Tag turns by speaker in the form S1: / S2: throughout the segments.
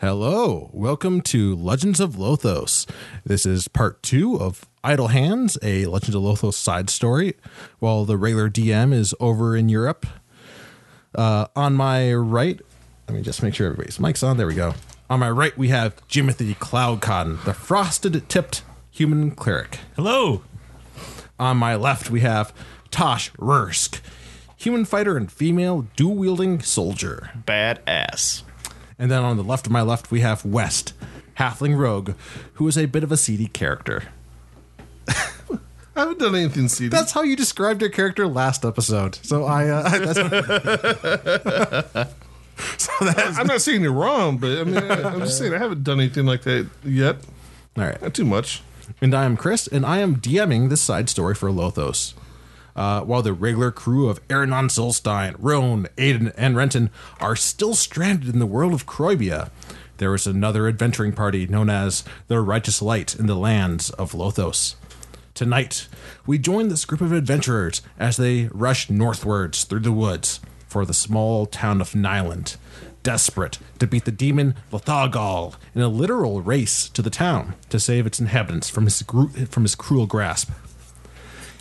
S1: Hello, welcome to Legends of Lothos. This is part two of Idle Hands, a Legends of Lothos side story, while the regular DM is over in Europe. Uh, on my right, let me just make sure everybody's mic's on. There we go. On my right, we have Jimothy Cloudcotton, the frosted tipped human cleric.
S2: Hello.
S1: On my left, we have Tosh Rursk, human fighter and female dual wielding soldier.
S2: Badass.
S1: And then on the left of my left, we have West, halfling rogue, who is a bit of a seedy character.
S3: I haven't done anything seedy.
S1: That's how you described your character last episode. So I, uh, that's so that's
S3: I'm not saying you're wrong, but I mean, I, I'm just saying I haven't done anything like that yet.
S1: all right.
S3: Not too much.
S1: And I am Chris, and I am DMing this side story for Lothos. Uh, while the regular crew of Aranon Solstein, Roan, Aiden, and Renton are still stranded in the world of Croibia, there is another adventuring party known as the Righteous Light in the lands of Lothos. Tonight, we join this group of adventurers as they rush northwards through the woods for the small town of Nyland, desperate to beat the demon Lothargal in a literal race to the town to save its inhabitants from his, gru- from his cruel grasp.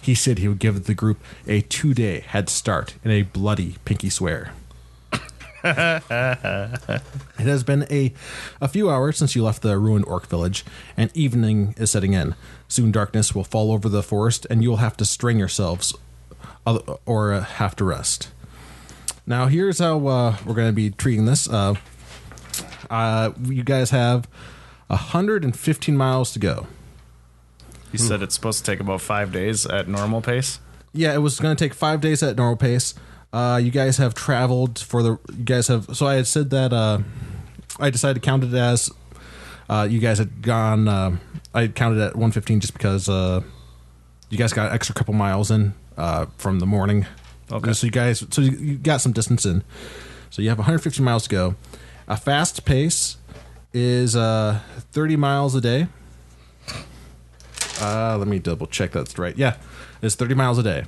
S1: He said he would give the group a two day head start in a bloody pinky swear. it has been a, a few hours since you left the ruined orc village, and evening is setting in. Soon darkness will fall over the forest, and you will have to string yourselves oth- or uh, have to rest. Now, here's how uh, we're going to be treating this. Uh, uh, you guys have 115 miles to go.
S2: You said it's supposed to take about five days at normal pace.
S1: yeah, it was going to take five days at normal pace. Uh, you guys have traveled for the. You guys have. So I had said that. Uh, I decided to count it as. Uh, you guys had gone. Uh, I had counted at one fifteen just because uh, you guys got an extra couple miles in uh, from the morning.
S2: Okay.
S1: So you guys. So you, you got some distance in. So you have 150 miles to go. A fast pace is uh, 30 miles a day. Uh, let me double check that's right. Yeah, it's 30 miles a day.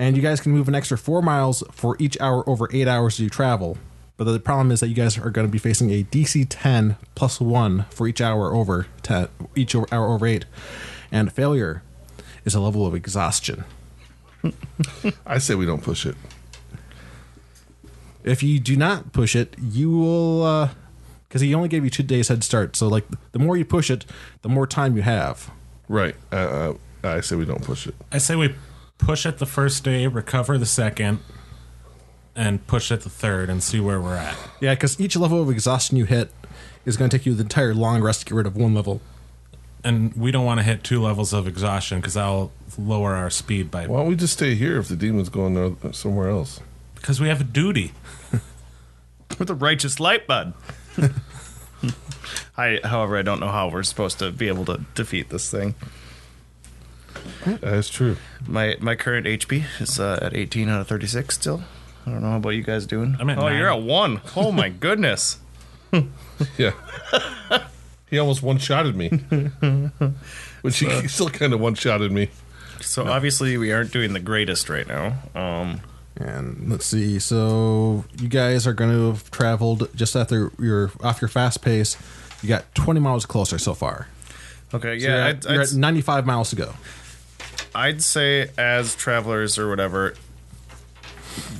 S1: And you guys can move an extra four miles for each hour over eight hours you travel. But the problem is that you guys are going to be facing a DC 10 plus one for each hour over 10, each hour over eight. And failure is a level of exhaustion.
S3: I say we don't push it.
S1: If you do not push it, you will, because he only gave you two days head start. So like, the more you push it, the more time you have.
S3: Right. Uh, uh, I say we don't push it.
S4: I say we push it the first day, recover the second, and push it the third and see where we're at.
S1: Yeah, because each level of exhaustion you hit is going to take you the entire long rest to get rid of one level.
S4: And we don't want to hit two levels of exhaustion because that'll lower our speed by.
S3: Why don't we just stay here if the demon's going there- uh, somewhere else?
S4: Because we have a duty.
S2: With a righteous light, bud. I, however, I don't know how we're supposed to be able to defeat this thing.
S3: Uh, That's true.
S2: My my current HP is uh, at 18 out of 36 still. I don't know about you guys doing.
S4: I'm at
S2: oh,
S4: nine.
S2: you're at one. Oh my goodness.
S3: Yeah. he almost one shotted me. Which he, he still kind of one shotted me.
S2: So obviously we aren't doing the greatest right now. Um,
S1: And let's see. So you guys are going to have traveled just after your off your fast pace. You got 20 miles closer so far.
S2: okay,
S1: You're
S2: yeah,
S1: at,
S2: I'd,
S1: you're
S2: I'd,
S1: at 95 miles to go.
S2: I'd say as travelers or whatever,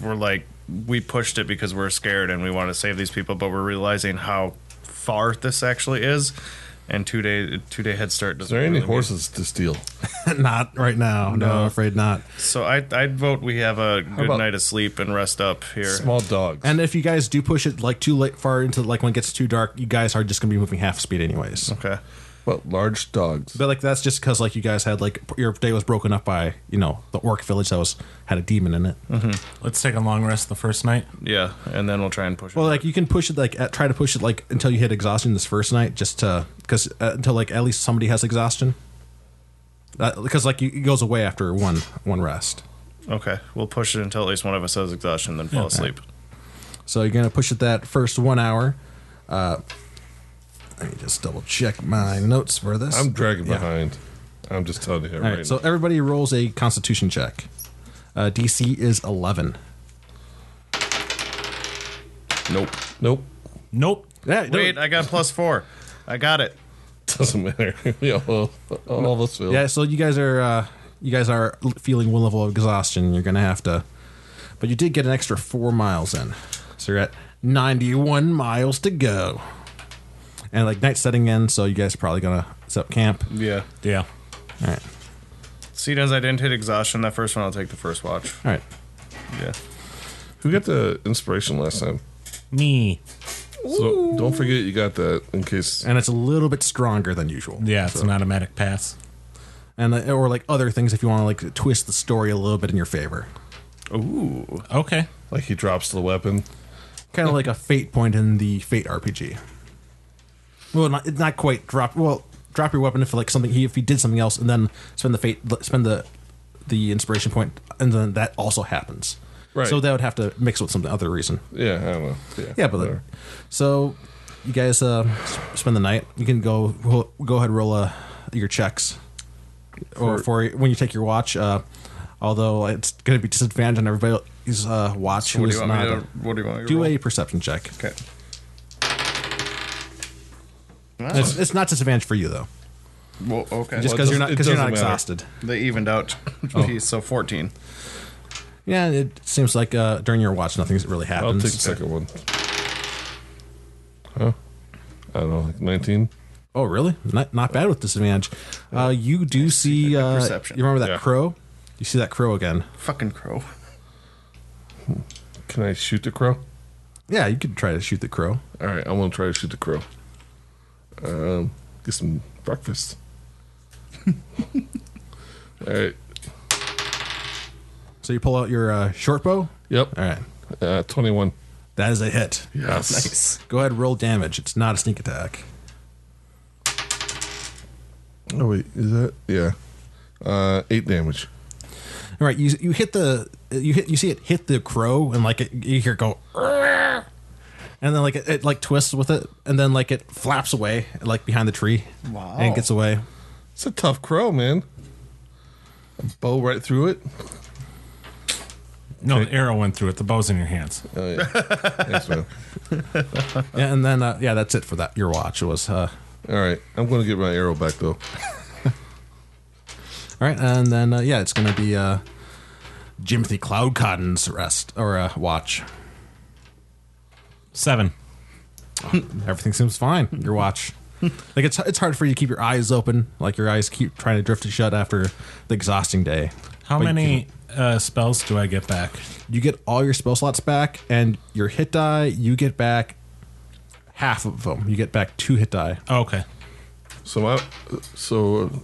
S2: we're like we pushed it because we're scared and we want to save these people, but we're realizing how far this actually is, and two day two day head start. Doesn't
S3: Is there any
S2: really mean-
S3: horses to steal?
S1: not right now. No, I'm afraid not.
S2: So I I'd vote we have a good
S3: about-
S2: night of sleep and rest up here.
S3: Small dogs.
S1: And if you guys do push it like too late, far into like when it gets too dark, you guys are just going to be moving half speed anyways.
S2: okay.
S3: but large dogs.
S1: But like that's just because like you guys had like your day was broken up by you know the orc village that was had a demon in it.
S4: Let's take a long rest the first night.
S2: Yeah, and then we'll try and push.
S1: Well,
S2: it.
S1: like you can push it like at, try to push it like until you hit exhaustion this first night, just to because uh, until like at least somebody has exhaustion. Because like you, it goes away after one one rest,
S2: Okay, we'll push it until at least one of us has exhaustion, then fall asleep.
S1: so you're gonna push it that first one hour. Uh, let me just double check my notes for this.
S3: I'm dragging
S1: Yeah.
S3: behind. I'm just telling you that
S1: All
S3: right
S1: right, so
S3: now.
S1: everybody rolls a Constitution check. Uh, DC is eleven.
S2: Nope.
S3: Nope.
S4: Nope.
S1: Yeah, no,
S2: Wait, I got plus four. I got it.
S3: Doesn't matter. We all, all of us will.
S1: yeah. So you guys are uh, you guys are l- feeling one level of exhaustion. You're gonna have to, but you did get an extra four miles in, so you're at 91 miles to go. And like night's setting in, so you guys are probably gonna set up camp.
S2: Yeah.
S4: Yeah.
S1: All right,
S2: See, as I didn't hit exhaustion that first one, I'll take the first watch.
S1: all right.
S2: Yeah.
S3: Who got the inspiration last time?
S4: Me.
S3: So don't forget you got that in case.
S1: And it's a little bit stronger than usual.
S4: Yeah, it's an automatic pass.
S1: and uh, or like other things if you want to like twist the story a little bit in your favor.
S2: Ooh.
S4: Okay.
S3: Like he drops the weapon.
S1: Kind of like a fate point in the fate RPG. Well, not it's not quite drop. Well, drop your weapon if like something he if he did something else, and then spend the fate spend the the inspiration point, and then that also happens.
S3: Right.
S1: So that would have to mix with some other reason.
S3: Yeah, I don't know. Yeah,
S1: Yeah, but like,
S3: whatever.
S1: so you guys uh, s- spend the night. You can go ro- go ahead and roll uh, your checks, or for when you take your watch. Uh, although it's going to be disadvantage on everybody's uh, watch. who
S2: What do
S1: is
S2: you want me
S1: not
S2: to? What do you want me to?
S1: do
S2: roll?
S1: a perception check.
S2: Okay.
S1: And It's, it's not disadvantage for you though,
S2: Well, okay.
S1: just
S3: it
S1: because you're not
S3: doesn't- it
S1: because you're not
S3: doesn't matter.
S1: exhausted.
S2: they evened out. Jeez, So fourteen.
S1: Yeah, it seems like uh, during your watch nothing's really
S3: I'll
S1: happens.
S3: take the second one. Huh? I don't know, like 19?
S1: Oh, really? Not not bad with disadvantage. Uh, you do see. Uh,
S2: perception.
S1: you remember that
S3: Yeah.
S1: crow? You see that crow again?
S2: Fucking crow.
S3: Can I shoot the crow?
S1: Yeah, you could try to shoot the crow.
S3: All right, I'm going to try to shoot the crow. Um, get some breakfast. All right.
S1: So you pull out your uh, short bow.
S3: Yep.
S1: All right,
S3: Uh, 21.
S1: that is a hit.
S3: Yes.
S2: Nice.
S1: Go ahead, roll damage. It's not a sneak attack.
S3: Oh, wait. Is that? Yeah. Uh, eight damage.
S1: All right, you you hit the you hit you see it hit the crow and like it, you hear it go, "Arrgh!" and then like it, it like twists with it and then like it flaps away like behind the tree.
S2: Wow.
S1: And it gets away.
S3: It's a tough crow, man. A bow right through it.
S4: No, the arrow went through it. The bow's in your hands.
S3: Oh, yeah. Thanks, man.
S1: Yeah, and then uh, yeah, that's it for that. Your watch was uh,
S3: All right. I'm going to get my arrow back, though.
S1: all right, and then uh, yeah, it's gonna be uh, Jimothy Cloud Cotton's rest or uh, watch.
S4: Seven.
S1: Everything seems fine. Your watch. Like it's it's hard for you to keep your eyes open. Like your eyes keep trying to drift shut after the exhausting day.
S4: How
S1: But you
S4: many uh, spells do I get back?
S1: You get all your spell slots back, and your hit die you get back half of them. You get back two hit die.
S4: Oh, okay.
S3: So, my, so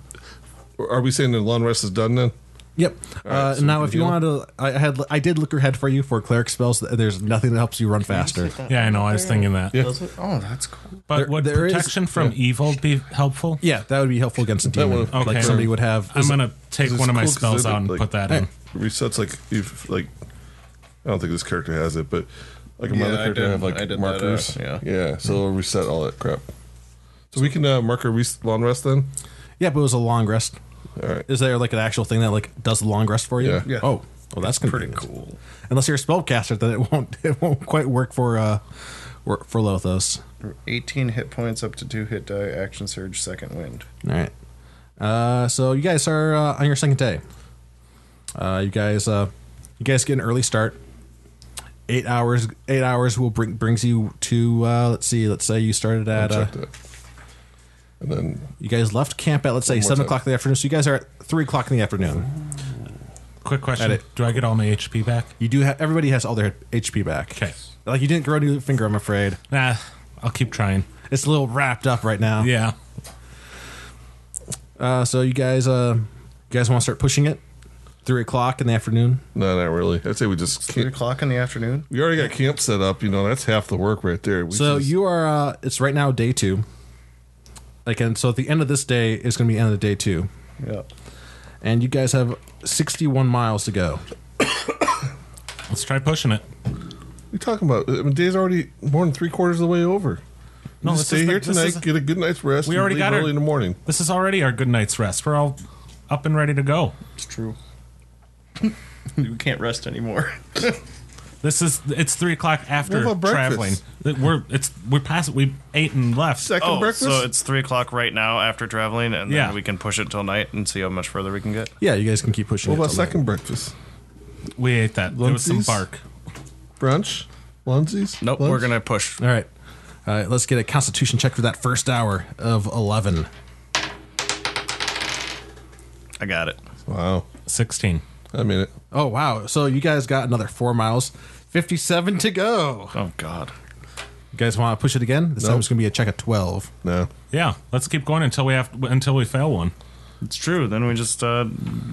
S3: uh, are we saying the long rest is done then?
S1: Yep. uh,
S3: so
S1: now,
S3: we
S1: if
S3: can
S1: you
S3: heal.
S1: wanted to, I had I did look ahead for you for cleric spells. There's nothing that helps you run faster.
S4: Yeah, I know. I was thinking that.
S2: Oh, that's cool.
S4: But
S1: There-
S4: would
S1: there is-
S4: protection from evil be helpful?
S1: Yeah, that would be helpful against a demon.
S3: would've
S1: Like
S4: confirmed.
S1: somebody would have.
S4: I'm gonna take
S3: it's
S4: one of my
S3: cool 'cause
S4: spells
S3: they
S4: out
S3: look like-
S4: and
S3: eh,
S4: put that
S1: Hey.
S4: in.
S3: resets like if like I don't think this character has it, but like my
S2: Yeah,
S3: other
S2: I
S3: character
S2: did-
S3: have
S2: I
S3: like
S2: did that,
S3: markers.
S2: uh, yeah.
S3: yeah. So it'll reset all that crap. So we can uh, mark a res- long rest then.
S1: Yeah, but it was a long rest.
S3: All right.
S1: Is there like an actual thing that like does the long rest for you?
S3: Yeah.
S2: Yeah.
S1: Oh, well, that's
S2: Pretty
S1: convenient.
S2: cool.
S1: Unless you're a spellcaster, then it won't it won't quite work for uh work for Lothos.
S2: Eighteen hit points up to two hit die. Action surge. Second wind.
S1: All right. Uh, so you guys are uh, on your second day. Uh, you guys, uh, you guys get an early start. Eight hours. Eight hours will bring brings you to. Uh, let's see. Let's say you started at. Uh,
S3: Check that. And then
S1: you guys left camp at let's say
S3: One more
S1: seven
S3: time.
S1: o'clock in the afternoon. So you guys are at three o'clock in the afternoon.
S4: Quick question:
S1: Edit.
S4: Do I get all my HP back?
S1: You do. have Everybody has all their HP back.
S4: Okay.
S1: Like you didn't grow a new finger. I'm afraid
S4: Nah, I'll keep trying.
S1: it's a little wrapped up right now.
S4: Yeah.
S1: Uh, so you guys, uh, you guys want to start pushing it? Three o'clock in the afternoon.
S3: no, not really. I'd say we just
S2: Three
S3: camp.
S2: o'clock in the afternoon.
S3: we already got camp set up. You know that's half the work right there. We
S1: So
S3: just-
S1: you are. Uh, it's right now day two. Like, and so at the end of this day is going to be end of day two,
S2: Yeah.
S1: and you guys have sixty-one miles to go.
S4: Let's try pushing it.
S3: you talking about? I mean, day's already more than three quarters of the way over.
S4: No,
S3: No, just
S4: this is
S3: stay
S4: the-
S3: here
S4: this
S3: tonight,
S4: is-
S3: get a good night's rest.
S4: We
S3: and
S4: already
S3: leave
S4: got our-
S3: early in the morning.
S4: This is already our good night's rest. We're all up and ready to go.
S2: It's true. we can't rest anymore.
S4: This is it's three o'clock after
S3: What about
S4: traveling.
S3: breakfast?
S4: That We're it's we're past we ate and left.
S3: Second
S2: Oh,
S3: breakfast.
S2: so it's three o'clock right now after traveling, and
S4: Yeah.
S2: then we can push it till night and see how much further we can get.
S1: Yeah, you guys can keep pushing.
S3: what
S1: it
S3: about
S1: till night.
S3: second breakfast?
S4: We ate that. There was some
S3: Lunchies?
S4: bark.
S3: Brunch. Lunches.
S2: Nope, we're gonna push.
S1: All right. All right, let's get a constitution check for that first hour of 11.
S2: I got it.
S3: Wow.
S4: Sixteen.
S3: I mean it.
S1: Oh, wow. So you guys got another four miles, 57 to go.
S2: Oh God.
S1: You guys want to push it again? This time
S3: Nope.
S1: it's going to be a check of 12.
S3: No.
S4: Yeah, let's keep going until we have until we fail one.
S2: It's true. Then we just uh,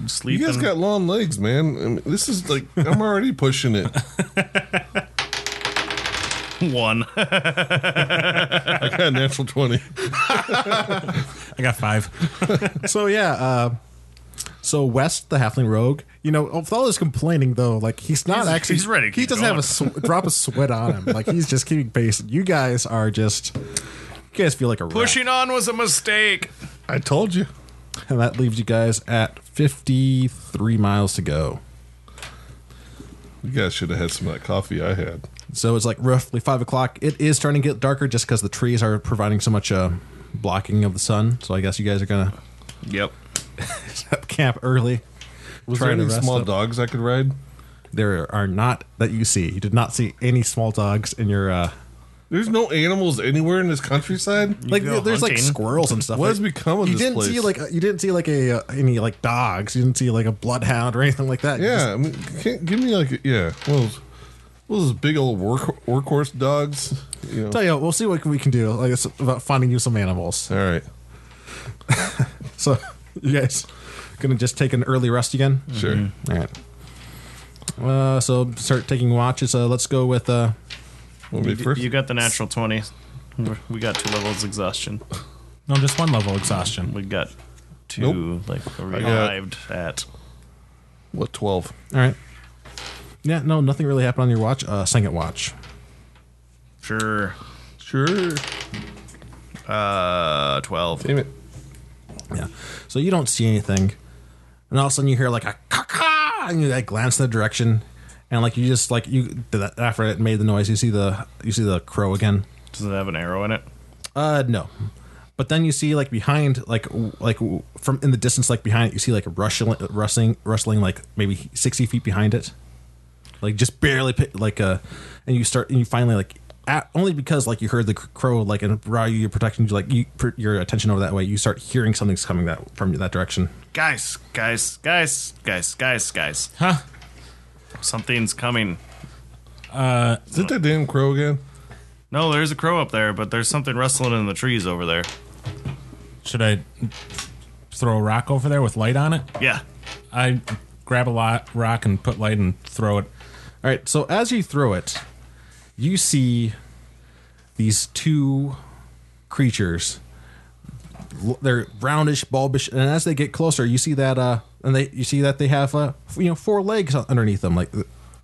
S2: sleep.
S3: You guys
S2: and-
S3: got long legs, man. I mean, this is like I'm already pushing it.
S2: one.
S3: I got a natural twenty.
S4: I got five.
S1: so, yeah. Uh, so, West, the halfling rogue, you know, with all this complaining, though, like, he's not
S2: He's-
S1: actually.
S2: he's ready to
S1: He
S2: keep
S1: doesn't have a sw- drop of sweat on him. Like, he's just keeping pace. You guys are just. You guys feel like a rat.
S2: Pushing on was a mistake.
S3: I told you.
S1: And that leaves you guys at 53 miles to go.
S3: You guys should have had some of that coffee I had.
S1: So it's like roughly five o'clock. It is starting to get darker just because the trees are providing so much uh, blocking of the sun. So I guess you guys are gonna
S2: Yep.
S1: set camp early.
S3: Was
S1: Trying to
S3: there any
S1: rest
S3: small
S1: up.
S3: dogs I could ride?
S1: There are not that you see. You did not see any small dogs in your uh,
S3: There's no animals anywhere in this countryside.
S1: like.
S2: go
S1: There's like
S2: hunting.
S1: squirrels and stuff.
S3: What has
S1: like,
S3: become of
S1: you
S3: this
S1: didn't see
S3: place?
S1: like uh, you didn't see like a uh, any like dogs. You didn't see like a bloodhound or anything like that. You
S3: Yeah, I mean, can't give me like a, yeah, one of those, one of those big old work workhorse dogs. You know.
S1: Tell you, what, we'll see what we can do. Like it's about finding you some animals.
S3: All right,
S1: So you guys gonna just take an early rest again?
S3: sure.
S2: Mm-hmm.
S1: All right. Uh, so start taking watches. Uh, let's go with. Uh,
S3: Want me first?
S2: You got the natural twenty. We're- We got two levels exhaustion.
S4: No, just one level exhaustion.
S2: We got two
S3: Nope.
S2: like
S3: got-
S2: arrived at.
S3: what twelve?
S1: all right. Yeah, no, nothing really happened on your watch. Uh, second watch.
S2: Sure.
S3: Sure.
S2: Uh, twelve.
S3: Damn it.
S1: Yeah. So you don't see anything, and all of a sudden you hear like a caca, and you like glance in the direction, and like you just like you that- after it made the noise, you see the you see the crow again.
S2: Does it have an arrow in it?
S1: Uh, no. But then you see like behind, like w- like w- from in the distance, like behind it, you see like rustling, rustling, rustling, like maybe sixty feet behind it, like just barely, pi- like uh, and you start and you finally like at, only because like you heard the cr- crow like and draw you your protection, you like you put your attention over that way, you start hearing something's coming that from that direction.
S2: Guys, guys, guys, guys, guys, guys.
S4: Huh?
S2: Something's coming.
S3: Is it that damn crow again?
S2: No, there's a crow up there, but there's something rustling in the trees over there.
S4: Should I throw a rock over there with light on it?
S2: Yeah.
S4: I grab a lot, rock and put light and throw it.
S1: All right. So as you throw it, you see these two creatures. L- They're roundish, bulbish, and as they get closer, you see that, uh, and they you see that they have, uh, f- you know, four legs underneath them, like,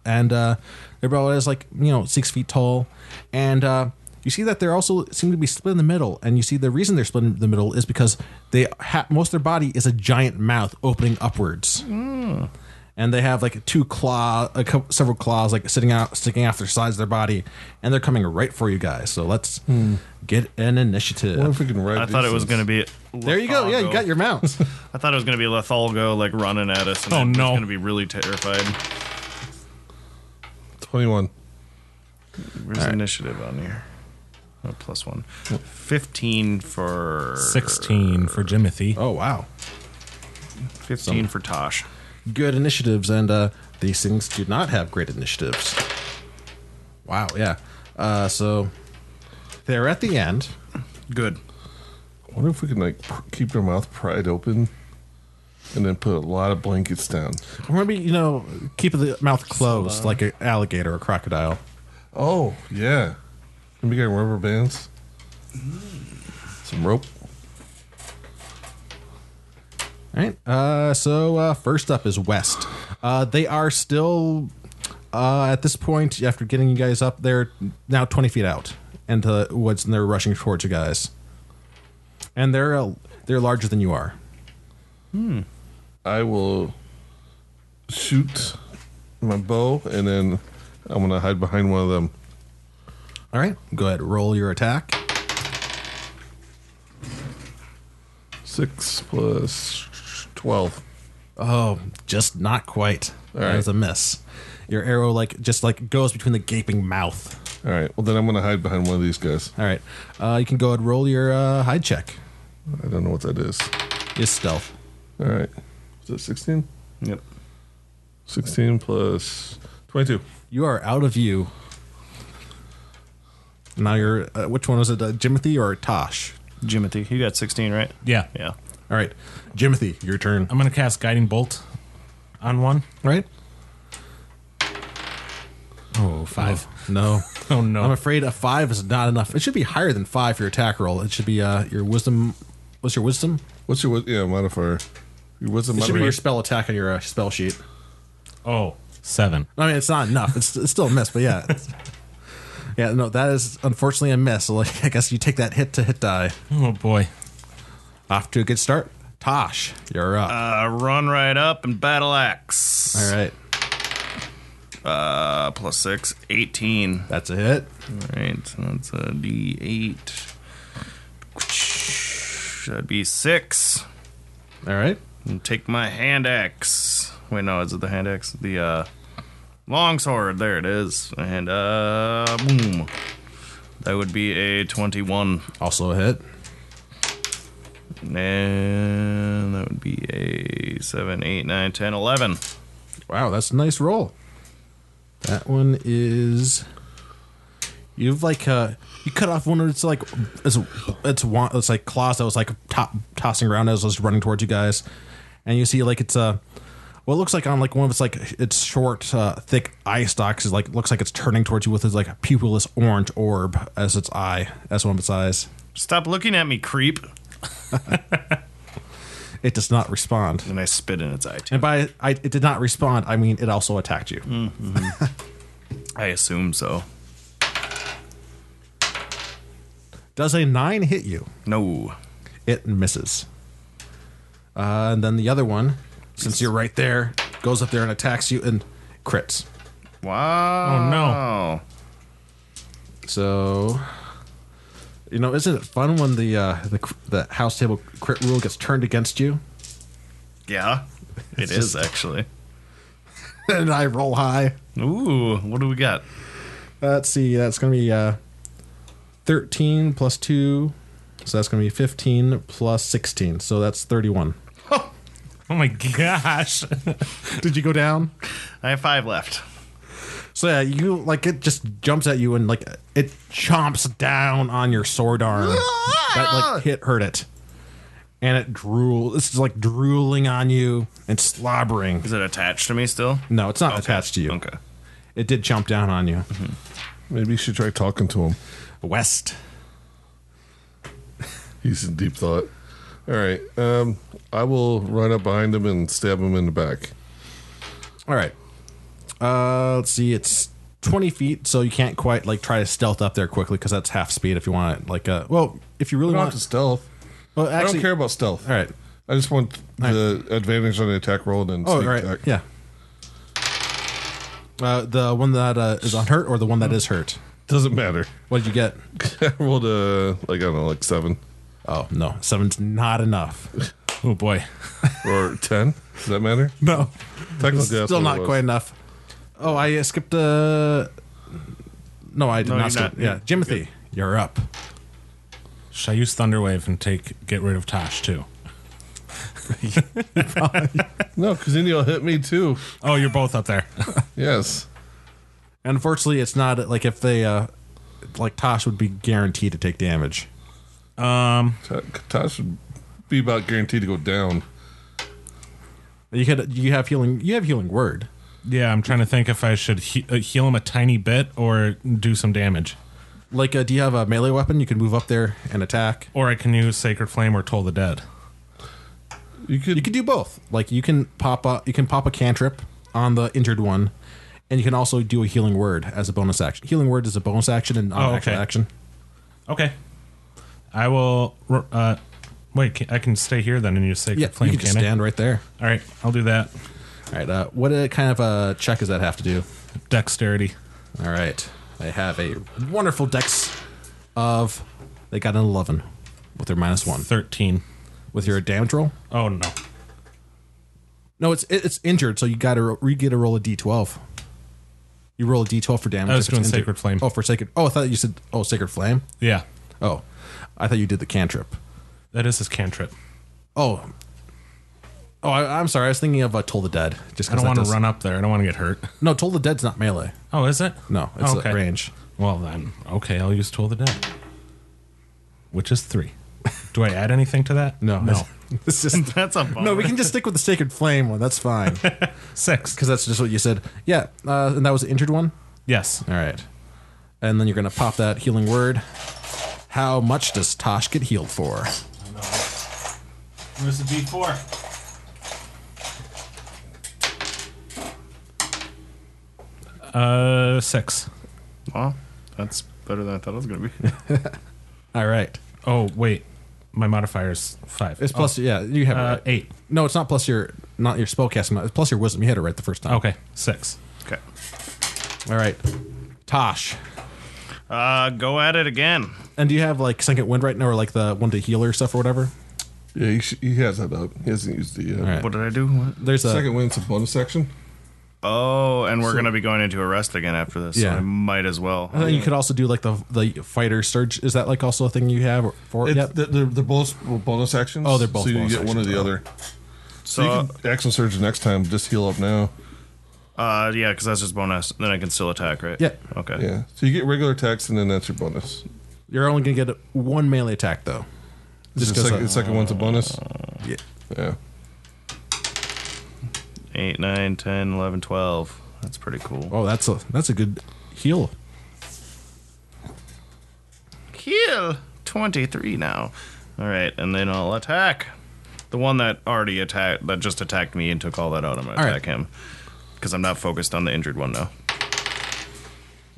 S1: and uh, they're about as like you know six feet tall, and uh, you see that they're also seem to be split in the middle, and you see the reason they're split in the middle is because they ha- most of their body is a giant mouth opening upwards and they have like two claw, a couple, several claws like sitting out, sticking off their sides of their body, and they're coming right for you guys. So let's get an initiative.
S3: I wonder if we can ride.
S2: I thought it was going to be.
S1: there you go. Yeah, you
S2: Lothalgo.
S1: got your mounts.
S2: I thought it was going to be Lethalgo, like running at us. And
S4: Oh,
S2: I was
S4: no.
S2: going to be really terrified.
S3: twenty-one.
S2: Where's initiative on here? Oh, plus one. 15 for.
S4: Sixteen for Jimothy.
S1: oh wow,
S2: 15 for Tosh.
S1: good initiatives, and uh, these things do not have great initiatives. Wow, yeah. Uh, so they're at the end.
S2: Good.
S3: I wonder if we can like pr- keep their mouth pried open, and then put a lot of blankets down.
S1: Remember, you know, keep the mouth closed like an alligator or crocodile.
S3: Oh yeah. And we got rubber bands,
S2: Mm.
S3: some rope.
S1: All right. Uh, so uh, first up is West. Uh, they are still uh, at this point after getting you guys up. They're now twenty feet out into the woods, and they're rushing towards you guys. And they're uh, they're larger than you are.
S3: I will shoot my bow and then I'm gonna hide behind one of them.
S1: All right, go ahead. Roll your attack.
S3: Six plus twelve.
S1: Oh, just not quite.
S3: All
S1: That
S3: right.
S1: was a miss. Your arrow like just like goes between the gaping mouth.
S3: All right. Well, then I'm gonna hide behind one of these guys.
S1: All right, uh, you can go ahead and roll your uh, hide check.
S3: I don't know what that is.
S1: Your stealth.
S3: All right. Is that 16?
S2: Yep.
S3: 16 plus 22.
S1: You are out of view. Now you're. Uh, which one was it, uh, Jimothy or Tosh?
S2: Jimothy, you got 16, right?
S4: Yeah.
S2: Yeah.
S1: All right, Jimothy, your turn.
S4: I'm going to cast Guiding Bolt on one.
S1: Right?
S4: Oh, five.
S1: No.
S4: Oh, no.
S1: I'm afraid a five is not enough. It should be higher than five for your attack roll. It should be uh, your wisdom. What's your wisdom?
S3: What's your, wi- yeah, modifier? Your wisdom
S1: It should be your
S3: modifier?
S1: spell attack on your uh, spell sheet.
S4: oh, seven.
S1: I mean, it's not enough. It's, it's still a miss, but yeah. yeah, no, that is unfortunately a miss. So, like, I guess you take that hit to hit die.
S4: Oh, boy.
S1: Off to a good start. Tosh, you're up.
S2: Uh, run right up and battle axe.
S1: All right.
S2: Uh, plus six, 18.
S1: That's a hit.
S2: All right, so that's a d8. That'd be six.
S1: All right.
S2: And take my hand axe. Wait, no, is it the hand axe? The uh, long sword. There it is. And uh, boom. That would be a 21.
S1: Also a hit.
S2: And that would be a 7, 8, 9, 10, 11.
S1: Wow, that's a nice roll. That one is. You've like uh, you cut off one of its like its its one it's like claws that was like top tossing around as it was running towards you guys, and you see like it's uh, what looks like on like one of its like its short uh, thick eye stalks is like looks like it's turning towards you with its like pupilless orange orb as its eye as one of its eyes.
S2: Stop looking at me, creep.
S1: It does not respond,
S2: And I spit in its eye, too.
S1: and by I, it did not respond, I mean it also attacked you.
S2: I assume so.
S1: Does a nine hit you?
S2: No.
S1: it misses. Uh, and then the other one, since you're right there, goes up there and attacks you and crits.
S2: Wow.
S4: Oh, no.
S1: So, you know, isn't it fun when the uh, the cr- the house table crit rule gets turned against you?
S2: Yeah, it is actually.
S1: and I roll high.
S2: Ooh, what do we got?
S1: Let's see. That's going to be uh, thirteen plus two, so that's going to be fifteen plus sixteen. So that's thirty-one.
S4: Oh, my gosh.
S1: Did you go down?
S2: I have five left.
S1: So yeah, you like it just jumps at you and like it chomps down on your sword arm. that like hit hurt it. And it drool it's like drooling on you and slobbering.
S2: Is it attached to me still?
S1: No, it's not attached to you.
S2: Okay.
S1: It did chomp down on you.
S3: Mm-hmm. Maybe you should try talking to him.
S1: West.
S3: He's in deep thought. All right. Um, I will run up behind him and stab him in the back.
S1: Alright. Uh let's see, it's twenty feet, so you can't quite like try to stealth up there quickly because that's half speed if you want it. Like uh well, if you really
S3: I don't
S1: want
S3: have to stealth.
S1: well,
S3: I
S1: actually,
S3: don't care about stealth.
S1: All right.
S3: I just want the advantage on the attack roll and then
S1: Oh,
S3: sneak
S1: right.
S3: attack.
S1: Yeah. Uh, the one that uh, is unhurt or the one that is hurt?
S3: Doesn't matter.
S1: What did you get?
S3: I rolled a, like, I don't know, like seven
S1: Oh, no. Seven's not enough.
S4: oh, boy.
S3: or 10. Does that matter?
S1: No.
S3: Technically, that's
S1: Still
S3: what it
S1: not
S3: was.
S1: quite enough. Oh, I uh, skipped Uh... No, I did
S2: No, you're
S1: not skip.
S2: not.
S1: Yeah. Jimothy, you're up.
S4: Shall I use Thunderwave and take get rid of Tosh, too?
S3: No, because then you'll hit me too.
S4: Oh, you're both up there.
S3: Yes.
S1: Unfortunately, it's not like if they, uh, like Tosh would be guaranteed to take damage.
S3: Ta- Tosh would be about guaranteed to go down.
S1: You could, you have healing, you have healing word.
S4: Yeah, I'm trying to think if I should he- uh, heal him a tiny bit or do some damage.
S1: Like, uh, do you have a melee weapon? You can move up there and attack.
S4: Or I can use Sacred Flame or Toll the Dead.
S3: You could,
S1: You could do both. Like you can pop a you can pop a cantrip on the injured one, and you can also do a healing word as a bonus action. Healing word is a bonus action and not
S4: Oh,
S1: an actual
S4: okay.
S1: action.
S4: Okay. I will. r- Uh, wait, can, I can stay here then and use Sacred
S1: Yeah, you
S4: Flame, can,
S1: can just
S4: I?
S1: stand right there.
S4: All right, I'll do that.
S1: All right, uh, what uh, kind of a check does that have to do?
S4: Dexterity.
S1: All right. They have a wonderful dex of. They got an 11 with their minus one.
S4: 13.
S1: With your damage roll?
S4: Oh, no.
S1: No, it's it- it's injured, so you got to you get to roll a d12. You roll a d12 for damage.
S4: I was
S1: if it's
S4: doing
S1: injured.
S4: Sacred Flame.
S1: Oh, for sacred. Oh, I thought you said oh sacred flame.
S4: Yeah.
S1: Oh, I thought you did the cantrip.
S4: That is his cantrip.
S1: Oh, oh, I, I'm sorry. I was thinking of uh, Toll the Dead. Just
S4: I don't want to run up there. I don't want to get hurt.
S1: No, Toll the Dead's not melee.
S4: Oh, is it?
S1: No, it's
S4: Oh,
S1: at range.
S4: Well, then, okay, I'll use Tool of the Dead, which is three. Do I add anything to that?
S1: No,
S4: No.
S1: it's just
S2: That's a bummer.
S1: no. We can just stick with the sacred flame one. That's fine because
S4: Six.
S1: that's just what you said. Yeah, uh, and that was the injured one.
S4: Yes.
S1: All right, and then you're gonna pop that healing word. How much does Tosh get healed for?
S4: Where's the D4? Uh, six.
S2: Well, that's better than I thought it was gonna be.
S1: All right.
S4: Oh, wait. My modifier's five.
S1: It's plus, yeah, you have
S4: Oh,
S1: it
S4: uh,
S1: right.
S4: eight.
S1: No, it's not plus your not your spellcasting. mod- It's plus your wisdom. You hit it right the first time.
S4: Okay, six.
S2: Okay.
S4: Oh.
S1: All right. Tosh.
S2: Uh, go at it again.
S1: And do you have like second wind right now, or like the one to healer stuff or whatever?
S3: Yeah, he, sh- he has that up. He hasn't used the uh,
S1: All right.
S2: What did I do? What?
S1: There's a
S3: second win. It's a bonus action.
S2: Oh, and we're gonna be going into arrest again after this. so
S1: Yeah.
S2: I might as well.
S1: and then you could also do like the the fighter surge. Is that like also a thing you have for it?
S3: It's,
S1: Yet?
S3: they're, they're they're both bonus actions.
S1: Oh, they're both
S3: So you
S1: bonus
S3: get one or
S1: actions,
S3: the
S1: oh.
S3: other. So,
S2: so
S3: you can axle surge next time. Just heal up now.
S2: uh, yeah, because that's just bonus. Then I can still attack, right?
S1: Yeah.
S2: Okay.
S3: Yeah. So you get regular attacks, and then that's your bonus.
S1: You're only gonna get one melee attack though. Just
S3: Just
S1: 'cause,
S3: the, sec-
S1: uh,
S3: the second one's a bonus.
S1: Yeah.
S3: Yeah.
S2: 8, 9, 10, 11, 12. That's pretty cool.
S1: Oh, that's a that's a good heal.
S2: Kill! 23 now. All right, and then I'll attack. The one that already attacked, that just attacked me and took all that out, I'm going to
S1: All right.
S2: attack him. Because I'm not focused on the injured one now.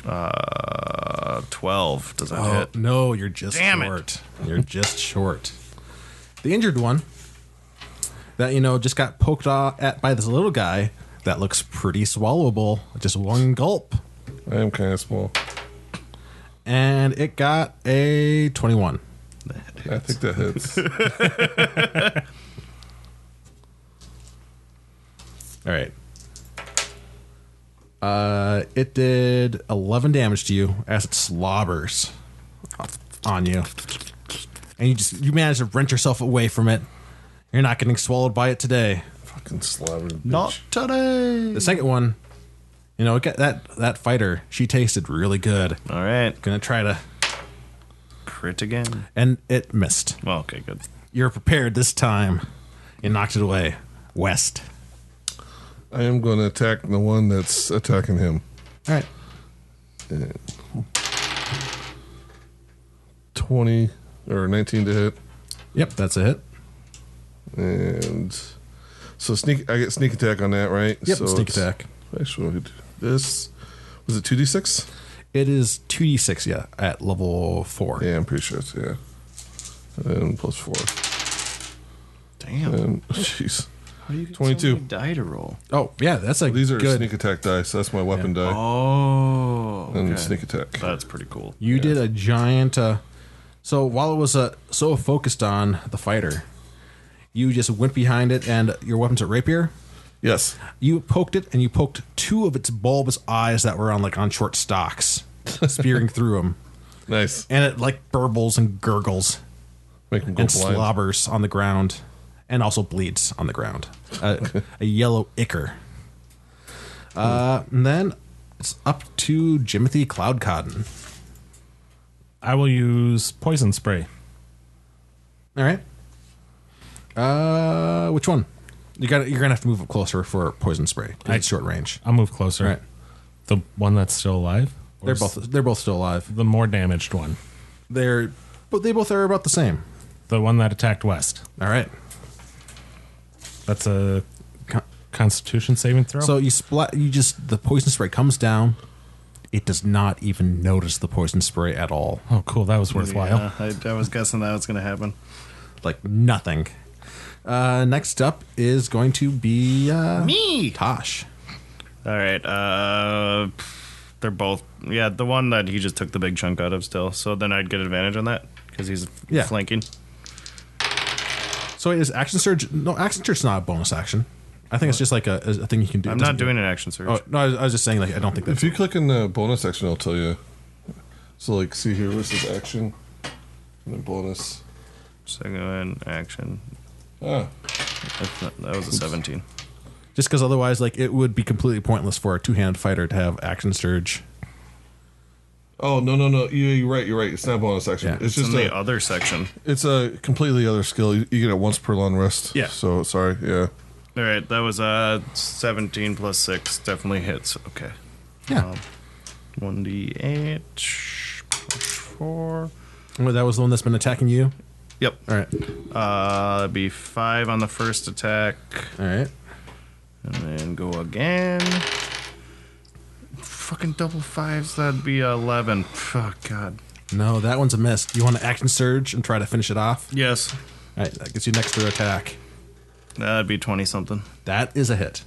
S2: Uh, 12. Does that
S1: Oh,
S2: hit?
S1: no, you're just
S2: Damn it.
S1: short. You're just short. The injured one that you know just got poked o- at by this little guy that looks pretty swallowable. Just one gulp,
S3: I am kind of small.
S1: and it got a twenty-one.
S3: I think that hits.
S1: All right. Uh, it did eleven damage to you as it slobbers on you, and you just you manage to wrench yourself away from it. You're not getting swallowed by it today.
S3: Fucking slobbering.
S2: Not today!
S1: The second one, you know, it got that that fighter, she tasted really good.
S2: All right,
S1: Gonna try to,
S2: crit again.
S1: and it missed.
S2: Well, okay, good.
S1: You're prepared this time. You knocked it away. West.
S3: I am going to attack the one that's attacking him.
S1: All right.
S3: Uh, Twenty or nineteen to hit,
S1: Yep, that's a hit.
S3: and so sneak. I get sneak attack on that, right?
S1: Yep,
S3: so
S1: sneak
S3: it's-
S1: attack.
S3: Actually, we'll do this was it two d six?
S1: It is two d six. Yeah, at level four.
S3: Yeah, I'm pretty sure it's yeah. And plus four.
S2: Damn.
S3: And jeez,
S2: How do you get
S3: 22.
S2: many die to roll?
S1: Oh yeah, that's like
S3: these are
S1: good.
S3: sneak attack dice. That's my weapon die
S2: Oh.
S3: and
S2: okay.
S3: sneak attack.
S2: That's pretty cool.
S1: You did a giant. Uh, so while it was uh, so focused on the fighter, you just went behind it, and your weapon's a rapier.
S3: Yes,
S1: You poked it, and you poked two of its bulbous eyes that were on like on short stalks, spearing through them,
S3: nice.
S1: and it like burbles and gurgles
S3: Make him go
S1: and
S3: Oh, blind.
S1: slobbers on the ground, and also bleeds on the ground. A, a yellow ichor. Uh, and then it's up to Jimothy Cloud Cotton.
S4: I will use Poison Spray.
S1: All right. Uh, which one? You got. You're gonna have to move up closer for poison spray. 'cause It's short range.
S4: I'll move closer.
S1: Right.
S4: The one that's still alive? Or
S1: They're
S4: is
S1: both. They're both still alive.
S4: The more damaged one.
S1: They're. But they both are about the same.
S4: The one that attacked West.
S1: All right.
S4: That's a con- Constitution saving throw?
S1: So you splat. You just the poison spray comes down. It does not even notice the poison spray at all.
S4: oh, cool. That was worthwhile.
S2: Yeah, I, I was guessing that was going to happen.
S1: Like nothing. Uh, next up is going to be uh,
S2: Me!
S1: Tosh.
S2: All right. Uh, They're both. Yeah, the one that he just took the big chunk out of still. So then I'd get advantage on that because he's
S1: Yeah.
S2: flanking.
S1: So is action surge? No, action surge is not a bonus action. I think it's just like a, a thing you can do.
S2: I'm
S1: It
S2: not
S1: doesn't-
S2: doing an action surge.
S1: Oh no, I was, I was just saying like I don't think that's
S3: If you click in the bonus section, I'll tell you. So, like, see here, this is action, and then bonus.
S2: So go in action.
S3: Ah,
S2: That's not- that was a 17.
S1: just because otherwise like it would be completely pointless for a two-handed fighter to have action surge.
S3: oh no, no, no. You, you're right. You're right. It's not bonus action.
S1: Yeah.
S3: It's
S2: It's
S3: just
S2: in
S3: a,
S2: the other section.
S3: It's a completely other skill. You, you get it once per long rest.
S1: Yeah.
S3: So sorry. Yeah.
S2: All right, that was uh 17 plus 6. Definitely hits. Okay.
S1: Yeah,
S2: 1d8 plus 4.
S1: Well, that was the one that's been attacking you.
S2: Yep.
S1: All right,
S2: Uh, that'd be 5 on the first attack.
S1: all right.
S2: And then go again. Fucking double fives, that'd be 11. Oh, God.
S1: No, that one's a miss. You want to action surge and try to finish it off.
S2: Yes.
S1: All right, that gets you an extra attack.
S2: That'd be 20 something.
S1: That is a hit.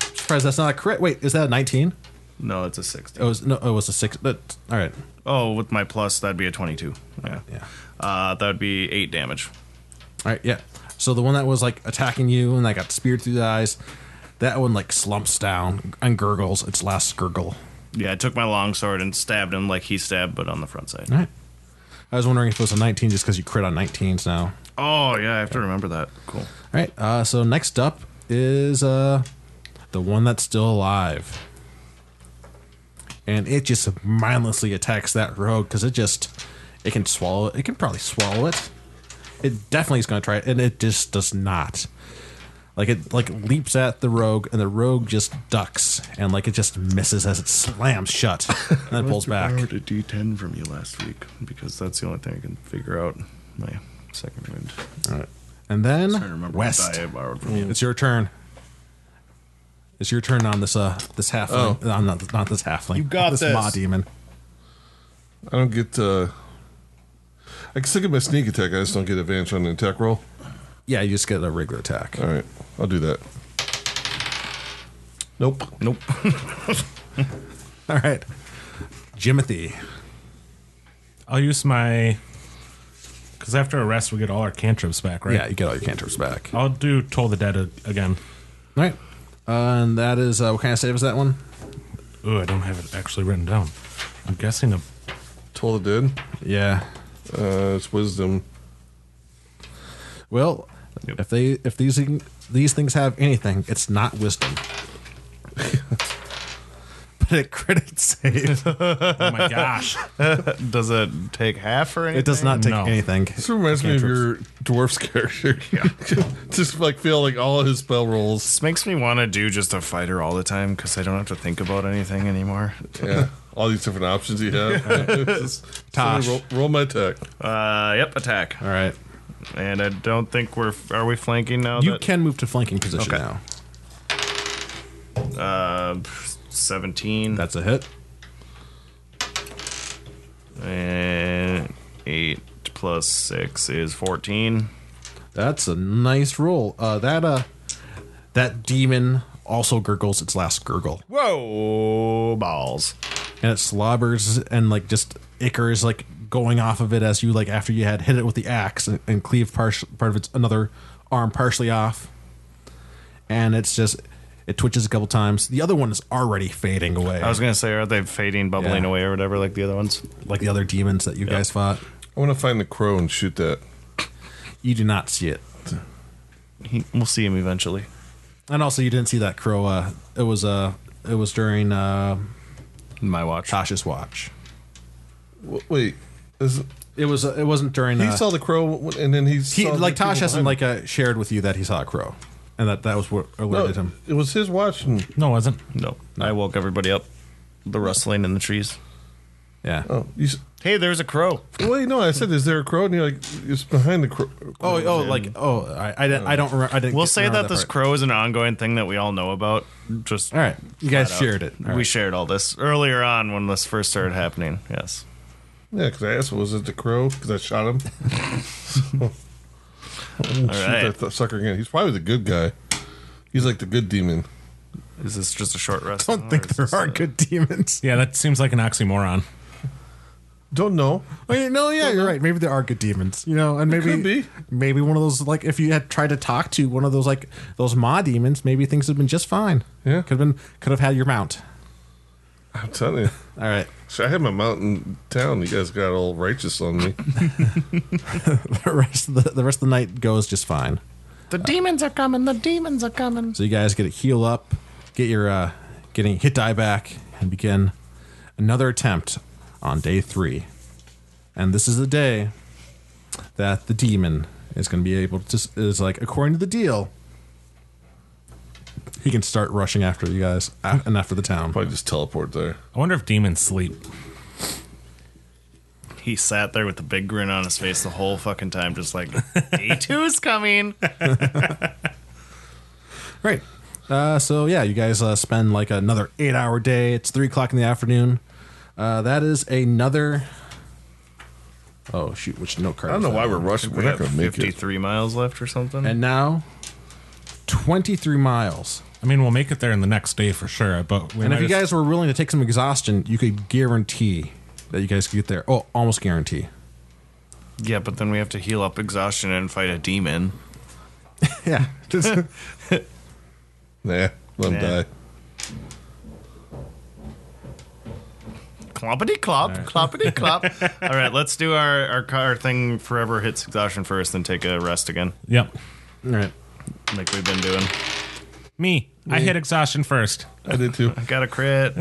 S1: Surprised that's not a crit. Wait, is that a 19?
S2: No, it's a 60.
S1: It was no, it was a six. But all right,
S2: Oh, with my plus, that'd be a 22. Yeah.
S1: yeah,
S2: Uh, that'd be 8 damage.
S1: all right, yeah. So the one that was like attacking you and that got speared through the eyes, that one like slumps down and gurgles its last gurgle.
S2: Yeah, I took my longsword and stabbed him like he stabbed, but on the front side.
S1: All right. I was wondering if it was a 19 just because you crit on 19s now.
S2: Oh, yeah, I have to remember that. Cool.
S1: All right. Uh, so next up is uh, the one that's still alive, and it just mindlessly attacks that rogue because it just it can swallow. It can probably swallow it. It definitely is going to try it, and it just does not. Like it like leaps at the rogue, and the rogue just ducks, and like it just misses as it slams shut, and then pulls
S2: I
S1: back.
S2: borrowed a D10 from you last week because that's the only thing I can figure out. My second wound.
S1: And then
S2: I remember
S1: west.
S2: what die I borrowed from you.
S1: It's your turn. It's your turn on this uh this halfling. Oh. not, not this halfling. You
S2: got
S1: this. Ma
S2: this.
S1: demon.
S3: I don't get. Uh, I can still get my sneak attack. I just don't get advantage on the attack roll.
S1: Yeah, you just get a regular attack.
S3: All right. I'll do that. Nope.
S2: Nope.
S1: All right, Jimothy.
S4: I'll use my. Because after a rest, we get all our cantrips back, right?
S1: Yeah, you get all your cantrips back. All
S4: I'll do Toll the Dead a- again.
S1: right, uh, and that is uh, what kind of save is that one?
S4: Ooh, I don't have it actually written down. I'm guessing a.
S3: Told it did.
S1: Yeah.
S3: Uh, it's wisdom.
S1: Well,
S2: Yep.
S1: if they if these these things have anything, it's not wisdom. but it credit save.
S4: Oh my gosh.
S2: Does it take half or anything?
S1: It does not take
S4: No.
S1: anything.
S3: This reminds me of your dwarf's character. Yeah. just like feel like all of his spell rolls.
S2: This makes me want to do just a fighter all the time because I don't have to think about anything anymore.
S3: Yeah. all these different options he had. Just-
S1: Tosh.
S3: Roll, roll my attack.
S2: Uh, yep, attack.
S1: All right,
S2: And I don't think we're are we flanking now?
S1: you
S2: that,
S1: can move to flanking position
S2: Okay.
S1: now.
S2: Uh, seventeen.
S1: That's a hit.
S2: and eight plus six is fourteen.
S1: That's a nice roll. Uh, that uh, that demon also gurgles its last gurgle,
S2: Whoa, balls!
S1: and it slobbers and like just ichors like going off of it as you like after you had hit it with the axe and, and cleave part part of its another arm partially off, and it's just it twitches a couple times. The other one is already fading away,
S2: I was gonna say, are they fading, bubbling
S1: Yeah.
S2: away, or whatever, like the other ones?
S1: like the other demons that you guys fought.
S3: I want to find the crow and shoot that.
S1: You do not see it,
S2: He, we'll see him eventually.
S1: and also you didn't see that crow. Uh, it was uh, it was during uh,
S2: My watch.
S1: Tasha's watch.
S3: W- Wait. Is,
S1: It was uh, it wasn't during.
S3: he
S1: uh,
S3: saw the crow and then he
S1: He,
S3: saw the
S1: like
S3: people
S1: Tosh hasn't
S3: behind him.
S1: like uh, shared with you that he saw a crow, and that that was what alerted
S3: No,
S1: him.
S3: It was his watch, and
S4: No, it wasn't.
S2: No, I woke everybody up. The rustling in the trees.
S1: Yeah. Oh,
S3: oh, you, s-
S2: Hey, there's a crow.
S3: wait, no, I said, is there a crow? And you're like, it's behind the crow.
S1: oh, like oh, I, I, didn't, I don't remember. I didn't.
S2: We'll
S1: get-
S2: say
S1: remember
S2: that this
S1: part.
S2: crow is an ongoing thing that we all know about. Just
S1: All right, you guys
S2: flat out.
S1: shared it. All
S2: We
S1: right. Mm-hmm.
S2: shared all this earlier on when this first started happening. Yes.
S3: Yeah, because I asked, was it the crow? Because I shot him.
S2: All
S3: Shoot
S2: right.
S1: Oh,
S3: that th- sucker again. He's probably the good guy. He's like the good demon.
S2: Is this just a short rest?
S1: I don't think there are good demons.
S4: Yeah, that seems like an oxymoron.
S3: Don't know.
S1: Wait, no, yeah, you're right. Maybe there are good demons, you know, and maybe
S3: could be.
S1: maybe one of those like if you had tried to talk to one of those like those ma demons, maybe things would have been just fine.
S3: Yeah.
S1: could have been could have had your mount.
S3: I'm telling you.
S1: All right,
S3: So I had my mountain town. You guys got all righteous on me.
S1: the rest of the, the rest of the night goes just fine.
S2: The demons are coming. The demons are coming.
S1: So you guys get to heal up, get your uh, getting hit die back, and begin another attempt on day three. And this is the day that the demon is going to be able to is like according to the deal. He can start rushing after you guys a- and after the town.
S3: Probably just teleport there.
S4: I wonder if demons sleep.
S2: He sat there with a big grin on his face the whole fucking time, just like day two's coming.
S1: Right. Uh, so yeah, you guys uh, spend like another eight-hour day. It's three o'clock in the afternoon. Uh, that is another. Oh shoot! Which note card?
S3: I don't
S1: was
S3: know
S1: that?
S3: why we're rushing. We're
S2: We
S3: not
S2: have
S3: going to make it.
S2: fifty-three miles left or something.
S1: And now, 23 miles.
S4: I mean, we'll make it there in the next day for sure. But we
S1: And
S4: might
S1: if you
S4: as-
S1: guys were willing to take some exhaustion, you could guarantee that you guys could get there. Oh, almost guarantee.
S2: yeah, but then we have to heal up exhaustion and fight a demon.
S1: Yeah.
S3: Nah, let him
S2: Nah.
S3: die.
S2: Clompity clop, clompity clop. All right, let's do our, our ca- our thing. Forever hits exhaustion first, then take a rest again,
S4: Yep.
S1: All right.
S2: like we've been doing.
S4: Me. I hit exhaustion first.
S3: I did too.
S2: Got a crit.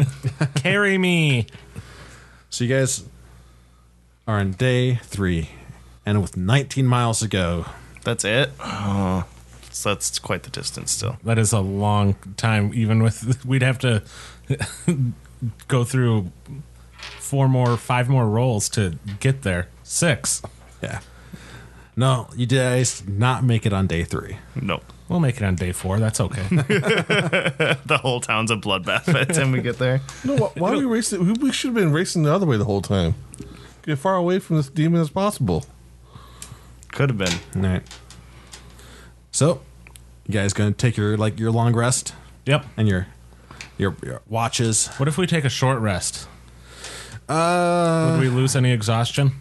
S4: Carry me.
S1: So you guys are on day three, and with 19 miles to go,
S2: That's it. Oh, so that's quite the distance still.
S4: That is a long time. Even with we'd have to go through four more, five more rolls to get there. Six.
S1: yeah. No, you guys not make it on day three.
S2: Nope.
S4: We'll make it on day four. That's okay.
S2: The whole town's a bloodbath by the time we get there.
S3: No, why, why are we racing? We, we should have been racing the other way the whole time. Get as far away from this demon as possible.
S2: Could have been.
S1: All right. So, you guys gonna take your like your long rest
S4: yep.
S1: and your your, your watches?
S4: What if we take a short rest?
S1: Uh,
S4: Would we lose any exhaustion?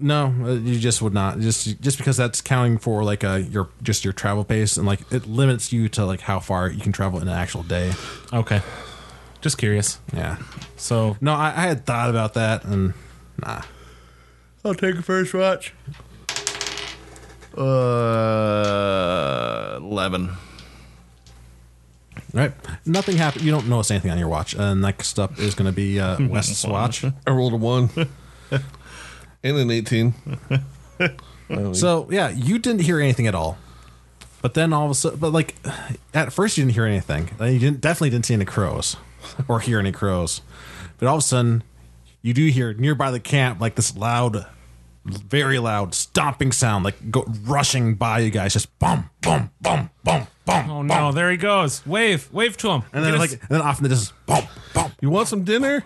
S1: No, uh, you just would not. Just just because that's counting for like uh your just your travel pace and like it limits you to like how far you can travel in an actual day.
S4: Okay. Just curious.
S1: Yeah.
S4: So
S1: No, I, I had thought about that and nah.
S2: I'll take a first watch. Uh, eleven.
S1: All Right. Nothing happened. You don't notice anything on your watch. Uh, next up is going to be uh, West's watch.
S3: I rolled a one and an 18.
S1: So yeah, you didn't hear anything at all. But then all of a sudden, but like at first you didn't hear anything. Then you didn't definitely didn't see any crows or hear any crows. But all of a sudden, you do hear nearby the camp like this loud, very loud stomping sound, like go rushing by you guys, just bum bum bum bum bum.
S4: Oh no, there he goes. Wave. Wave to him.
S1: And then
S4: Get
S1: like
S4: us-
S1: and then off in the distance, bum bum.
S3: You want some dinner?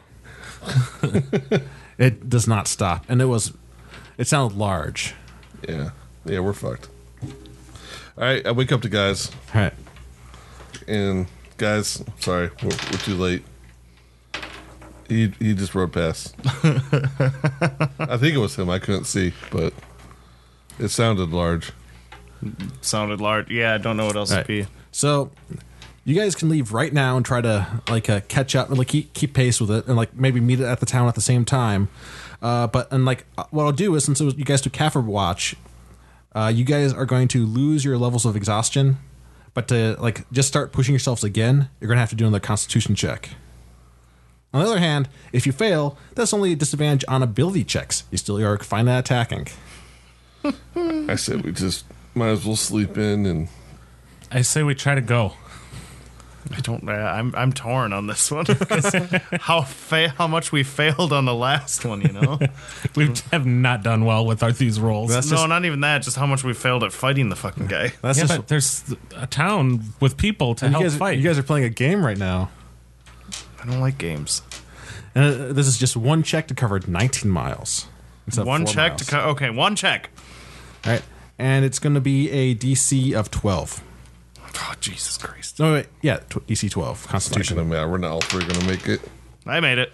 S1: It does not stop, and it was, it sounded large.
S3: Yeah. Yeah, we're fucked. All right, I wake up to guys.
S1: All right,
S3: And guys, I'm sorry, we're, we're too late. He, he just rode past. I think it was him. I couldn't see, but it sounded large.
S2: Sounded large. Yeah, I don't know what else
S1: Right.
S2: to be.
S1: So you guys can leave right now and try to like uh, catch up and like keep, keep pace with it and like maybe meet it at the town at the same time. Uh, but and like uh, what I'll do is since it was, you guys do Kaffir watch, uh, you guys are going to lose your levels of exhaustion. But to like just start pushing yourselves again, you're gonna have to do another Constitution check. On the other hand, if you fail, that's only a disadvantage on ability checks. You still are fine at attacking.
S3: I said we just might as well sleep in and
S4: I say we try to go.
S2: I don't. I- I'm I'm torn on this one. 'cause how fa- how much we failed on the last one, you know?
S4: We have not done well with our these rolls.
S1: That's
S2: no,
S1: just-
S2: not even that. Just how much we failed at fighting the fucking guy.
S1: That's
S4: yeah,
S1: just
S4: but there's a town with people to
S1: you
S4: help
S1: guys,
S4: fight.
S1: you guys are playing a game right now.
S2: I don't like games.
S1: And uh, this is just one check to cover 19 miles. Instead of
S2: One
S1: four
S2: check
S1: miles.
S2: to co- okay. One check.
S1: All right. And it's going to be a DC of 12.
S2: God Jesus Christ.
S1: No, wait, yeah, tw- DC 12,
S3: It's not
S1: Constitution.
S3: gonna matter. We're not all three gonna make it.
S2: I made it.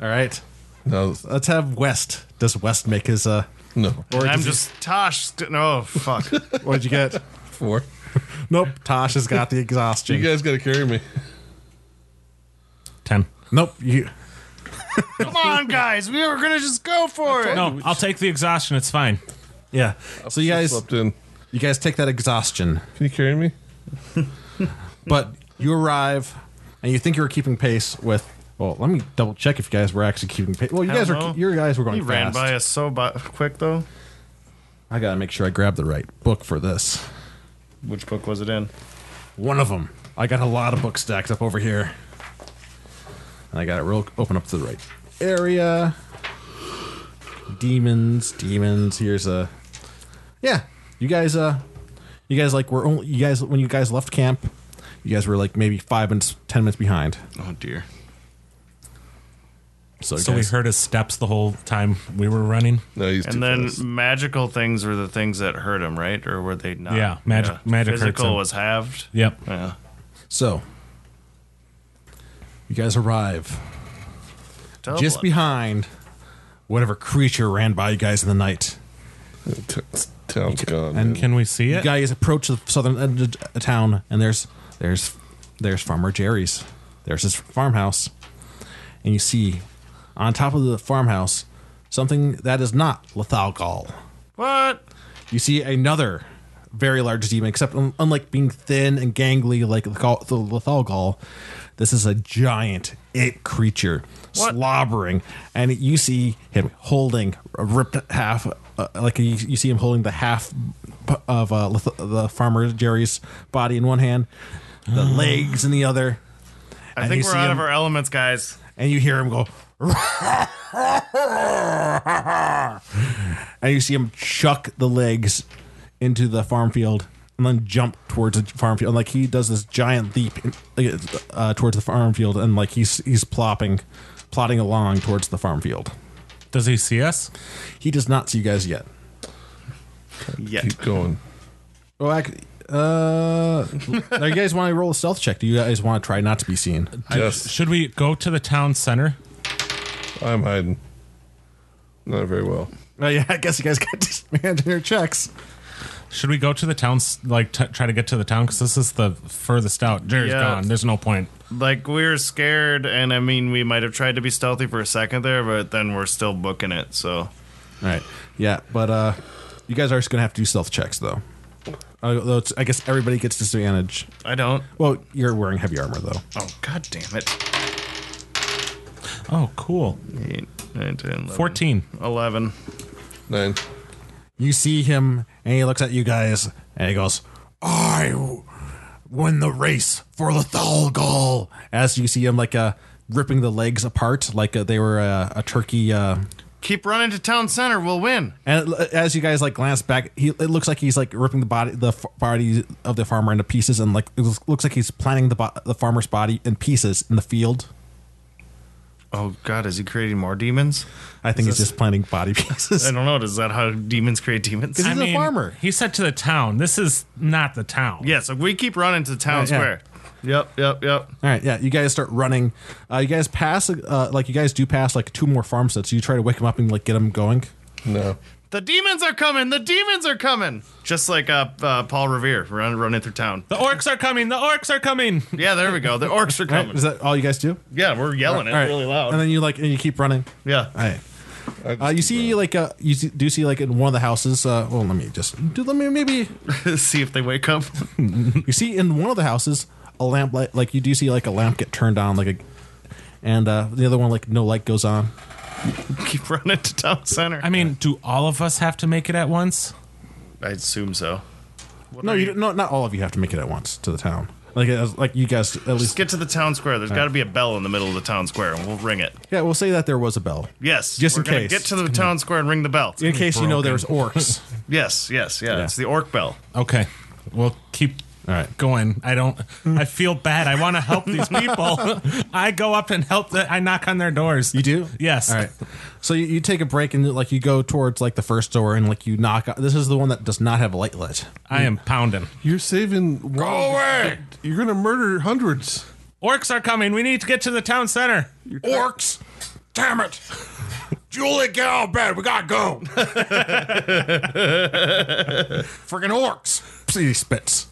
S1: All right.
S3: No,
S1: Let's have West. Does West make his, uh,
S3: no.
S1: or
S2: I'm
S1: does he-
S2: just Tosh. st- No, fuck.
S1: what'd you get?
S3: Four.
S1: Nope. Tosh has got the exhaustion.
S3: You guys gotta carry me.
S4: Ten.
S1: nope. You,
S2: Come on, guys. We were gonna just go for it.
S4: No, I'll take the exhaustion. It's fine.
S1: yeah. So you guys,
S3: slept in.
S1: you guys take that exhaustion,
S3: Can you carry me?
S1: but you arrive and you think you're keeping pace with. Well, let me double check if you guys were actually keeping pace. Well, you
S2: Hell
S1: guys
S2: no.
S1: are. Your guys were going
S2: He
S1: fast.
S2: ran by us so bu- quick though.
S1: I gotta make sure I grab the right book for this.
S2: Which book was it in?
S1: One of them. I got a lot of books stacked up over here. And I got it real open up to the right area. Demons, demons. Here's a Yeah. You guys uh you guys like were only you guys when you guys left camp, you guys were like maybe five minutes ten minutes behind.
S2: Oh dear.
S1: So,
S4: So we
S1: guys-
S4: heard his steps the whole time we were running.
S3: No, he's too
S2: And then
S3: fast.
S2: magical things were the things that hurt him, right? Or were they not?
S4: Yeah, magic- magic hurts
S2: Physical
S4: him.
S2: was halved.
S4: Yep.
S2: Yeah.
S1: So you guys arrive
S4: Oh,
S2: Tell
S1: just
S2: what-
S1: behind whatever creature ran by you guys in the night.
S3: T- town's gone.
S1: and
S3: man.
S4: Can we see it?
S1: guys approach the southern end of the town, and there's there's there's Farmer Jerry's. There's his farmhouse, and you see on top of the farmhouse something that is not Lethalgal.
S2: What?
S1: You see another very large demon, except un- unlike being thin and gangly like the Gal- the Lethalgal, this is a giant it creature
S2: What?
S1: slobbering, and you see him holding a ripped half, uh, like you, you see him holding the half p- of uh, Leth- the farmer Jerry's body in one hand, the legs in the other.
S2: Mm. I
S1: And
S2: think
S1: you
S2: we're
S1: see
S2: out
S1: him-
S2: of our elements, guys.
S1: and you hear him go and you see him chuck the legs into the farm field and then jump towards the farm field like he does this giant leap in- uh, towards the farm field and like he's he's plopping plodding along towards the farm field
S4: Does he see us?
S1: he does not see you guys yet
S2: Yeah.
S3: keep going.
S1: well ac uh now you guys want to roll a stealth check do you guys want to try not to be seen
S3: Yes,
S4: Should we go to the town center?
S3: I, am hiding. Not very well.
S1: oh yeah i guess you guys got disadvantage in your checks
S4: Should we go to the town, s- like t- try to get to the town? Because this is the furthest out. Jerry's
S2: Yeah.
S4: gone. There's no point.
S2: Like we were scared, and I mean, we might have tried to be stealthy for a second there, but then we're still booking it. So
S1: All right. Yeah, but uh you guys are just gonna have to do stealth checks though. Although it's, I guess everybody gets disadvantage.
S2: I don't.
S1: Well, you're wearing heavy armor though.
S2: Oh god damn it!
S4: Oh, cool.
S2: Eight, nine, 10, 11.
S4: 14.
S2: 11.
S3: Nine.
S1: You see him, and he looks at you guys, and he goes, "I w- win the race for Lethalgal." As you see him, like uh, ripping the legs apart, like uh, they were uh, a turkey. Uh,
S2: Keep running to town center. We'll win.
S1: and it- as you guys like glance back, he it looks like he's like ripping the body, the f- body of the farmer into pieces, and like it looks- looks like he's planting the bo- the farmer's body in pieces in the field.
S2: Oh god, is he creating more demons?
S1: I think
S2: Is
S1: he's
S2: this-
S1: just planting body pieces.
S2: I don't know. Is that how demons create demons?
S1: Is He's it- a farmer.
S4: He said to the town. This is not the town.
S2: yeah, so we keep running to town
S1: Yeah, yeah.
S2: square. Yep, yep, yep.
S1: All right, yeah. You guys start running. Uh, you guys pass, uh, like you guys do pass like two more farmsteads. So you try to wake him up and like get him going.
S3: No.
S2: The demons are coming. The demons are coming. Just like uh, uh, Paul Revere run, running through town.
S4: The orcs are coming. The orcs are coming.
S2: Yeah, there we go. The orcs are
S1: All right,
S2: coming.
S1: is that all you guys do?
S2: Yeah, we're yelling it
S1: All right.
S2: really loud.
S1: And then you like and you keep running.
S2: yeah.
S1: All right.
S3: I just
S1: Uh, you
S3: keep
S1: see,
S3: running.
S1: like, uh, you see, do see, like, in one of the houses. Uh, well, let me just do. Let me maybe
S2: See if they wake up.
S1: you see in one of the houses a lamp light. Like you do see like a lamp get turned on, like a, and uh, the other one like no light goes on.
S2: Keep running to town center.
S4: I mean, do all of us have to make it at once?
S2: I assume so. What
S1: No,
S2: are
S1: you no, not all of you have to make it at once to the town. Like, as, like you guys at
S2: Just
S1: least.
S2: get to the town square. There's got to be a bell in the middle of the town square, and we'll ring it.
S1: Yeah, we'll say that there was a bell.
S2: Yes.
S1: Just in
S2: we're gonna
S1: case.
S2: Get to the town square and ring the bell.
S1: in case you know there's orcs.
S2: Yes, yes, yeah. It's the orc bell.
S4: Okay. We'll keep
S1: All right.
S4: going. I don't.
S1: Hmm.
S4: I feel bad. I want to help these people. I go up and help. The, I knock on their doors.
S1: You do?
S4: Yes.
S1: All right. So you, you take a break and like you go towards like the first door and like you knock. This is the one that does not have a light lit.
S4: I am pounding.
S3: You're saving. Go
S1: away!
S3: You're gonna murder hundreds.
S4: Orcs are coming. We need to get to the town center.
S1: Orcs! Damn it! Julie, get out of bed. We gotta go. Freaking orcs! See, he spits.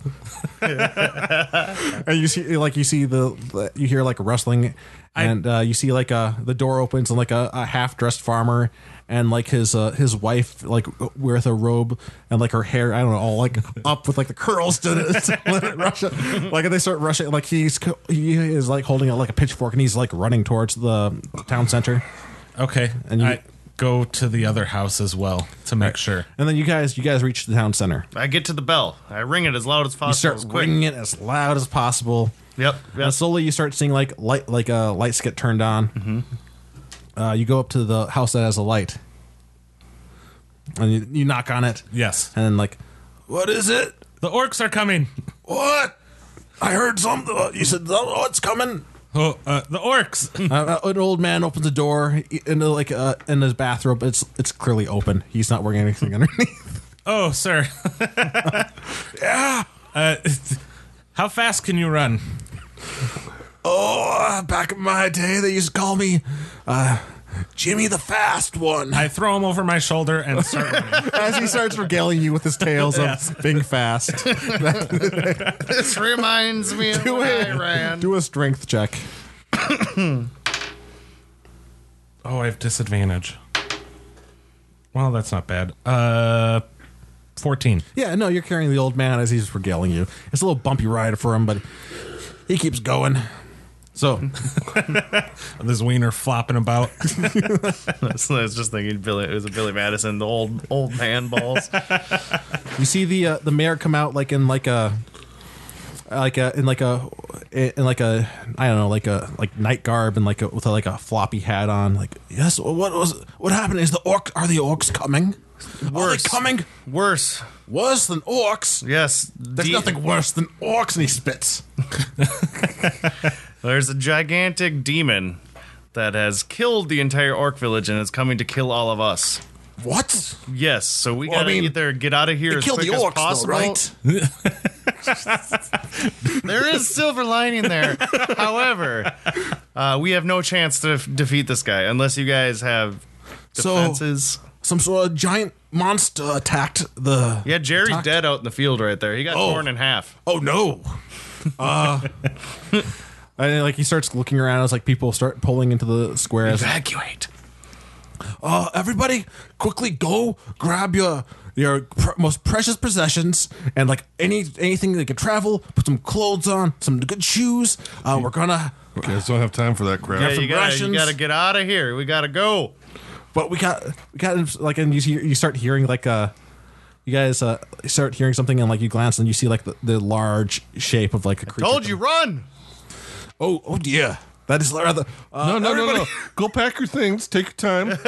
S1: and you see, like, you see the, the- you hear like rustling, and uh, you see like uh, the door opens and like a, a half-dressed farmer and like his uh, his wife like with a robe and like her hair I don't know all like up with like the curls to it rush up. like and they start rushing like he's co- he is like holding out like a pitchfork and he's like running towards the town center.
S4: Okay.
S1: And you-
S4: I go to the other house as well to make sure.
S1: And then you guys, you guys reach the town center.
S2: I get to the bell. I ring it as loud as
S1: You
S2: possible.
S1: start
S2: quick.
S1: ringing it as loud as possible.
S2: Yep. yep.
S1: And slowly, you start seeing like light, like uh, lights get turned on. Uh, you go up to the house that has a light, and you, you knock on it.
S4: Yes.
S1: And then like, what is it?
S4: The orcs are coming.
S1: What? I heard something. You said, oh, it's coming.
S4: Oh, uh, the orcs.
S1: Uh, an old man opens a door in the, like uh, in his bathrobe. It's it's clearly open. He's not wearing anything underneath.
S4: Oh, sir. yeah. Uh, how fast can you run?
S1: Oh, uh, back in my day, they used to call me uh, Jimmy the Fast One.
S4: I throw him over my shoulder and start running.
S1: As he starts regaling you with his tales of being fast,
S2: This reminds me of when I ran.
S1: do a strength check.
S4: Oh, I have disadvantage. Well, that's not bad. Uh, fourteen.
S1: Yeah, no, you're carrying the old man as he's regaling you. It's a little bumpy ride for him, but he keeps going. So,
S4: This wiener flopping about.
S2: I was just thinking Billy. It was a Billy Madison, the old old man balls.
S1: You see the uh, the mayor come out like in like a like a in like a in like a I don't know like a like night garb and like a, with a, like a floppy hat on. Like yes, what was what happened? Is the orc are the orcs coming? Are they
S2: Worse.
S1: coming
S2: Worse.
S1: worse than orcs?
S2: Yes.
S1: There's
S2: D-
S1: nothing worse than orcs, and he spits.
S2: There's a gigantic demon that has killed the entire orc village and is coming to kill all of us.
S1: What?
S2: Yes, so we
S1: Well, I
S2: gotta
S1: mean,
S2: either get out of here
S1: They
S2: as
S1: killed
S2: quick
S1: the
S2: as
S1: orcs, though,
S2: possible.
S1: right?
S2: There is silver lining there. However, uh, we have no chance to f- defeat this guy unless you guys have
S1: So-
S2: defenses.
S1: Some sort of giant monster attacked the.
S2: yeah, Jerry's
S1: attacked-
S2: dead out in the field right there. He got
S1: Oh.
S2: torn in half.
S1: Oh no. Uh, and like he starts looking around as like people start pulling into the square. as-
S2: Evacuate.
S1: Uh, everybody, quickly go grab your your pr- most precious possessions and like any anything that can travel. Put some clothes on, some good shoes. Uh, we're gonna,
S3: You guys don't have time for that crap.
S2: Yeah,
S1: some
S2: you gotta, you
S1: rations.
S2: gotta get out of here. We gotta go.
S1: but we got we got like and you hear, you start hearing like uh you guys uh start hearing something and like you glance and you see like the, the large shape of like a creature.
S2: Told you, run.
S1: Oh oh dear, that is rather. Uh,
S3: No, no,
S1: everybody-
S3: no, no. Go pack your things. Take your time.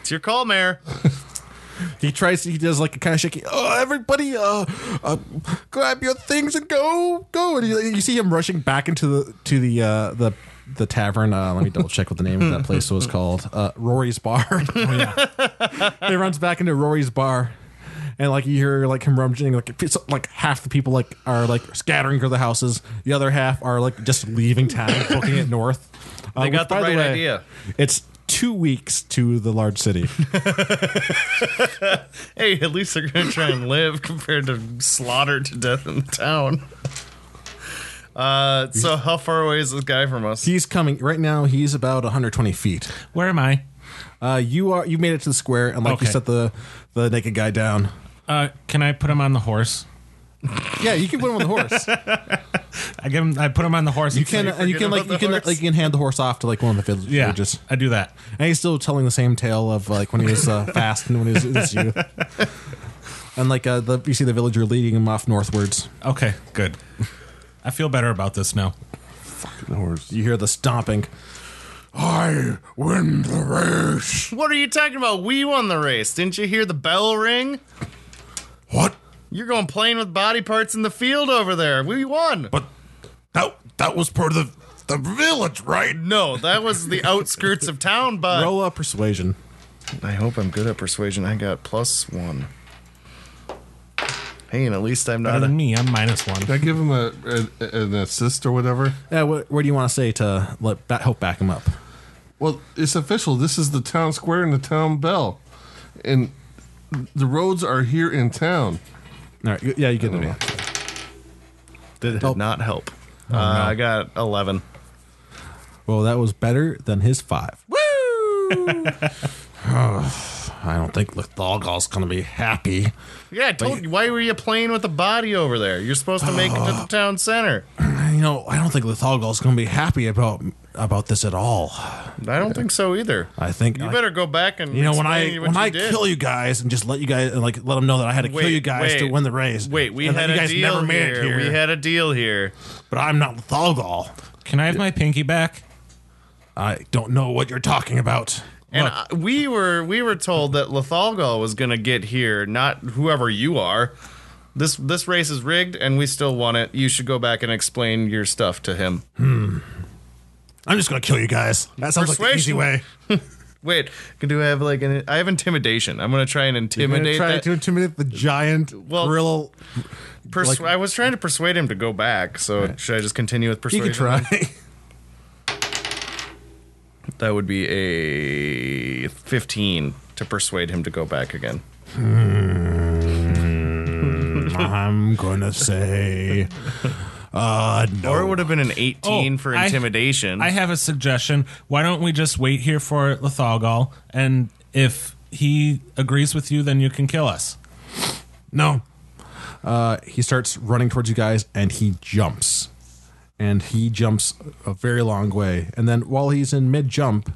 S2: It's your call, Mayor.
S1: He tries. He does like a kind of shaky. Oh, everybody, uh, uh grab your things and go, go. And you, you see him rushing back into the to the uh, the the tavern. Uh, let me double check what the name of that place was called. Uh, Rory's Bar.
S2: Oh,
S1: he runs back into Rory's Bar. And like you hear like him rummaging, like it's- like half the people like are like scattering through the houses. The other half are like just leaving town, booking it north. Uh,
S2: They got
S1: which,
S2: the
S1: by
S2: right idea.
S1: It's two weeks to the large city.
S2: Hey, at least they're gonna try and live compared to slaughtered to death in the town. Uh, so how far away is this guy from us?
S1: He's coming right now. He's about 120 feet.
S4: Where am I?
S1: Uh, you are you made it to the square, and like you
S4: Okay.
S1: set the the naked guy down.
S4: Uh, can I put him on the horse?
S1: Yeah, you can put him on the horse.
S4: I give him. I put him on the horse.
S1: You can and you can
S2: forget
S1: like
S2: about
S1: you
S2: the
S1: can
S2: horse?
S1: like you can hand the horse off to like one of the villagers.
S4: Yeah, I do that.
S1: And he's still telling the same tale of like when he was uh, fast and when he was in his youth. And like uh, the, you see the villager leading him off northwards.
S4: Okay, good. I feel better about this now.
S3: Horse.
S1: You hear the stomping. I win the race.
S2: What are you talking about? We won the race. Didn't you hear the bell ring? You're going playing with body parts in the field over there. We won.
S5: But that that was part of the, the village, right?
S2: no, that was the outskirts of town, bud.
S1: Roll up persuasion.
S2: I hope I'm good at persuasion. I got plus one. Hey, and at least I'm
S4: Better
S2: not.
S4: than
S2: A,
S4: me. I'm minus
S3: Did
S4: one.
S3: I give him a, a- an assist or whatever?
S1: Yeah, what, what do you want to say to let ba- help back him up?
S3: Well, it's official. This is the town square and the town bell, and the roads are here in town.
S1: All right, y- yeah, you
S2: Oh.
S1: get the man.
S2: did it not help?
S1: Oh,
S2: Uh, I got eleven.
S1: Well, that was better than his five. Woo! I don't think Lithogol's gonna be happy.
S2: Yeah, I told you. Why were you playing with the body over there? You're supposed to make it to the town center.
S1: You know, I don't think Lithogol's gonna be happy about about this at all.
S2: I don't think so either.
S1: I think
S2: You better go back and
S1: You know, when
S2: explain
S1: I
S2: what
S1: when
S2: you
S1: I
S2: did.
S1: kill you guys and just let you guys like let them know that I had to kill
S2: Wait,
S1: you guys to
S2: wait,
S1: win the race.
S2: Wait, we
S1: and that
S2: had
S1: you
S2: a
S1: guys
S2: deal
S1: never made
S2: here.
S1: it here.
S2: We had a deal here.
S1: but I'm not Lithogol.
S4: Can I have my pinky back?
S1: I don't know what you're talking about.
S2: And I, we were we were told that Lothalgal was going to get here, not whoever you are. This this race is rigged, and we still won it. You should go back and explain your stuff to him.
S1: I'm just gonna kill you guys. That sounds like the easy
S2: Persuasion.
S1: way.
S2: Wait, do I have like an? I have intimidation. I'm going to try and intimidate.
S1: try
S2: that-
S1: to intimidate the giant
S2: Well,
S1: grill.
S2: pers-
S1: like-
S2: I was trying to persuade him to go back. So should I just continue with
S1: You
S2: persuasion?
S1: can try.
S2: That would be a 15 to persuade him to go back again.
S1: I'm gonna say, uh, no.
S2: Or it would have been an 18
S4: Oh,
S2: for
S4: I-
S2: intimidation.
S4: I have a suggestion. Why don't we just wait here for Lethal and if he agrees with you, then you can kill us.
S1: No. Uh, he starts running towards you guys and he jumps. And he jumps a very long way. And then while he's in mid jump,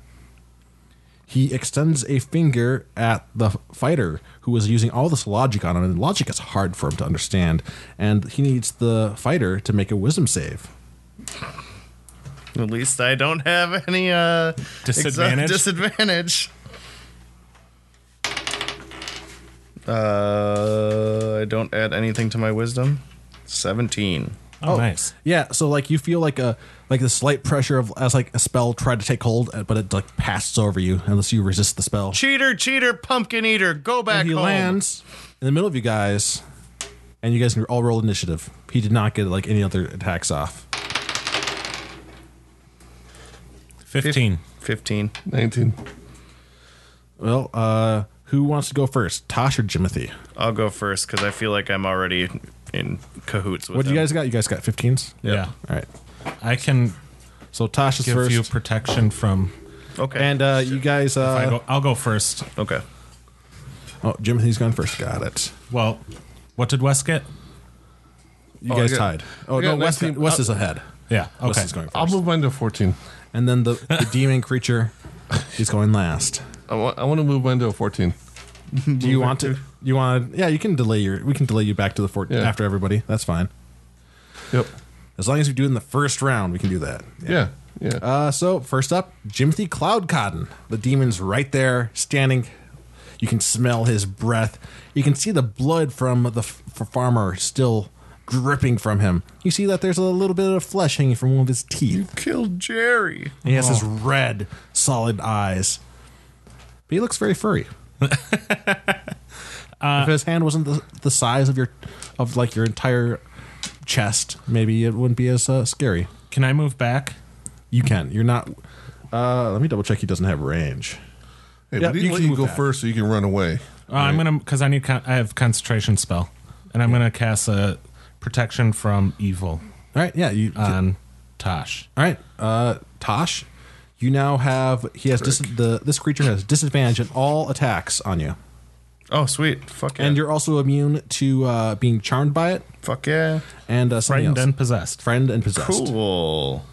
S1: he extends a finger at the fighter who was using all this logic on him. And logic is hard for him to understand. And he needs the fighter to make a wisdom save.
S2: At least I don't have any uh,
S4: Disadvantage?
S2: exa- disadvantage. Uh, I don't add anything to my wisdom. Seventeen.
S4: Oh, nice.
S1: Yeah, so like you feel like a like the slight pressure of as like a spell tried to take hold, uh, but it like passes over you unless you resist the spell.
S2: Cheater, cheater, pumpkin eater, go back
S1: And he
S2: home.
S1: lands in the middle of you guys, and you guys can all roll initiative. He did not get like any other attacks off.
S4: 15.
S2: Fifteen.
S3: Nineteen.
S1: Well, uh, who wants to go first, Tosh or Jimothy?
S2: I'll go first because I feel like I'm already in cahoots with
S1: What do you
S2: him.
S1: guys got? You guys got 15s.
S4: Yeah.
S1: All right.
S4: I can
S1: So Tosh is
S4: give
S1: first,
S4: you protection from.
S2: Okay.
S1: and uh, you guys.
S4: I
S1: Uh,
S4: go, I'll go first.
S2: okay.
S1: oh, Jimothy's gone first. Got it.
S4: Well, what did Wes get?
S1: You
S3: Oh, I
S1: guys
S3: got-
S1: tied. Oh
S3: I got
S1: no, West,
S3: 19.
S1: West is ahead.
S4: Yeah.
S1: West
S4: Okay.
S1: is going
S3: I'll
S1: first,
S3: move mine to fourteen.
S1: and then the, the demon creature is going last.
S3: I want. I want to move mine to a fourteen.
S1: Do you want to? You want? to? Yeah, you can delay your. We can delay you back to the fort
S3: Yeah.
S1: after everybody. That's fine.
S3: Yep.
S1: As long as we do it in the first round, we can do that.
S3: Yeah. Yeah.
S1: Uh, so first up, Jimothy Cloud Cotton. The demon's right there, standing. You can smell his breath. You can see the blood from the f- f- farmer still dripping from him. You see that there's a little bit of flesh hanging from one of his teeth.
S2: Killed Jerry.
S1: And he has his red, solid eyes. But he looks very furry. if his hand wasn't the, the size of your, of like your entire chest, maybe it wouldn't be as uh, scary.
S4: Can I move back?
S1: You can. You're not. Uh, let me double check. He doesn't have range.
S3: hey,
S1: yeah,
S3: we
S1: you
S3: didn't let
S1: can
S3: you
S1: move
S3: go
S1: that.
S3: first, so you can run away.
S4: Uh, I'm gonna because I need con- I have concentration spell, and I'm gonna cast a protection from evil
S1: All right. Yeah. You.
S4: on Tosh.
S1: all right. Uh, Tosh, you now have. He has dis- the this creature has disadvantage in all attacks on you,
S2: Oh, sweet. Fuck yeah.
S1: and you're also immune to uh, being charmed by it
S2: Fuck yeah.
S1: and uh, something
S4: Frightened
S1: else.
S4: and possessed.
S1: friend and possessed.
S2: Cool.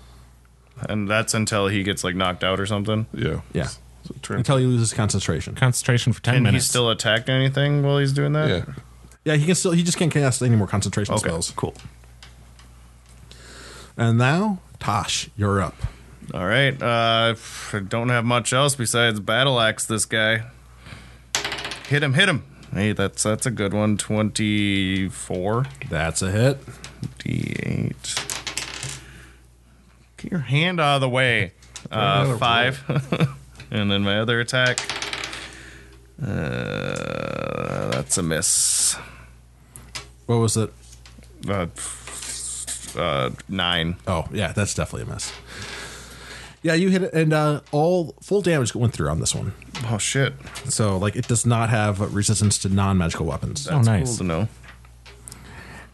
S2: And that's until he gets like knocked out or something.
S3: Yeah.
S1: Yeah.
S3: So turn-
S1: Until he loses concentration.
S4: Concentration for ten
S2: And
S4: minutes.
S2: he's still attacked anything while he's doing that?
S3: Yeah.
S1: Yeah, he can still. He just can't cast any more concentration
S2: Okay.
S1: spells.
S2: Cool.
S1: And now, Tosh, you're up.
S2: All right. Uh I don't have much else besides battle axe this guy. Hit him, hit him. Hey, that's that's a good one. Twenty four.
S1: That's a hit.
S2: D eight. Get your hand out of the way. Uh, five. and then my other attack. Uh, that's a miss.
S1: What was it?
S2: Uh, f- uh, nine.
S1: Oh, yeah, that's definitely a miss. Yeah, you hit it, and uh, all full damage went through on this one.
S2: Oh shit.
S1: So, like, it does not have resistance to non magical weapons.
S4: Oh,
S2: That's
S4: nice.
S2: Cool to know.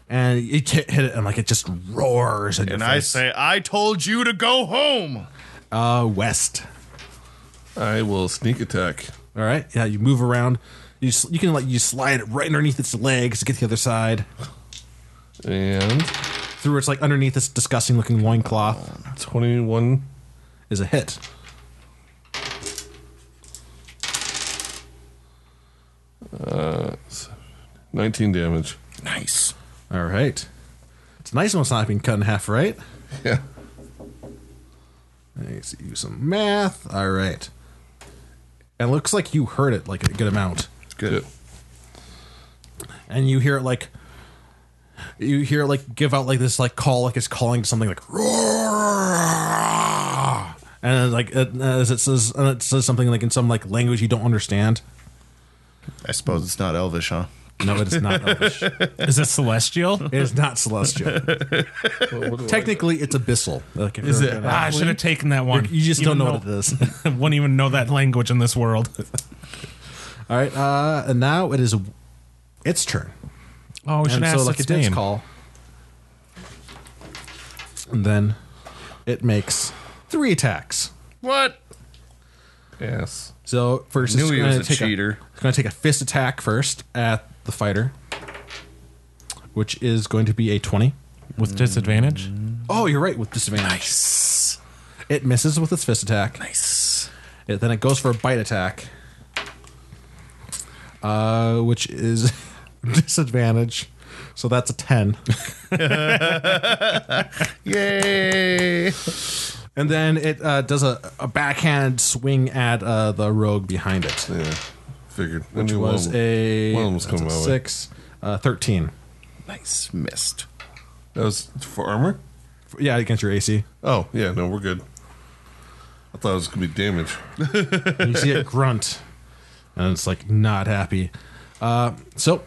S1: And you hit hit it, and, like, it just roars. in your
S2: And I
S1: face.
S2: say, I told you to go home.
S1: uh, West.
S3: I will sneak attack.
S1: All right. Yeah, you move around. You, s- you can, like, you slide it right underneath its legs to get to the other side.
S3: And
S1: Through its, like, underneath this disgusting looking loincloth
S3: 21.
S1: is a hit.
S3: s- 19 damage.
S2: Nice.
S1: All right. It's nice when it's not being cut in half, right?
S3: Yeah.
S1: Let's do some math. All right. And it looks like you heard it like a good amount.
S3: Good.
S1: And you hear it like you hear it like give out like this like call like it's calling something like "Roar!" and then, like it, uh, as it says and it says something like in some like language you don't understand.
S2: I suppose it's not Elvish, huh?
S1: No, it is not Elvish. It
S4: Is it celestial?
S1: is not celestial. Technically, it's abyssal. Like if
S3: Is
S1: you're
S3: it-
S1: gonna-
S4: Ah, I should have taken that one.
S1: you just don't
S4: Even
S1: know what it is.
S4: though- Wouldn't even know that language in this world.
S1: All right, uh, and now it is its turn.
S4: Oh, we should
S1: and
S4: ask
S1: so like
S4: its
S1: it did
S4: name.
S1: call and then it makes three attacks
S2: What?
S3: Yes.
S1: so first
S2: Knew
S1: it's
S2: he
S1: going to
S2: was a
S1: take
S2: cheater.
S1: A, it's going to take a fist attack first at the fighter which is going to be a 20
S4: With disadvantage?
S1: oh you're right with disadvantage nice it misses with its fist attack
S2: Nice.
S1: it, then it goes for a bite attack uh, which is disadvantage so that's a 10
S2: Yay.
S1: And then it uh, does a, a backhand swing at uh, the rogue behind it,
S3: Yeah. Figured.
S1: which was a,
S3: one of them was
S1: that's
S3: coming
S1: a
S3: my way.
S1: six, uh, 13.
S2: Nice. Missed.
S3: That was for armor?
S1: Yeah, against your AC.
S3: Oh, yeah. No, we're good. I thought it was going to be damage.
S1: And you see it grunt, and it's like not happy. Uh, so,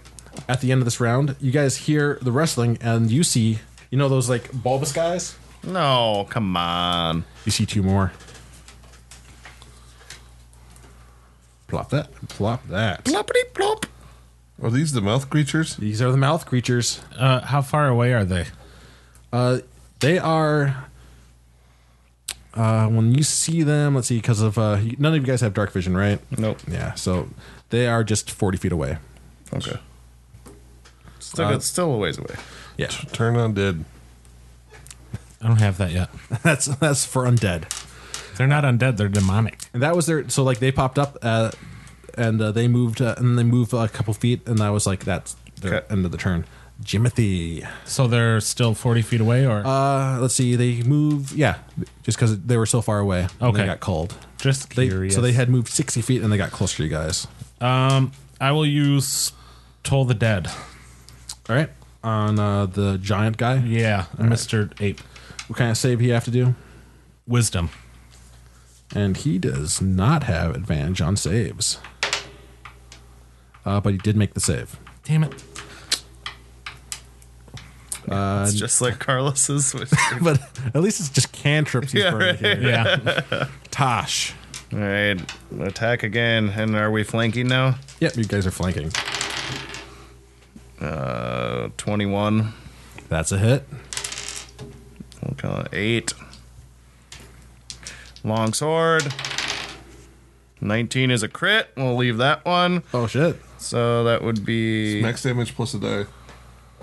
S1: at the end of this round, you guys hear the wrestling, and you see, you know, those like bulbous guys.
S2: No, come on.
S1: You see two more. Plop that. Plop that.
S2: Ploppity plop.
S3: Are these the mouth creatures?
S1: These are the mouth creatures.
S4: Uh, how far away are they?
S1: Uh, they are. Uh, when you see them, let's see, because of uh, you- none of you guys have dark vision, right?
S2: Nope.
S1: Yeah, so they are just forty feet away.
S2: Okay. Still, good, still a ways away.
S1: Yeah,
S3: Turn on dead.
S4: I don't have that yet.
S1: that's that's for undead,
S4: They're not undead, they're demonic.
S1: and that was their. So like they popped up, uh, and uh, they moved, uh, and they moved a couple feet, and I was like, that's their
S2: Okay.
S1: end of the turn. Jimothy.
S4: So they're still 40 feet away or
S1: Uh, let's see, they move. Yeah, just because they were so far away, and they
S4: Okay.
S1: got called.
S4: just
S1: They,
S4: curious.
S1: so they had moved sixty feet, and they got closer to you guys.
S4: um I will use Toll the Dead.
S1: All right, on uh, the giant guy.
S4: Yeah, Mr. Ape.
S1: What kind of save he have to do?
S4: Wisdom.
S1: And he does not have advantage on saves. Uh, but he did make the save.
S4: Damn it.
S2: It's just like Carlos's. Which,
S1: But at least it's just cantrips he's
S2: Yeah,
S1: burning here.
S4: Yeah.
S1: Tosh.
S2: all right, attack again. And are we flanking now?
S1: Yep, you guys are flanking.
S2: Uh, Twenty-one.
S1: That's a hit.
S2: We'll call it eight. Long sword. Nineteen is a crit. We'll leave that one.
S1: Oh shit.
S2: So that would be
S3: Max damage plus a die.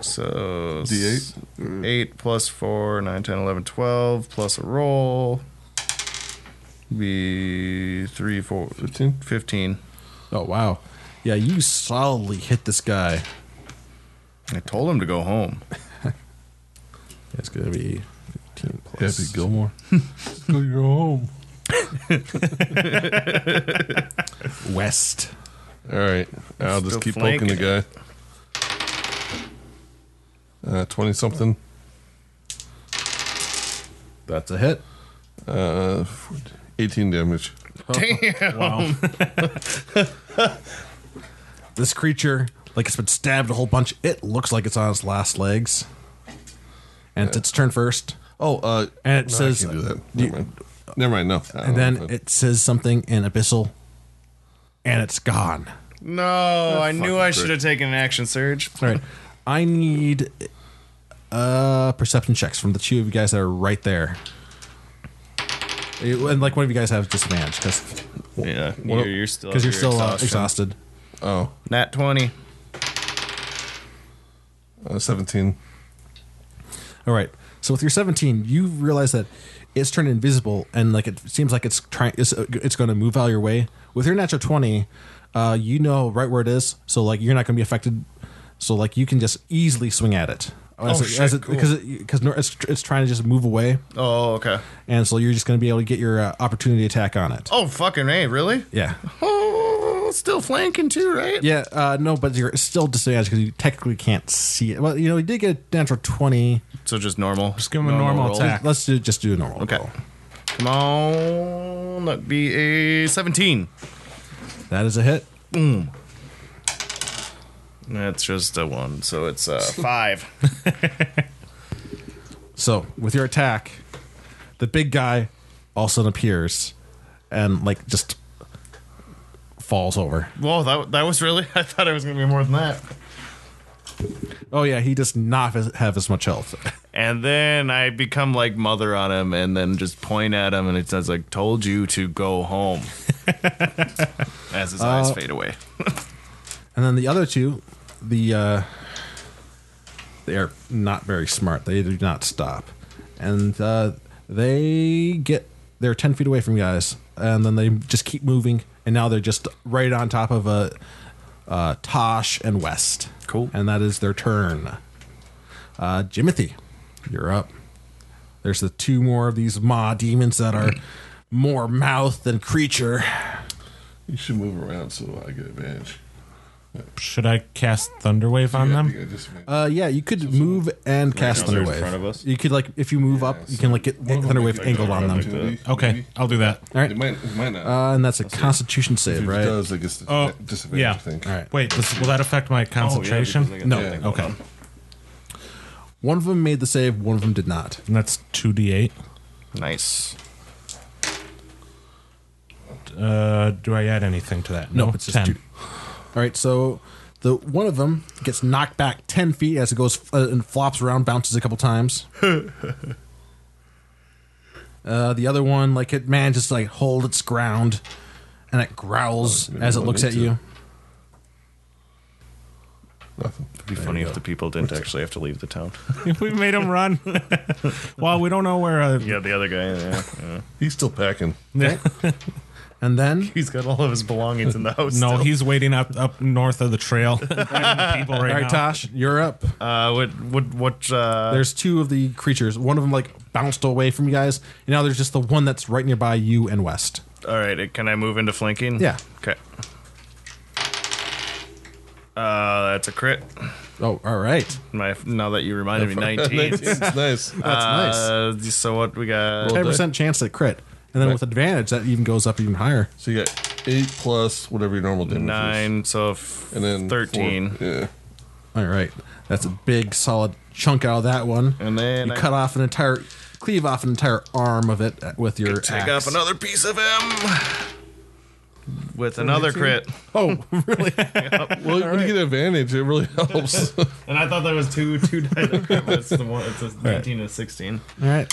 S2: so
S3: D8?
S2: s- Eight plus four, nine, ten, eleven, twelve, plus a roll. Be three, four,
S3: 15?
S2: 15.
S1: Oh wow. Yeah, you solidly hit this guy.
S2: I told him to go home.
S1: It's gonna be 15 plus.
S3: Happy Gilmore.
S4: Go your home.
S1: West.
S3: All right. I'll just
S2: Still
S3: keep poking the
S2: flanking
S3: guy. Uh, 20 something.
S1: That's a hit.
S3: Uh, 14 18 damage.
S4: Wow.
S1: This creature, like it's been stabbed a whole bunch. It looks like it's on its last legs, and it's its turn first.
S3: Oh, uh,
S1: And it
S3: no,
S1: says,
S3: I can't do that.
S1: you-
S3: Never mind. Never mind. No.
S1: and then it says something in abyssal, and it's gone.
S2: No, I knew I should have taken an action surge.
S1: All right, I need uh perception checks from the two of you guys that are right there. You- And like one of you guys has disadvantage because
S2: Yeah, you're, you're still
S1: because you're
S2: under
S1: still uh,
S2: exhaustion.
S1: exhausted.
S3: oh,
S2: Nat twenty.
S3: uh, 17.
S1: All right. So with your 17, you realize that it's turned invisible and like it seems like it's trying it's, uh, it's going to move out of your way. With your natural 20, uh, you know right where it is, so like you're not going to be affected. So like you can just easily swing at it. As
S2: Oh,
S1: it,
S2: shit,
S1: as it,
S2: cool.
S1: Because it, cause nor- it's, tr- it's trying to just move away,
S2: Oh, okay.
S1: and so you're just going to be able to get your uh, opportunity attack on it.
S2: Oh, fucking a, really?
S1: Yeah,
S2: Oh, still flanking too, right?
S1: yeah. Uh, no, but you're still disadvantaged because you technically can't see it. Well, you know, you did get a natural 20.
S2: So just normal. Just
S4: give him a normal attack.
S1: Let's do, just do a normal.
S2: Oh, Okay.
S1: roll.
S2: Come on, that'd be a seventeen.
S1: that is a hit.
S2: That's just a one, so it's uh five.
S1: So with your attack, the big guy all of a sudden appears and like just falls over.
S2: Whoa, that that was really. I thought it was gonna be more than that.
S1: Oh yeah, he does not has- have as much health.
S2: And then I become like mother on him, and then just point at him, and it says like, "Told you to go home." As his eyes fade away.
S1: And then the other two, the uh, they are not very smart. They do not stop, and uh, they get they're ten feet away from you guys, and then they just keep moving, and now they're just right on top of uh, uh, Tosh and West.
S2: Cool.
S1: And that is their turn. Uh, Jimothy, you're up. There's the two more of these ma demons that are more mouth than creature.
S3: You should move around so I get advantage.
S4: Should I cast Thunderwave on
S3: I
S4: them?
S3: think I just made-
S1: Uh, yeah, you could move and cast
S2: they're
S1: Thunder
S2: in
S1: Wave.
S2: front of us?
S1: You could like if you move up, you can like get Thunder Wave angled on them.
S3: Maybe- maybe.
S4: Okay, I'll do that.
S1: All
S3: It
S1: right,
S3: might, it might not.
S1: uh, and that's a Constitution
S3: if
S1: save,
S3: it
S1: right? All
S3: does, I guess the
S4: Oh,
S3: disadvantage
S4: yeah.
S3: thing.
S1: right.
S4: Wait, this, will that affect my concentration?
S1: No.
S3: Yeah.
S4: Okay,
S1: One of them made the save. One of them did not.
S4: and that's two d eight.
S2: Nice.
S4: Uh, do I add anything to that?
S1: No, it's just two. All right, so the one of them gets knocked back ten feet as it goes uh, and flops around, bounces a couple times. uh, the other one, like it manages to like hold its ground, and it
S3: Oh,
S1: growls as it looks at you.
S3: Nothing.
S2: It'd be funny if the people didn't actually have to leave the town.
S4: we made him run. well, we don't know where. Uh,
S2: yeah, the other guy. Yeah,
S3: He's still packing.
S1: And then
S2: he's got all of his belongings in the house.
S4: No,
S2: still.
S4: he's waiting up up north of the trail. Grabbing people right
S1: All
S4: now.
S1: right, Tosh, you're up.
S2: Uh, what? What? What? Uh,
S1: There's two of the creatures. One of them like bounced away from you guys, and now there's just the one that's right nearby you and West.
S2: all right. uh, Can I move into flanking?
S1: Yeah.
S2: Okay. Uh, that's a crit.
S1: Oh, all right.
S2: My now that you reminded me, nineteen.
S3: It's nice.
S1: That's nice.
S2: Uh, so what we got?
S1: Ten percent chance at crit, and then with advantage that even goes up even higher.
S3: So you got eight plus whatever your normal damage is.
S2: Nine. So f-
S3: And then
S2: thirteen.
S3: Four. Yeah.
S1: All right, that's a big solid chunk out of that one.
S2: And then
S1: you
S2: I-
S1: cut off an entire, cleave off an entire arm of it with your
S2: Take
S1: axe.
S2: off another piece of him. With another crit.
S1: Oh, really?
S3: Well, when you get advantage, it really helps.
S2: And I thought that was two two dice. it's the one. It's a nineteen and sixteen.
S1: all right.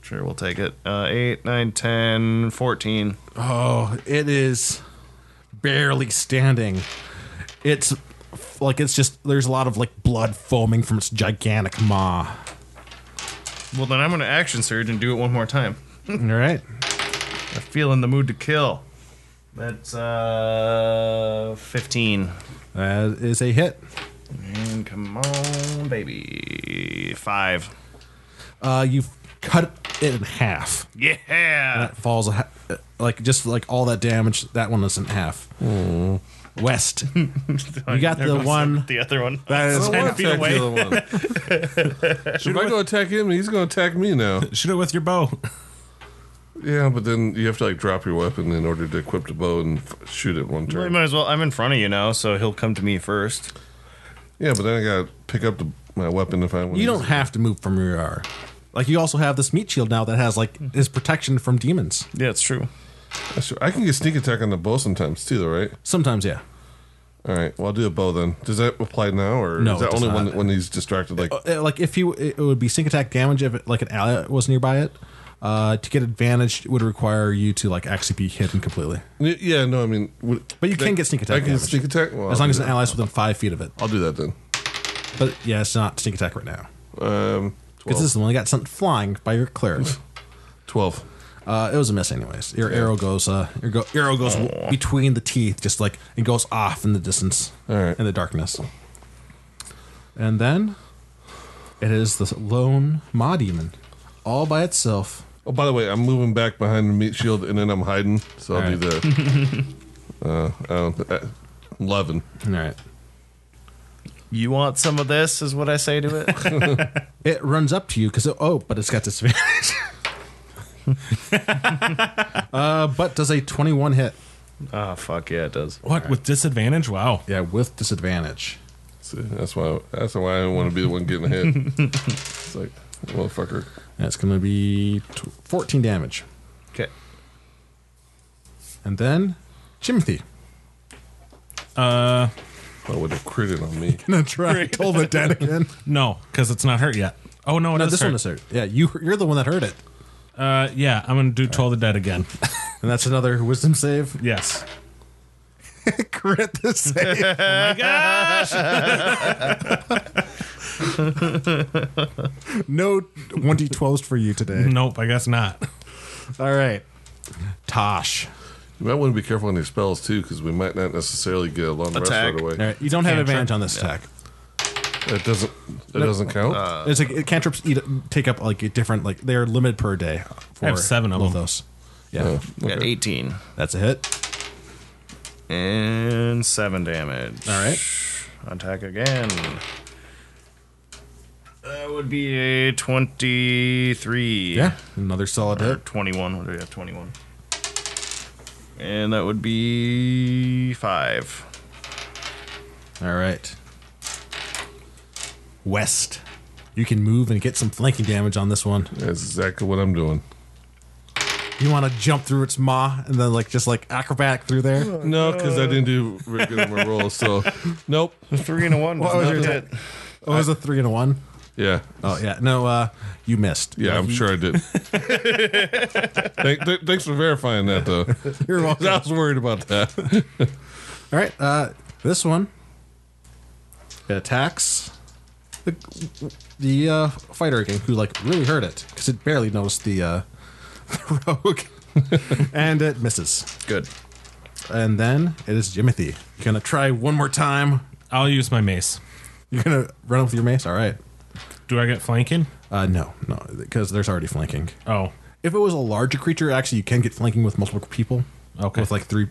S2: Sure, we'll take it. Uh, 8, 9, 10, 14.
S1: Oh, it is barely standing. It's f- like it's just there's a lot of like blood foaming from its gigantic maw.
S2: Well, then I'm going to action surge and do it one more time.
S1: All right.
S2: I feel in the mood to kill. That's uh 15.
S1: That is a hit.
S2: And come on, baby. 5.
S1: Uh, you cut it in half.
S2: Yeah.
S1: uh, That falls a ha- like just like all that damage. That one is in half. west. you got the
S2: Everyone's like,
S1: one.
S2: The other one.
S4: That is
S3: I don't
S4: ten
S3: want to
S4: feet
S3: attack
S4: away.
S3: the other one. if I go attack him, he's going to attack me now.
S4: Shoot it with your bow.
S3: Yeah, but then you have to like drop your weapon in order to equip the bow and f- shoot it one
S2: Well, you
S3: turn.
S2: might as well. I'm in front of you now, so he'll come to me first.
S3: Yeah, but then I got to pick up the, my weapon if I want.
S1: You don't have to move from where you are. Like you also have this meat shield now that has like is protection from demons.
S2: Yeah, it's true.
S3: I can get sneak attack on the bow sometimes too, though, right?
S1: Sometimes, yeah.
S3: All right. Well, I'll do a bow then. Does that apply now, or
S1: No,
S3: is
S1: it
S3: that
S1: does
S3: only
S1: not.
S3: when when he's distracted? Like,
S1: Uh, Like if you, it would be sneak attack damage if like an ally was nearby it. Uh, to get advantage would require you to like actually be hidden completely.
S3: N- yeah, no, I mean, would-
S1: But you can
S3: that-
S1: get sneak
S3: I
S1: attack
S3: can
S1: damage.
S3: sneak attack well,
S1: as long
S3: I'll
S1: as
S3: do
S1: an
S3: that.
S1: ally's within five feet of it.
S3: I'll do that then.
S1: But yeah, it's not sneak attack right now
S3: Um,
S1: because
S3: 12.
S1: this is the one that got something flying by your cleric.
S3: 12.
S1: Uh, it was a miss, anyways. Your arrow goes, uh, your go- arrow goes between the teeth, just like it goes off in the distance,
S3: All right.
S1: in the darkness. And then it is the lone Ma demon, all by itself.
S3: Oh, by the way, I'm moving back behind the meat shield and then I'm hiding, so I'll
S1: All
S3: do that. uh, I don't, uh, 11.
S1: All right,
S2: You want some of this? Is what I say to it.
S1: it runs up to you because oh, but it's got disadvantage. uh, but does a twenty-one hit?
S2: oh fuck yeah, it does.
S4: What with disadvantage? Wow.
S1: Yeah, with disadvantage.
S3: See, that's why that's why I don't want to be the one getting hit. it's like, motherfucker.
S1: That's going to be tw- fourteen damage,
S2: Okay.
S1: and then Timothy.
S4: Uh,
S3: I would have critted on me.
S1: gonna try and toll the dead again.
S4: no, because it's not hurt yet. Oh no, it
S1: No,
S4: is
S1: this
S4: hurt.
S1: one is hurt. Yeah, you you're the one that heard it,
S4: Uh, yeah, I'm gonna do toll the dead again.
S1: and that's another wisdom save.
S4: yes. Oh
S1: Crit the save.
S4: My gosh!
S1: No one d twelves for you today.
S4: nope, I guess not.
S1: All right, Tosh.
S3: You might want to be careful on your spells too, because we might not necessarily get a long rest
S2: Attack.
S3: right away.
S1: All right, you don't have
S4: Cantrip.
S1: advantage on this attack.
S3: That doesn't that doesn't count.
S1: It's like it- cantrips eat, take up like a different like they are limited per day. For
S4: I have seven of them.
S1: Lothos. Yeah,
S3: Oh,
S2: Got
S3: okay.
S2: 18
S1: that's a hit.
S2: and seven damage.
S1: All right.
S2: Attack again. That would be a 23.
S1: Yeah, another solid
S2: Or
S1: hit.
S2: 21. What do we have? 21. And that would be five.
S1: All right. West, you can move and get some flanking damage on this one.
S3: That's exactly what I'm doing.
S1: You want to jump through its maw and then like just like acrobatic through there.
S3: No, because I didn't do very good on my rolls. So, nope.
S2: Three and a one.
S1: What was your attack? Oh, it was a three and a one.
S3: Yeah,
S1: Oh yeah, no, uh, you missed.
S3: yeah, I'm sure I did. Thank, th- thanks for verifying that, though.
S1: You're welcome.
S3: 'Cause I was worried about that.
S1: All right, uh, this one it attacks the the uh, fighter again, who like really hurt it because it barely noticed the, uh, the rogue, and it misses.
S2: Good.
S1: And then it is Jimothy. You're gonna try one more time.
S4: I'll use my mace.
S1: You're gonna run up with your mace. All right.
S4: Do I get flanking?
S1: Uh, no, no, because there's already flanking.
S4: Oh,
S1: If it was a larger creature, actually, you can get flanking with multiple people.
S4: Okay.
S1: With like three.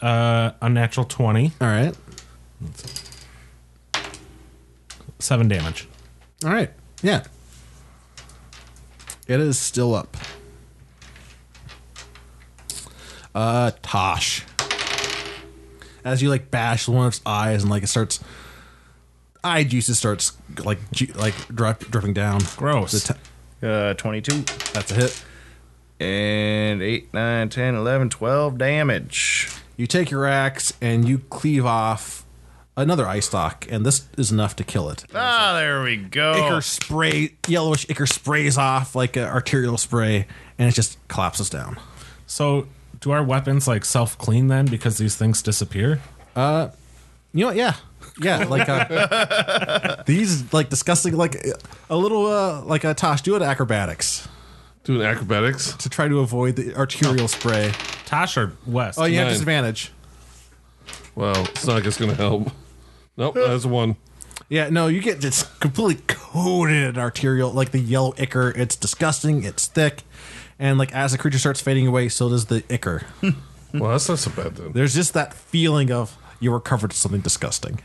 S4: uh, unnatural twenty,
S1: All right.
S4: seven damage.
S1: All right. Yeah. It is still up. Uh, Tosh. As you like bash one of its eyes and like it starts, eye juices starts like ju- like drop, dripping down.
S4: Gross.
S1: The t-
S2: Uh, 22.
S1: that's a hit.
S2: And 8, 9, 10, 11, 12 damage.
S1: You take your axe and you cleave off another eye stalk, and this is enough to kill it.
S2: Ah, there we go.
S1: ichor spray yellowish ichor sprays off like an arterial spray and it just collapses down
S4: So, do our weapons like self clean then because these things disappear?
S1: you know what yeah yeah like uh, these like disgusting like a little uh like a tosh do it acrobatics
S3: Doing acrobatics.
S1: to try to avoid the arterial spray
S4: Tosh or West?
S1: oh you have
S3: Nine.
S1: disadvantage
S3: Well, it's not like it's gonna help. Nope, that's one.
S1: yeah no you get just completely coated in arterial like the yellow ichor it's disgusting it's thick and like as the creature starts fading away so does the ichor
S3: Well, that's not so bad then.
S1: There's just that feeling of you were covered in something disgusting.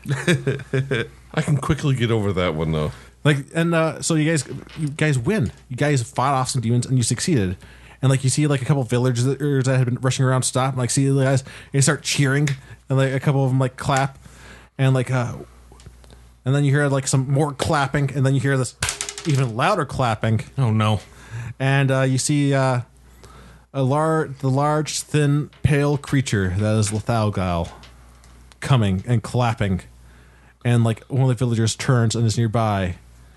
S3: I can quickly get over that one though.
S1: Like and uh, so you guys you guys win. You guys fought off some demons and you succeeded. And like you see like a couple villagers that, er, that had been rushing around stop and like see the guys and they start cheering and like a couple of them like clap and like uh and then you hear like some more clapping and then you hear this even louder clapping
S4: Oh no.
S1: and uh, you see uh, a lar- the large, thin, pale creature that is Lethalgal coming and clapping, and like one of the villagers turns and is nearby,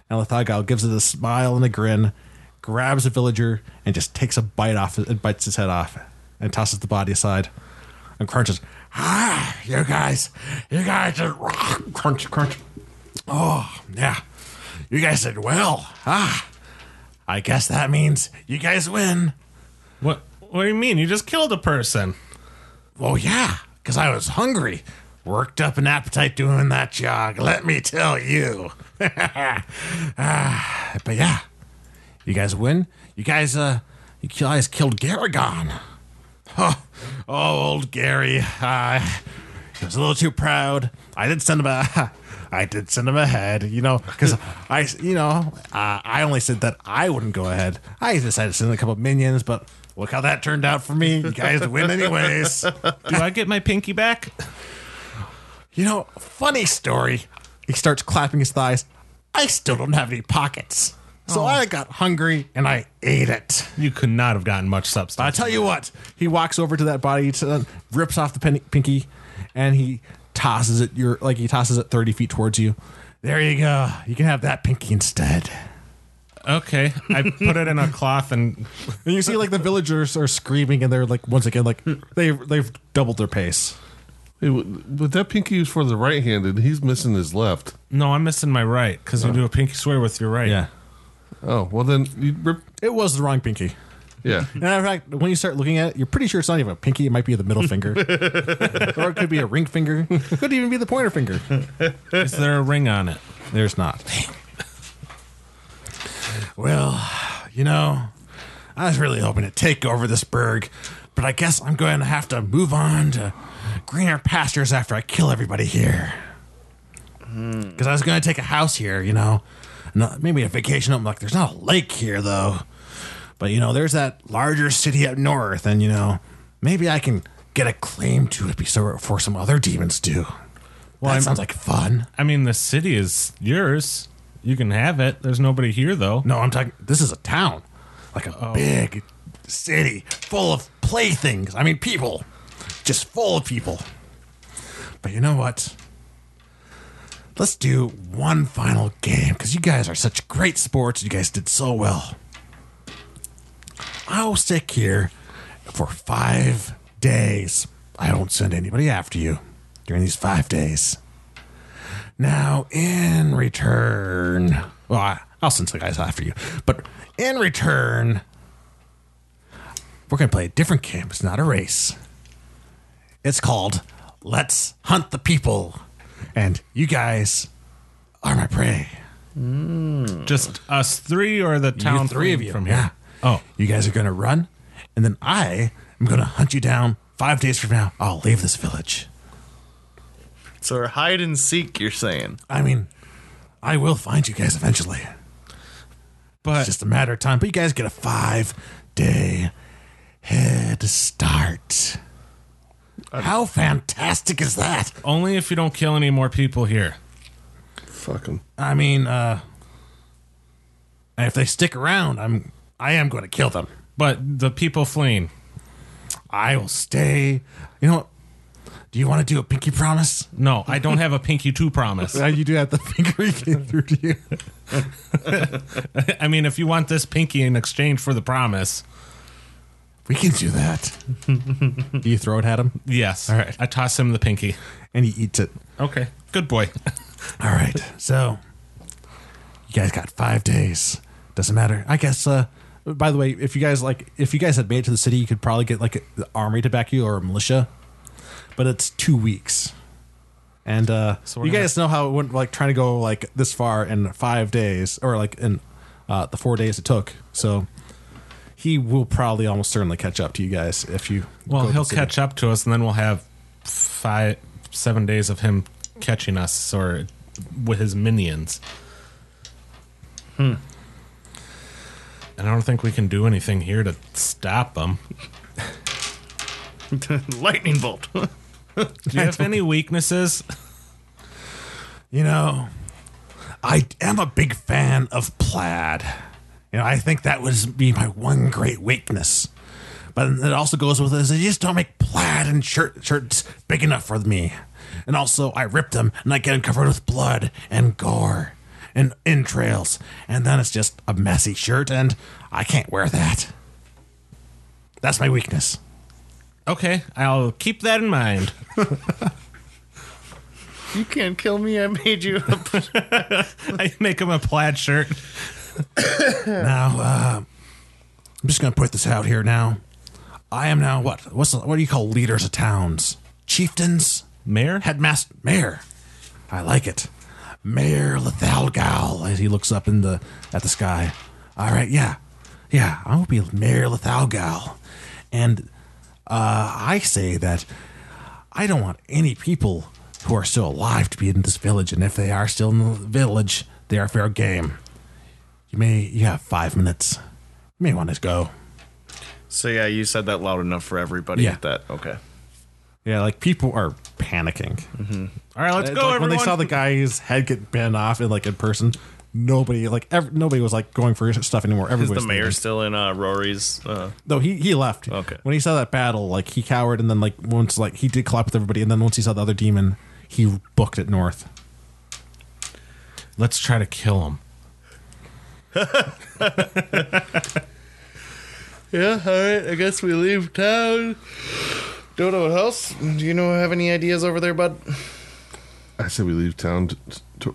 S1: and Lethalgal gives it a smile and a grin, grabs a villager and just takes a bite off and bites his head off, and tosses the body aside, and crunches. Ah, you guys, you guys are crunch crunch. Oh yeah, you guys did well. Ah. I guess that means you guys win.
S4: What what do you mean? You just killed a person.
S1: Well, yeah, because I was hungry. Worked up an appetite doing that jog, let me tell you. Ah, but yeah, you guys win. You guys, uh, you guys killed Garagon. Huh. Oh, old Gary. Uh, he was a little too proud. I did send him a. I did send him ahead, you know, because I, you know, uh, I only said that I wouldn't go ahead. I decided to send a couple minions, but look how that turned out for me. You guys win anyways.
S4: Do I get my pinky back?
S1: You know, funny story. He starts clapping his thighs. I still don't have any pockets. So
S4: Oh.
S1: I got hungry and I ate it.
S4: You could not have gotten much
S1: I
S4: substance.
S1: tell you what, he walks over to that body, to, rips off the pin- pinky, and he tosses it. You're like he tosses it thirty feet towards you. There you go. You can have that pinky instead.
S4: Okay. I put it in a cloth and
S1: And you see, like the villagers are screaming, and they're like, once again, like
S4: Hmm.
S1: they they've doubled their pace.
S3: Hey, w- but that pinky was for the right-handed. He's missing his left.
S4: no, I'm missing my right because you do a pinky swear with your right.
S3: Oh well, then you rip.
S1: it was the wrong pinky.
S3: Yeah,
S1: And in fact, when you start looking at it, you're pretty sure it's not even a pinky. It might be the middle finger, or it could be a ring finger. It could even be the pointer finger.
S4: Is there a ring on it?
S1: There's not. well, you know, I was really hoping to take over this burg, but I guess I'm going to have to move on to greener pastures after I kill everybody here. Because I was going to take a house here, you know, not, maybe a vacation. I'm like, there's not a lake here though, but you know, there's that larger city up north, and you know, maybe I can get a claim to it before some other demons do. Well, that
S4: I'm-
S1: sounds like fun.
S4: I mean, the city is yours. You can have it. There's nobody here though.
S1: No, I'm talking. This is a town, like a big city full of playthings. I mean, people, just full of people. But you know what? Let's do one final game because you guys are such great sports. You guys did so well. I'll stick here for five days. I won't send anybody after you during these five days. Now, in return, well, I, I'll send some guys after you, but in return, we're going to play a different game. It's not a race. It's called Let's Hunt the People. And you guys are my prey.
S4: Just us three or the town
S1: you three of
S4: from-
S1: you.
S4: from here.
S1: Yeah.
S4: Oh.
S1: You guys are going to run, and then I am going to hunt you down five days from now. I'll leave this village.
S2: So we're hide and seek, you're saying.
S1: I mean, I will find you guys eventually.
S4: But
S1: It's just a matter of time. But you guys get a five day head start. How fantastic is that?
S4: only if you don't kill any more people here.
S3: fuck him.
S1: I mean, uh if they stick around, I'm I am going to kill them.
S4: But the people fleeing.
S1: I will stay. You know what? Do you want to do a pinky promise?
S4: No, I don't have a pinky two promise.
S1: Uh, you do have the finger came through to you.
S4: I mean, if you want this pinky in exchange for the promise,
S1: We can do that. do you throw it at him?
S4: yes. All right. I toss him the pinky.
S1: And he eats it.
S4: Okay. Good boy.
S1: All right. So you guys got five days. Doesn't matter. I guess. Uh, by the way, if you guys like, if you guys had made it to the city, you could probably get like the army to back you or a militia. But it's two weeks, and uh,
S4: we're
S1: you
S4: gonna-
S1: guys know how it went. Like trying to go like this far in five days, or like in uh, the four days it took. So he will probably almost certainly catch up to you guys if you.
S4: Well,
S1: go
S4: he'll
S1: consider-
S4: catch up to us, and then we'll have five, seven days of him catching us or with his minions. Hmm. And I don't think we can do anything here to stop them.
S2: Lightning bolt.
S4: Do you have any weaknesses?
S1: You know, I am a big fan of plaid. You know, I think that would be my one great weakness. But it also goes with this: they just don't make plaid and shirt shirts big enough for me. And also, I rip them and I get them covered with blood and gore and entrails, and then it's just a messy shirt, and I can't wear that. That's my weakness.
S4: Okay, I'll keep that in mind.
S2: you can't kill me. I made you. A
S4: I make him a plaid shirt.
S1: Now, uh, I'm just gonna put this out here now. I am now what? What's the, what do you call leaders of towns? Chieftains,
S4: Mayor?
S1: headmaster, mayor. I like it, Mayor Lethalgal. As he looks up in the at the sky. All right, yeah, yeah. I will be Mayor Lethalgal, and uh, I say that I don't want any people who are still alive to be in this village, and if they are still in the village, they are fair game. You may you have five minutes. You may want to go.
S2: so yeah, you said that loud enough for everybody.
S1: Yeah.
S2: at That okay.
S1: Yeah, like people are panicking.
S4: Mm-hmm. All right, let's
S1: It's
S4: go,
S1: like
S4: everyone.
S1: when they saw the guy's head get bent off and like in person, nobody like ev- nobody was like going for stuff anymore.
S2: Is
S1: Everybody
S2: the mayor still in uh, Rory's? Uh,
S1: No, he he left.
S2: Okay.
S1: When he saw that battle, like he cowered, and then like once like he did clap with everybody, and then once he saw the other demon, he booked it north.
S4: let's try to kill him.
S2: yeah. All right. I guess we leave town. Dodo, what else? Do you know have any ideas over there, bud?
S3: I said we leave town t- t-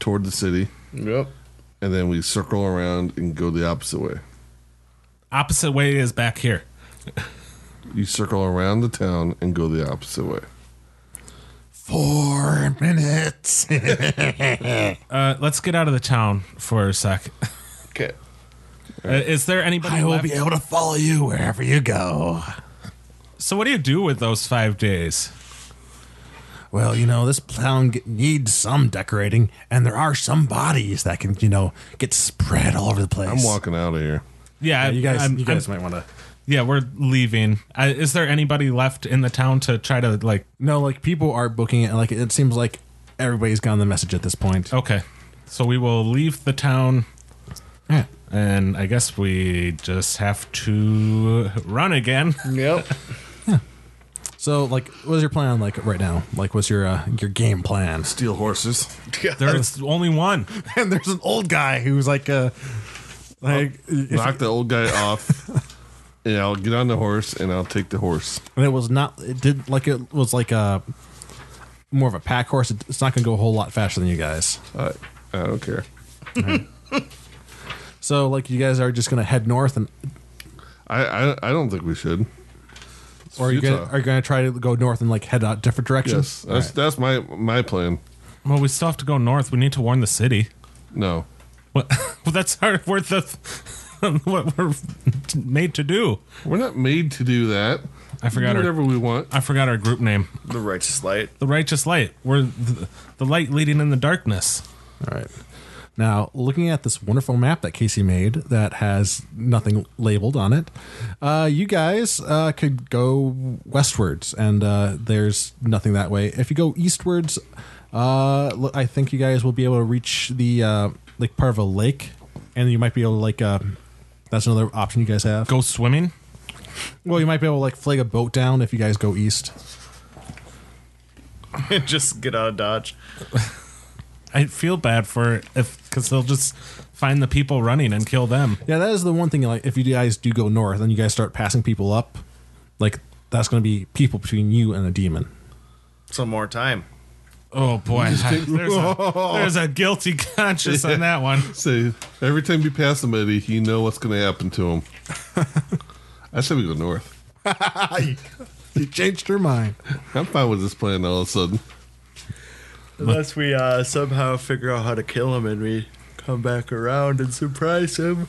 S3: toward the city,
S2: Yep.
S3: and then we circle around and go the opposite way.
S4: Opposite way is back here.
S3: You circle around the town and go the opposite way.
S1: Four minutes.
S4: Uh, let's get out of the town for a sec.
S2: Okay.
S4: Uh, is there anybody
S1: I will
S4: left?
S1: be able to follow you wherever you go.
S4: So what do you do with those five days?
S1: Well, you know, this town g- needs some decorating, and there are some bodies that can, you know, get spread all over the place.
S3: I'm walking out of here.
S4: Yeah,
S1: Yeah, you guys,
S4: I'm-
S1: you guys
S4: I'm-
S1: might want to.
S4: yeah, we're leaving. Uh, is there anybody left in the town to try to like?
S1: No, like people are booking it, and like it seems like everybody's gotten the message at this point.
S4: Okay, so we will leave the town,
S1: Yeah.
S4: and I guess we just have to run again.
S2: Yep.
S1: So, like, what's your plan? Like right now, like, what's your uh, your game plan?
S3: Steal horses.
S4: There's only one.
S1: And there's an old guy who's like, uh, like,
S3: Knock the old guy off. and I'll get on the horse and I'll take the horse.
S1: and it was not. It did like it was like a more of a pack horse. It- It's not going to go a whole lot faster than you guys.
S3: I, I don't care.
S1: So, like, you guys are just going to head north, and
S3: I, I I don't think we should. It's
S1: or are you
S3: futile.
S1: gonna, are you going to try to go north and like head out different
S3: yes,
S1: directions?
S3: that's that's my my plan.
S4: Well, we still have to go north. We need to warn the city.
S3: No,
S4: What? Well, that's our we're the what we're made to do.
S3: we're not made to do that.
S4: I forgot
S3: Do
S4: our-
S3: whatever we want.
S4: I forgot our group name.
S2: the righteous light.
S4: The righteous light. We're the, the light leading in the darkness.
S1: All right. Now, looking at this wonderful map that Casey made that has nothing labeled on it, uh, you guys uh, could go westwards, and uh, there's nothing that way. If you go eastwards, uh, l- I think you guys will be able to reach the uh, like part of a lake, and you might be able to like. Uh, that's another option you guys have.
S4: Go swimming.
S1: Well, you might be able to like flag a boat down if you guys go east.
S2: Just get out of dodge.
S4: I feel bad for if because they'll just find the people running and kill them.
S1: Yeah, that is the one thing. Like, if you guys do go north and you guys start passing people up, like that's going to be people between you and a demon.
S2: Some more time.
S4: Oh boy, there's, a, there's a guilty conscience on that one.
S3: Say every time you pass somebody, you know what's going to happen to him. I said we go north.
S1: You changed your mind.
S3: I'm fine with this plan all of a sudden.
S2: Unless we uh, somehow figure out how to kill him and we come back around and surprise him.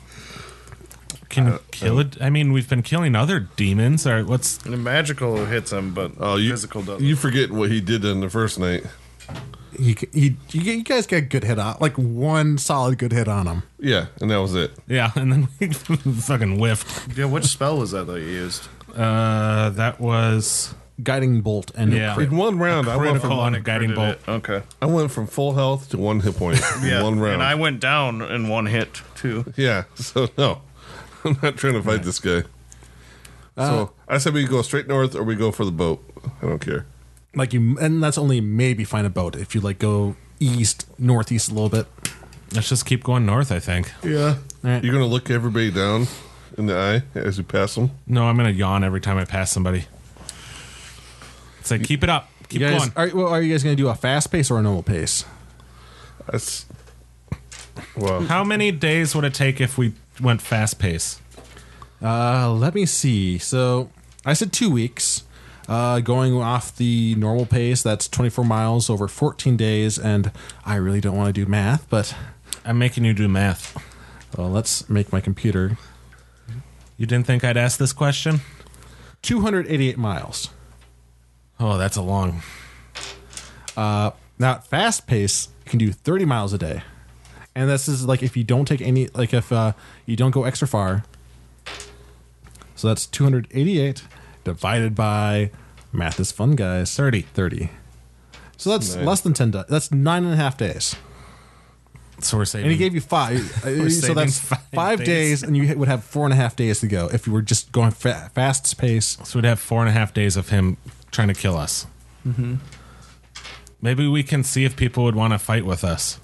S4: Can kill it. I mean, we've been killing other demons. Or what's
S2: The magical hits him, but
S3: Oh, you
S2: physical doesn't.
S3: you forget what he did in the first night.
S1: He, he, you, you guys got a good hit on, like one solid good hit on him.
S3: Yeah, and that was it.
S4: yeah? And then we fucking whiffed.
S2: yeah, which spell was that that you used?
S4: Uh, that was
S1: Guiding bolt and
S4: Yeah.
S3: In one round, I went
S4: critical
S3: from
S4: on a guiding
S2: Did
S4: bolt.
S2: it? Okay.
S3: I went from full health to one hit point in
S2: Yeah,
S3: one round.
S2: and I went down in one hit too.
S3: yeah, so no, I'm not trying to fight this guy.
S4: Uh,
S3: so I said we go straight north or we go for the boat. I don't care.
S1: like you, and that's only maybe find a boat if you like go east, northeast a little bit.
S4: Let's just keep going north. I think.
S3: Yeah,
S1: right.
S3: you're gonna look everybody down in the eye as you pass them.
S4: No, I'm gonna yawn every time I pass somebody. It's like keep it up, keep
S1: You guys,
S4: going.
S1: are, well, are you guys going to do a fast pace or a normal pace?
S3: That's well,
S4: How many days would it take if we went fast pace?
S1: Uh, let me see. So I said two weeks. Uh, going off the normal pace, that's 24 miles over 14 days, and I really don't want to do math, but
S4: I'm making you do math.
S1: well, let's make my computer
S4: You didn't think I'd ask this question?
S1: 288 miles.
S4: Oh, that's a long.
S1: Now, at fast pace, you can do 30 miles a day, and this is like if you don't take any, like if uh, you don't go extra far. So that's 288 divided by math is fun, guys. 30, 30. So that's
S3: Nice.
S1: less than 10. Di- that's nine and a half days.
S4: So we're
S1: And
S4: saving.
S1: he gave you five. Uh, so
S4: saving
S1: that's
S4: five
S1: five,
S4: days.
S1: days. and you would have four and a half days to go if you were just going fa- fast pace.
S4: so we'd have four and a half days of him trying to kill us. Mm-hmm. Maybe we can see if people would want to fight with us.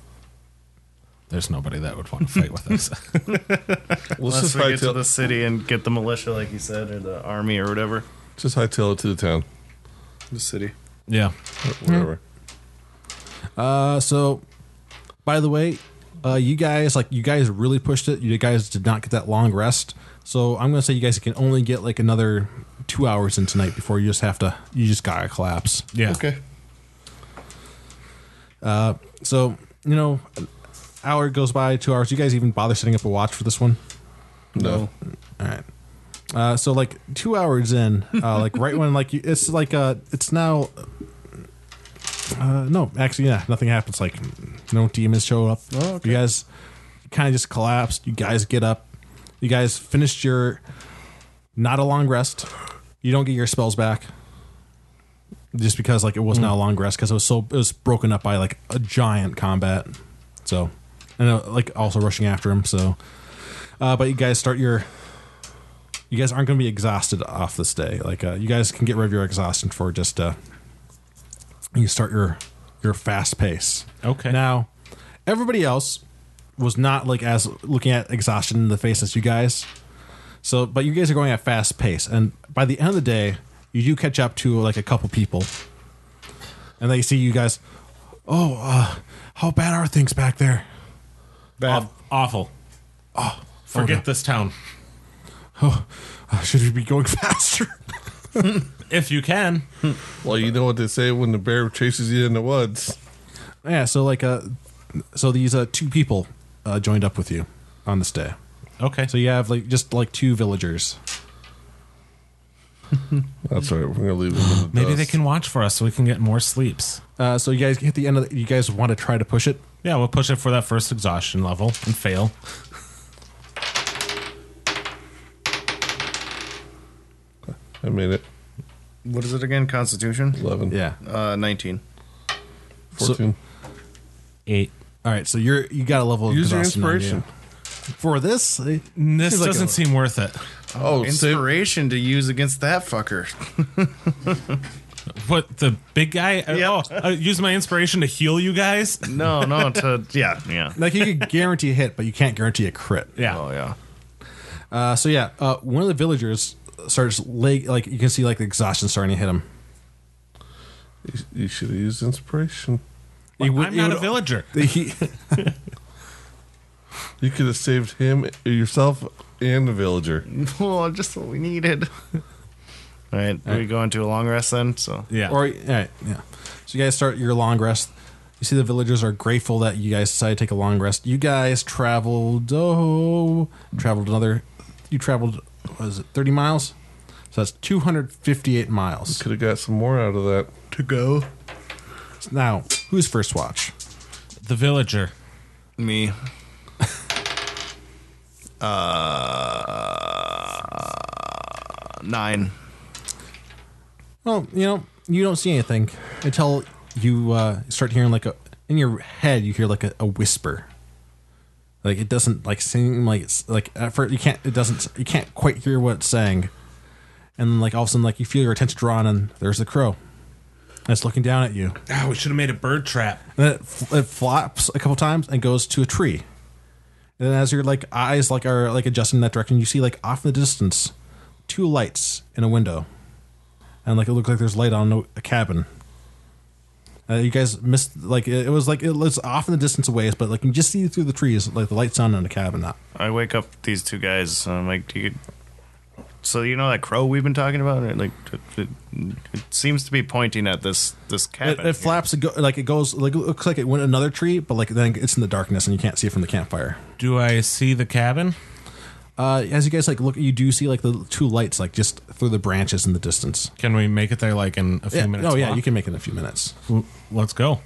S4: There's nobody that would want to fight with us.
S3: let's
S2: Unless
S3: just
S2: we get to
S3: hightail,
S2: the city and get the militia, like you said, or the army or whatever.
S3: just hightail it to the town,
S2: The city.
S4: yeah.
S3: whatever.
S1: Uh, so, by the way, uh, you guys like you guys really pushed it. You guys did not get that long rest. So I'm gonna say you guys can only get like another two hours in tonight before you just have to. You just gotta collapse.
S4: Yeah.
S1: So you know, an hour goes by, two hours. You guys even bother setting up a watch for this one?
S3: No,
S1: All right. Uh, so like two hours in, uh, like right when like you, it's like uh, it's now. Uh, no, actually, yeah, nothing happens. Like no demons show up. You guys kind of just collapsed. You guys get up. You guys finished your not a long rest. You don't get your spells back just because like it was not a long rest because it was so it was broken up by like a giant combat. So and uh, like also rushing after him. So uh, but you guys start your. You guys aren't going to be exhausted off this day. Like uh, you guys can get rid of your exhaustion for just. Uh, you start your your fast pace.
S4: Okay.
S1: Now, everybody else was not like as looking at exhaustion in the face as you guys. So, but you guys are going at fast pace, and by the end of the day, you do catch up to like a couple people, and they see you guys. Oh, uh, how bad are things back there?
S4: Aw- awful. Forget
S1: Oh, no.
S4: this town.
S1: Uh, should we be going faster?
S4: If you can.
S3: well, you know what they say when the bear chases you in the woods.
S1: Yeah, so like uh so these uh two people uh joined up with you on this day.
S4: Okay.
S1: Hmm. So you have like just like two villagers.
S3: That's all right. We're gonna leave them. In the
S4: Maybe
S3: dust.
S4: they can watch for us so we can get more sleeps.
S1: Uh so you guys hit the end of the, you guys want to try to push it.
S4: Yeah, we'll push it for that first exhaustion level and fail.
S3: I made it.
S2: What is it again? Constitution.
S3: Eleven.
S1: Yeah.
S2: Uh, nineteen.
S3: Fourteen.
S4: Eight.
S1: All right, so you're you got a level of
S3: Use your
S1: exhaustion on you.
S3: inspiration.
S1: For this, eh,
S4: This
S1: seems like
S4: doesn't
S1: a-
S4: seem worth it.
S3: Oh, save,
S2: Inspiration to use against that fucker.
S4: What the big guy? Uh,
S2: Yep.
S4: Oh, I use my inspiration to heal you guys.
S2: No, no. To yeah, yeah.
S1: like you can guarantee a hit, but you can't guarantee a crit.
S4: Yeah.
S2: Oh yeah.
S1: Uh, so yeah, uh, one of the villagers starts leg like you can see like the exhaustion starting to hit him.
S3: you, you should have used inspiration.
S1: He would-
S4: I'm
S1: he
S4: not
S1: would-
S4: a villager.
S1: He,
S3: You could have saved him, yourself, and the villager.
S2: Well, just what we needed. All right, we go into a long rest then. So
S4: Yeah.
S1: Or all right, yeah. So you guys start your long rest. You see the villagers are grateful that you guys decided to take a long rest. You guys traveled oh traveled another you traveled was it 30 miles? So that's 258 miles.
S3: Could have got some more out of that.
S2: To go.
S1: Now, who's first watch?
S4: The villager.
S2: Me. uh, nine.
S1: Well, you know, you don't see anything until you uh, start hearing like a in your head. You hear like a, a whisper. Like it doesn't like seem like it's like at first you can't it doesn't you can't quite hear what it's saying, and then like all of a sudden like you feel your attention drawn and there's the crow, and it's looking down at you.
S4: Oh, we should have made a bird trap.
S1: And it, f- it flops a couple times and goes to a tree. And as your like eyes like are like adjusting in that direction, you see like off in the distance two lights in a window, and like it looks like there's light on a cabin. Uh, you guys missed like it, it was like it was off in the distance a ways, but like you just see through the trees like the lights on in the cabin. Now.
S2: I wake up these two guys. And I'm like, do you. So you know that crow we've been talking about? It, like, it, it, it seems to be pointing at this this
S1: It,
S2: cabin.
S1: it flaps it go, like it goes like it looks like it went another tree, but like then it's in the darkness and you can't see it from the campfire.
S4: Do I see the cabin?
S1: Uh, as you guys like look, you do see like the two lights like just through the branches in the distance.
S4: Can we make it there like in a few
S1: Yeah.
S4: minutes?
S1: Oh yeah,
S4: walk?
S1: you can make it in a few minutes.
S4: W- Let's go.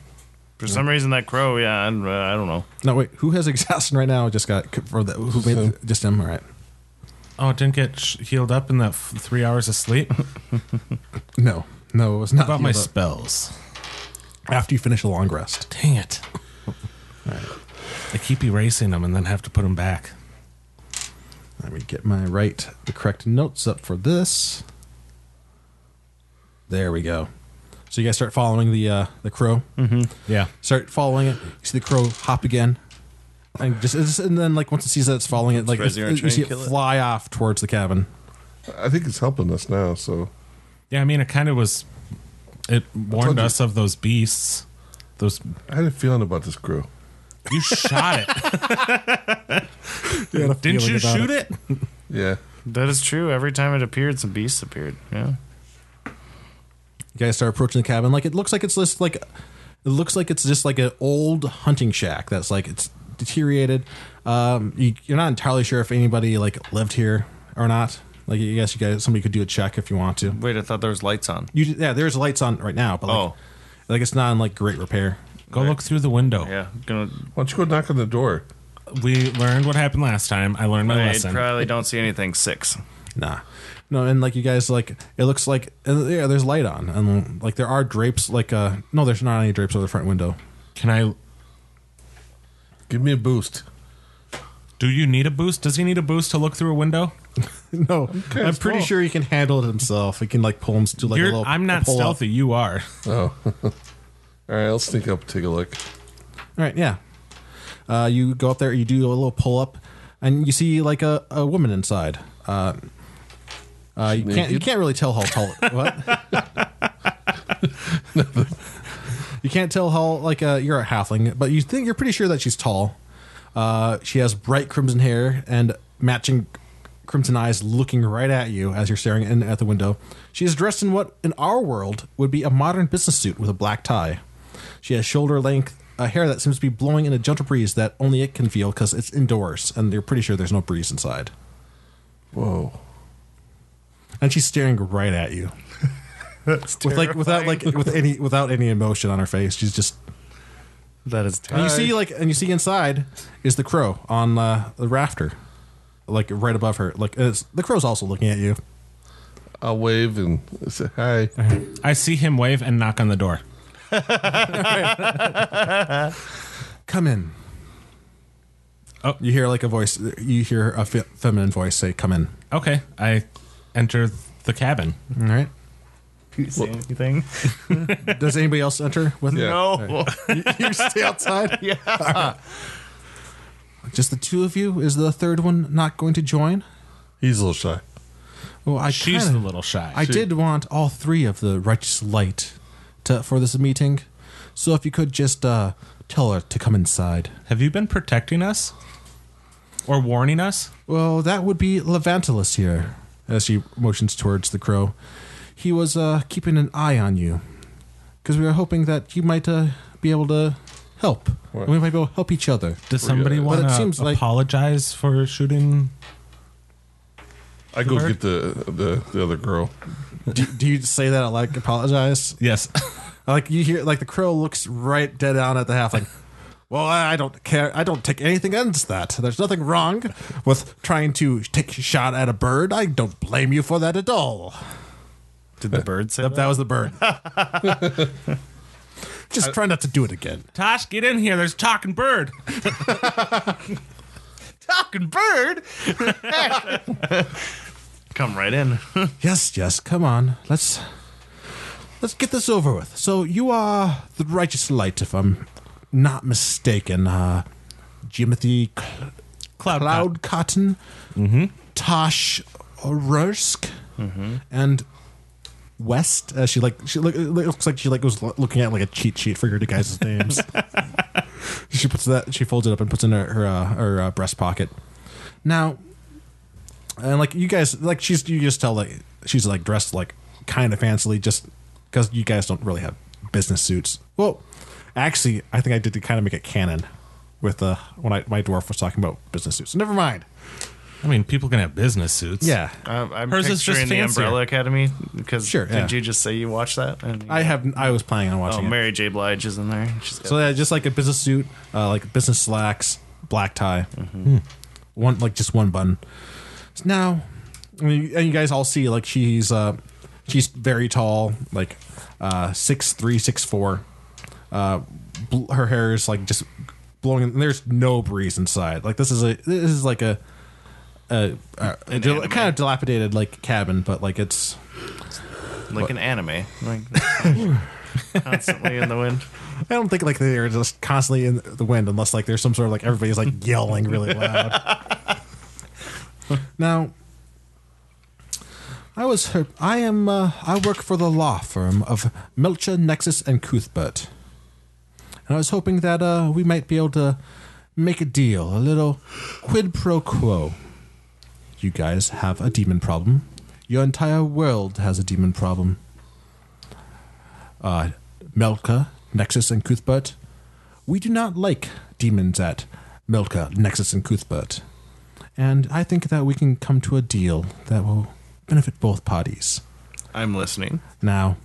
S2: For some reason, that crow. Yeah, I don't, I don't know.
S1: No wait, who has exhaustion right now? Just got for the who made the- just him. All right.
S4: Oh, it didn't get sh- healed up in that f- three hours of sleep.
S1: No, no, it was not
S4: About my
S1: you, but
S4: spells.
S1: after you finish a long rest.
S4: Dang it. I keep erasing them and then have to put them back.
S1: Let me get my right the correct notes up for this. There we go. So you guys start following the uh, the crow.
S4: Mm-hmm. Yeah.
S1: Start following it. You see the crow hop again, and just it's- and then like once it sees that it's following it, like
S2: Surprised you aren't
S1: you see
S2: trying
S1: it
S2: to kill it.
S1: fly off towards the cabin.
S3: I think it's helping us now. So
S4: Yeah, I mean, it kind of was. It warned
S3: you.
S4: us of those beasts. Those.
S3: I had a feeling about this crew.
S4: You shot it. Didn't you shoot it?
S3: Yeah,
S2: That is true. Every time it appeared, some beasts appeared. Yeah.
S1: You guys start approaching the cabin. Like it looks like it's just like it looks like it's just like an old hunting shack that's like it's deteriorated. Um, you, you're not entirely sure if anybody like lived here or not. Like I guess you guys somebody could do a check if you want to.
S2: Wait, I thought there was lights on.
S1: You yeah, there's lights on right now, but like,
S2: Oh.
S1: like it's not in like great repair.
S4: Go look through the window.
S2: Yeah, gonna.
S3: why don't you go knock on the door?
S4: We learned what happened last time. I learned my
S2: I
S4: lesson.
S2: probably don't see anything. Six.
S1: Nah. No, and like you guys, like it looks like and, yeah, there's light on, and like there are drapes. Like uh, no, there's not any drapes over the front window.
S4: Can I?
S3: Give me a boost.
S4: Do you need a boost? Does he need a boost to look through a window?
S1: No, I'm pretty
S3: cool.
S1: sure he can handle it himself. He can like pull him to like a
S4: You're,
S1: little.
S4: I'm not
S1: pull up.
S4: stealthy. You are.
S3: Oh, all right. I'll sneak up, and take a look.
S1: All right, yeah. Uh, you go up there, you do a little pull up, and you see like a, a woman inside. Uh, uh, you can't you
S3: Naked?
S1: can't really tell how tall. What? you can't tell how like uh, you're a halfling, but you think you're pretty sure that she's tall. Uh, she has bright crimson hair and matching crimson eyes, looking right at you as you're staring in at the window. She is dressed in what in our world would be a modern business suit with a black tie. She has shoulder length uh, hair that seems to be blowing in a gentle breeze that only it can feel because it's indoors and you're pretty sure there's no breeze inside.
S3: Whoa.
S1: And she's staring right at you. with like without like with any without any emotion on her face. She's just
S2: That is
S1: and
S2: terrible.
S1: you see like and you see inside is the crow on uh, the rafter. Like right above her. Like it's, the crow's also looking at you.
S3: I'll wave and say hi.
S4: I see him wave and knock on the door.
S1: Come in.
S4: Oh.
S1: You hear like a voice you hear a fe- feminine voice say come in.
S4: Okay, I enter the cabin.
S1: All right.
S2: You see anything?
S1: Does anybody else enter with
S3: Yeah.
S2: No.
S1: you stay outside?
S2: Yeah.
S1: Just the two of you? Is the third one not going to join?
S3: He's a little shy.
S1: Well, I
S4: She's
S1: kinda-
S4: a little shy.
S1: I did want all three of the righteous light to, for this meeting, so if you could just uh, tell her to come inside.
S4: Have you been protecting us or warning us?
S1: Well, that would be Levantilus here, as she motions towards the crow. He was uh, keeping an eye on you, because we were hoping that you might uh, be able to help.
S3: What?
S1: We might be able to help each other.
S4: Does somebody
S1: But it
S4: want
S1: seems
S4: to
S1: like-
S4: apologize for shooting
S3: I go get the, the the other girl.
S1: do, do you say that out loud? Apologize.
S4: Yes.
S1: Like you hear, like the crow looks right dead on at the half, like, well, I I don't care. I don't take anything against that. There's nothing wrong with trying to take a shot at a bird. I don't blame you for that at all.
S2: Did the bird say
S1: Yep, that was the bird. Just try not to do it again.
S4: Tosh, get in here. There's a talking bird.
S2: talking bird? Come right in.
S1: Yes, yes, come on. Let's let's get this over with. So you are the righteous light, if I'm not mistaken. Uh Jimothy Cl-
S4: Cloud.
S1: Cloud Cotton, Tosh Rursk, and West. Uh, she like she look, it looks like she like was lo- looking at like a cheat sheet for your guys' names. she puts that she folds it up and puts it in her her, uh, her uh, breast pocket. Now, and like you guys, like she's you just tell like she's like dressed like kind of fancily, just because you guys don't really have business suits. Well, actually, I think I did to kind of make it canon with uh when I my dwarf was talking about business suits. So never mind.
S4: I mean, people can have business suits.
S1: Yeah,
S2: Um, I'm
S4: Hers
S2: picturing
S4: is just
S2: the
S4: fancier.
S2: Umbrella Academy because
S1: Sure, yeah.
S2: did you just say you watched that? And
S1: I have. I was planning on
S2: oh,
S1: watching. it.
S2: Mary J. Blige is in there. She's got
S1: So yeah, just like a business suit, uh, like business slacks, black tie, Hmm. one like just one button. So now, I mean, and you guys all see like she's uh, she's very tall, like uh, six three, six four. Uh, bl- her hair is like just blowing. in- there's no breeze inside. Like this is a this is like a a, a, a dil-
S2: anime.
S1: kind of dilapidated like cabin, but like it's
S2: like an anime, like constantly in the wind.
S1: I don't think like they're just constantly in the wind unless like there's some sort of like everybody's like yelling really loud. now, I was hurt. I am. Uh, I work for the law firm of Melcher, Nexus, and Cuthbert, and I was hoping that uh, we might be able to make a deal, a little quid pro quo. You guys have a demon problem. Your entire world has a demon problem uh, Melka, Nexus, and Cuthbert. We do not like demons at Melka, Nexus, and Cuthbert. And I think that we can come to a deal that will benefit both parties.
S2: I'm listening.
S1: Now,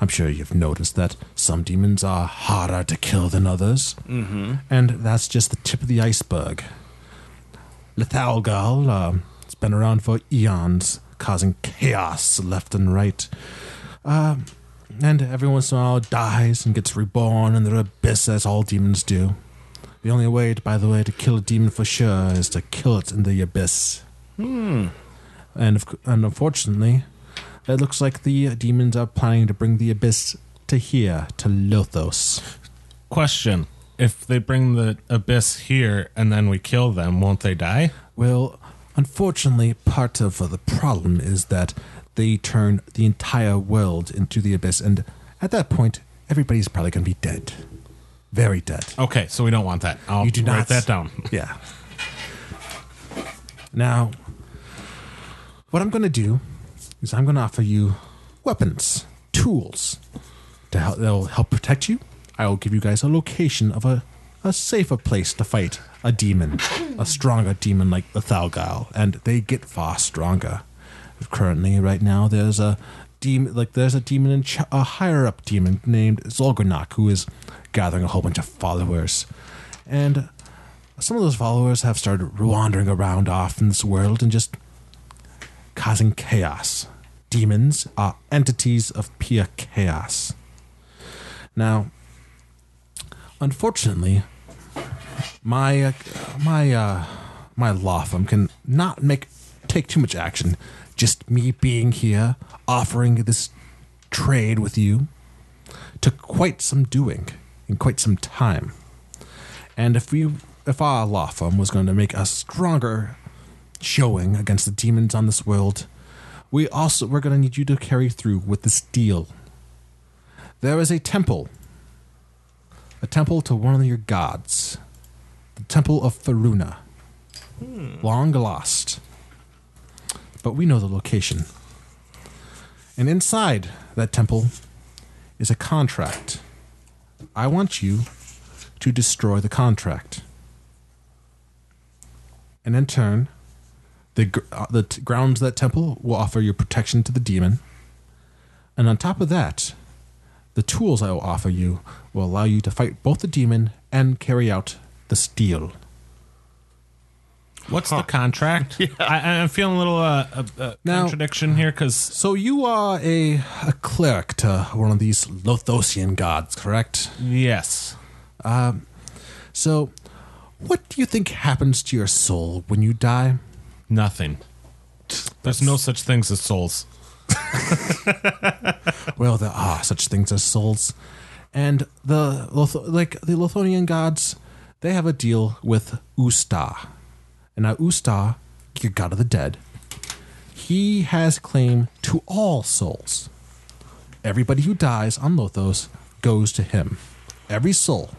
S1: I'm sure you've noticed that some demons are harder to kill than others. Mm-hmm. And that's just the tip of the iceberg. Lethalgal, um, it's been around for eons, causing chaos left and right. Um, and every once in a while it dies and gets reborn in the abyss as all demons do. The only way, to, by the way, to kill a demon for sure is to kill it in the abyss. Hmm. And, of, c- and unfortunately, it looks like the demons are planning to bring the abyss to here, to Lothos.
S4: Question. If they bring the abyss here and then we kill them, won't they die?
S1: Well, unfortunately, part of the problem is that they turn the entire world into the abyss, and at that point, everybody's probably going to be dead. Very dead.
S4: Okay, so we don't want that. I'll
S1: You do not.
S4: write that down.
S1: Yeah. Now, what I'm going to do is I'm going to offer you weapons, tools to help, that'll help protect you. I will give you guys a location of a, a safer place to fight a demon, a stronger demon like the Thalgal, and they get far stronger. Currently, right now, there's a demon like there's a demon in ch- a higher up demon named Zolgrenak who is gathering a whole bunch of followers, and some of those followers have started wandering around off in this world and just causing chaos. Demons are entities of pure chaos. Now, unfortunately, my uh, my uh, my law firm can not make take too much action. Just me being here, offering this trade with you, took quite some doing and quite some time. And if we, if our law firm was going to make a stronger showing against the demons on this world, we also we're going to need you to carry through with this deal. There is a temple, a temple to one of your gods, the temple of Faruna, long lost. But we know the location. And inside that temple is a contract. I want you to destroy the contract. And in turn, The, gr- uh, the t- grounds of that temple will offer you protection to the demon. And on top of that, the tools I will offer you will allow you to fight both the demon and carry out the steel.
S4: What's the contract? I, I'm feeling a little uh, uh, uh,
S1: Now-
S4: contradiction here because
S1: So you are a, a cleric to one of these Lothosian gods, correct?
S4: yes,
S1: So, what do you think happens to your soul when you die?
S4: nothing. There's no such things as souls.
S1: Well, there are such things as souls, and the Loth- like the Lothonian gods, they have a deal with Usta, and now Usta, your god of the dead, he has claim to all souls. Everybody who dies on Lothos goes to him. Every soul.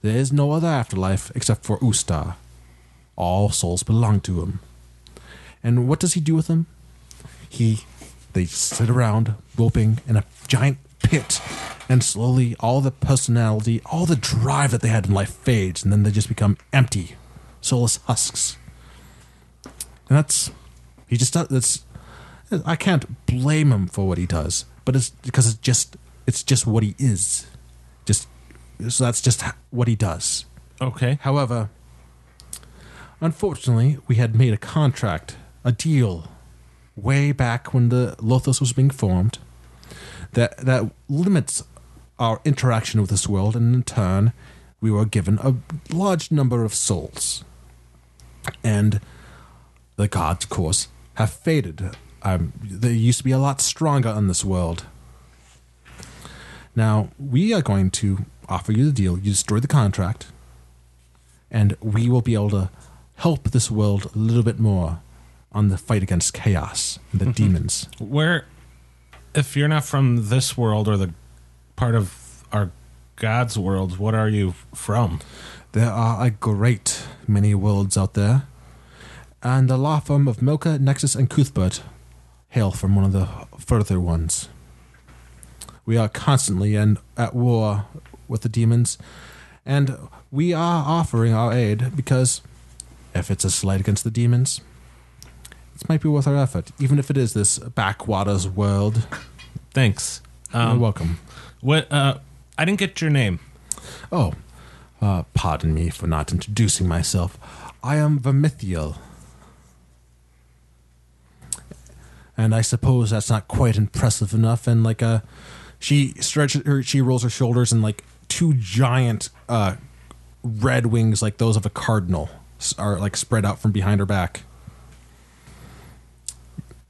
S1: There is no other afterlife except for Usta. All souls belong to him. And what does he do with them? he they sit around gulping in a giant pit and slowly all the personality all the drive that they had in life fades and then they just become empty soulless husks and that's he just does that's i can't blame him for what he does but it's because it's just it's just what he is just so that's just h- what he does
S4: Okay.
S1: However, unfortunately, we had made a contract, a deal, way back when the Lothos was being formed, that that limits our interaction with this world, and in turn, we were given a large number of souls. And the gods, of course, have faded. Um, they used to be a lot stronger in this world. Now, we are going to offer you the deal. You destroy the contract, and we will be able to help this world a little bit more on the fight against chaos and the demons.
S4: Where, if you're not from this world or the part of our God's world, what are you from?
S1: There are a great many worlds out there, and the law firm of Milka, Nexus, and Cuthbert hail from one of the further ones. We are constantly and at war with the demons, and we are offering our aid because if it's a slight against the demons, it might be worth our effort, even if it is this backwaters world.
S4: Thanks.
S1: You're
S4: Um,
S1: welcome.
S4: what? Uh, I didn't get your name.
S1: Oh, uh, pardon me for not introducing myself. I am Vermithiel. And I suppose that's not quite impressive enough. And like uh, she stretches her, she rolls her shoulders, and like two giant uh, red wings, like those of a cardinal, s- are like spread out from behind her back.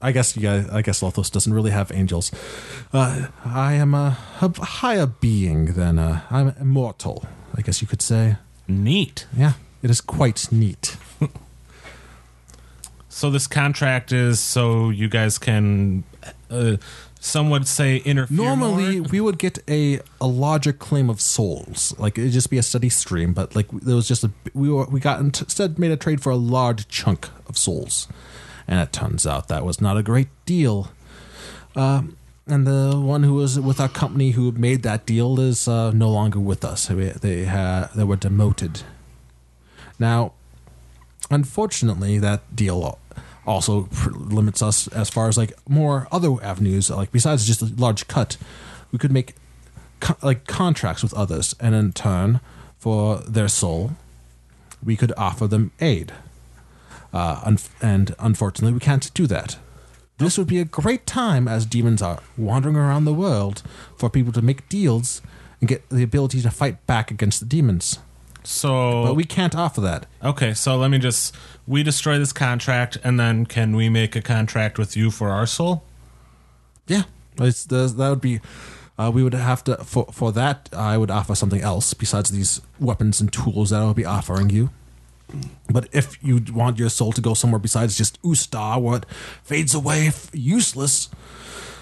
S1: I guess you guys, I guess Lothos doesn't really have angels. Uh, I am a, a higher being than a, I'm immortal, I guess you could say.
S4: Neat.
S1: Yeah, it is quite neat.
S4: So this contract is so you guys can, uh, some would say interfere.
S1: Normally,
S4: more?
S1: we would get a, a larger claim of souls, like it'd just be a steady stream. But like there was just a we were, we got int- instead made a trade for a large chunk of souls, and it turns out that was not a great deal. Um, and the one who was with our company who made that deal is uh, no longer with us. They they, uh, they were demoted. Now, unfortunately, that deal also pr- limits us as far as like more other avenues. Like besides just a large cut, we could make co- like contracts with others, and in turn, for their soul, we could offer them aid. Uh, un- and unfortunately, we can't do that. This would be a great time as demons are wandering around the world for people to make deals and get the ability to fight back against the demons.
S4: so
S1: But we can't offer that.
S4: Okay, so let me just we destroy this contract and then can we make a contract with you for our soul?
S1: Yeah, it's, there's- that would be. Uh, we would have to for for that. I would offer something else besides these weapons and tools that I would be offering you. But if you want your soul to go somewhere besides just Ustar, where it fades away, f- useless,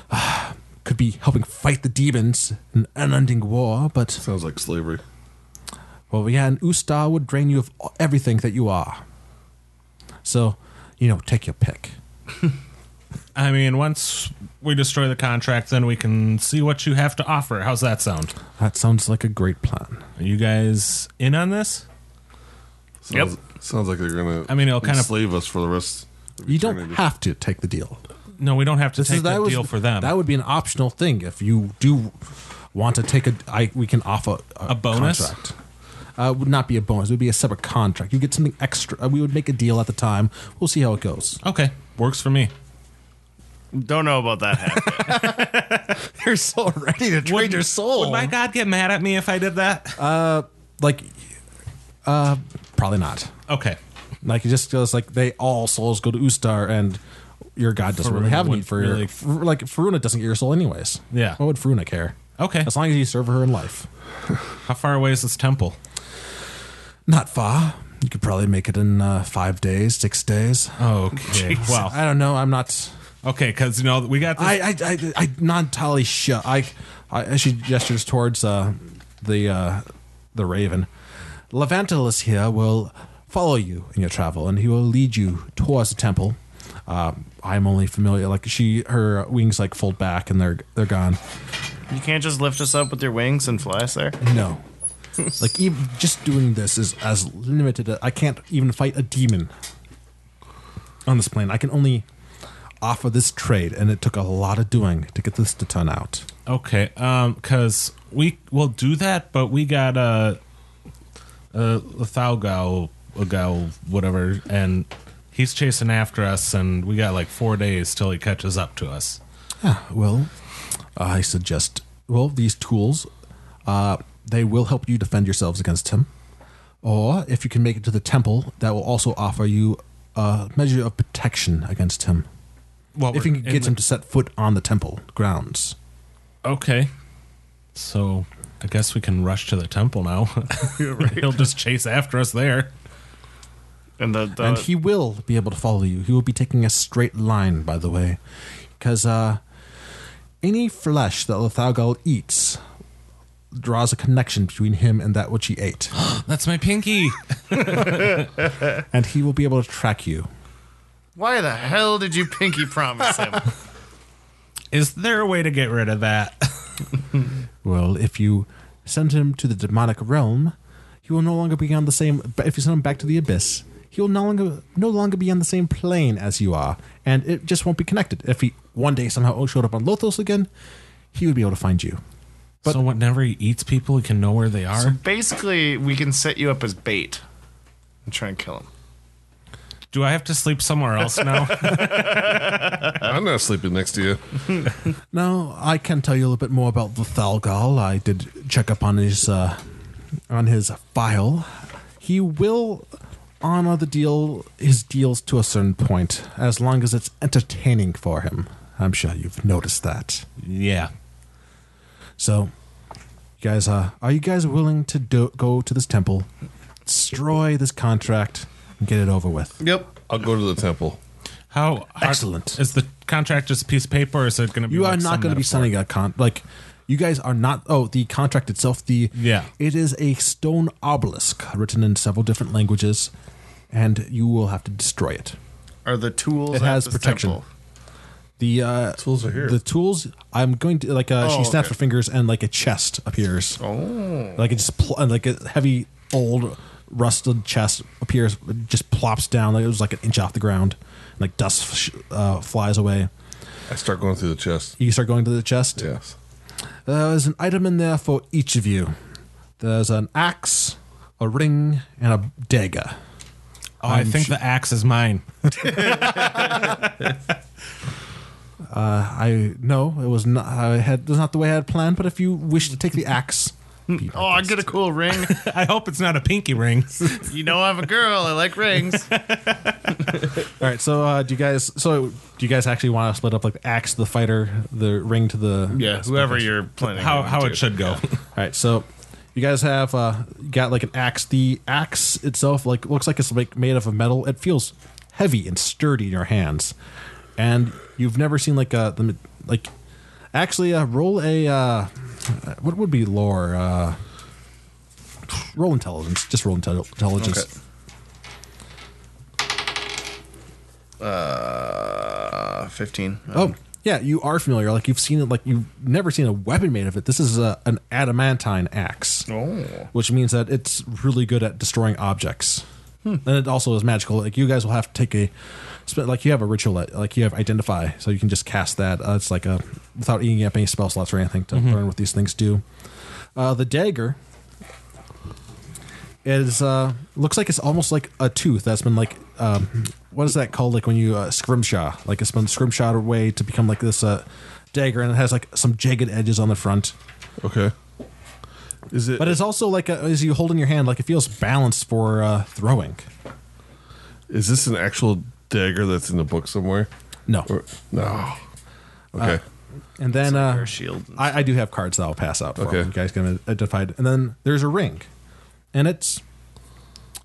S1: could be helping fight the demons in an unending war. But
S3: Sounds like slavery.
S1: well, yeah, and Ustar would drain you of everything that you are. So, you know, take your pick.
S4: I mean, once we destroy the contract, then we can see what you have to offer. How's that sound?
S1: That sounds like a great plan.
S4: Are you guys in on this?
S2: Yep.
S3: Sounds, sounds like they're gonna.
S4: I mean, it'll kind of-
S3: enslave us for the rest. Of
S1: You don't
S3: eternity.
S1: have to take the deal.
S4: No, we don't have to
S1: This
S4: take
S1: is that
S4: the
S1: was,
S4: deal for them.
S1: That would be an optional thing if you do want to take a. I we can offer
S4: A bonus?
S1: Contract. Uh, it would not be a bonus. It would be a separate contract. You get something extra. Uh, We would make a deal at the time. We'll see how it goes.
S4: okay, works for me.
S2: Don't know about that hack.
S1: You're so ready to trade your soul.
S4: Would my god get mad at me if I did that?
S1: like, uh, probably not.
S4: okay,
S1: Like it just goes like they all souls go to Ustar and your god doesn't really
S4: Faruna
S1: have need
S4: wouldn't
S1: for your
S4: really-
S1: Fr- like Faruna doesn't get your soul anyways.
S4: Yeah.
S1: Why would Faruna care?
S4: okay.
S1: As long as you serve her in life.
S4: How far away is this temple?
S1: Not far. You could probably make it in uh, five days, six days.
S4: Okay, wow.
S1: I don't know. I'm not.
S4: Okay, because you know we got this.
S1: I I I I'm not entirely sure. I, I she gestures towards uh, the uh, the raven. Levantilus here will follow you in your travel, and he will lead you towards the temple. Um, I'm only familiar. Like she, her wings like fold back, and they're they're gone.
S2: you can't just lift us up with your wings and fly us there.
S1: No, like even just doing this is as limited. As, I can't even fight a demon on this plane. I can only offer this trade, and it took a lot of doing to get this to turn out.
S4: okay, um, because we will do that, but we got a a Thalgao, a Gao, whatever, and he's chasing after us, and we got like four days till he catches up to us.
S1: Well, I suggest well these tools. Uh, they will help you defend yourselves against him, or if you can make it to the temple, that will also offer you a measure of protection against him.
S4: Well,
S1: if you can get him to set foot on the temple grounds,
S4: Okay. So I guess we can rush to the temple now. He'll just chase after us there.
S2: And the, the
S1: and he will be able to follow you. He will be taking a straight line, by the way, because uh, any flesh that Lethalgal eats draws a connection between him and that which he ate,
S4: That's my pinky.
S1: and he will be able to track you.
S2: why the hell did you pinky promise him?
S4: Is there a way to get rid of that?
S1: Well, if you send him to the demonic realm, he will no longer be on the same. But if you send him back to the abyss, he will no longer no longer be on the same plane as you are, and it just won't be connected. If he one day somehow showed up on Lothos again, he would be able to find you.
S4: so whenever he eats people, he can know where they are.
S2: so basically, we can set you up as bait and try and kill him.
S4: Do I have to sleep somewhere else now?
S3: I'm not sleeping next to you.
S1: Now I can tell you a little bit more about the Thalgal. I did check up on his uh, on his file. He will honor the deal his deals to a certain point, as long as it's entertaining for him. I'm sure you've noticed that.
S4: yeah.
S1: So, you guys, uh, are you guys willing to do- go to this temple, destroy this contract, and get it over with?
S3: Yep. I'll go to the temple.
S4: How are-
S1: Excellent.
S4: is the contract just a piece of paper? Or is it going to be?
S1: You
S4: like
S1: are
S4: some
S1: not going to be
S4: metaphor?
S1: signing a con like. You guys are not. Oh, the contract itself. The
S4: Yeah.
S1: It is a stone obelisk written in several different languages, and you will have to destroy it.
S2: Are the tools?
S1: It
S2: at
S1: has
S2: this
S1: protection.
S2: temple?
S1: The uh, tools
S3: are here.
S1: The tools. I'm going to like. Uh,
S2: Oh,
S1: she snaps her
S2: okay.
S1: fingers, and like a chest appears.
S2: Oh,
S1: Like it just pl- like a heavy old rusted chest appears, it just plops down. Like it was like an inch off the ground. Like dust sh- uh, flies away.
S3: I start going through the chest.
S1: You start going to the chest.
S3: Yes.
S1: There's an item in there for each of you. There's an axe, a ring, and a dagger.
S4: Oh, i
S1: I'm
S4: think
S1: sure-
S4: the axe is mine.
S1: Uh, I no, it was not. I had it was not the way I had planned. But if you wish to take the axe, be
S2: oh, I get a cool ring.
S4: I hope it's not a pinky ring.
S2: You know I'm a girl. I like rings.
S1: all right. So uh, do you guys? So do you guys actually want to split up like the axe to the fighter, the ring to the
S2: Yeah, whoever you're planning.
S4: how
S2: on
S4: how
S2: to.
S4: it should go.
S1: All right, so you guys have uh, you got like an axe. The axe itself like looks like it's like made of a metal. It feels heavy and sturdy in your hands, and you've never seen like a the ma- like actually uh, roll a uh, what would be lore uh, roll intelligence just roll intel- intelligence.
S3: Okay.
S2: Uh, fifteen.
S1: Oh, yeah, you are familiar. Like you've seen it. Like you've never seen a weapon made of it. This is a, an adamantine axe,
S2: Oh.
S1: which means that it's really good at destroying objects. And it also is magical. Like you guys will have to take a, spe- like you have a ritual that, like you have identify, so you can just cast that. Uh, it's like a without eating up any spell slots or anything to learn what these things do. Uh, the dagger is uh, looks like it's almost like a tooth that's been like um, what is that called? Like when you uh, scrimshaw, like it's been scrimshawed away to become like this uh, dagger, and it has like some jagged edges on the front.
S3: Okay. Is it?
S1: But it's also like a, as you hold in your hand, like it feels balanced for uh, throwing.
S3: Is this an actual dagger that's in the book somewhere?
S1: No,
S3: Or no? Okay.
S1: and then uh,
S2: Or shield.
S1: I, I do have cards that I'll pass out. For
S3: Okay.
S1: you guys can identify. it. And then there's a ring, and it's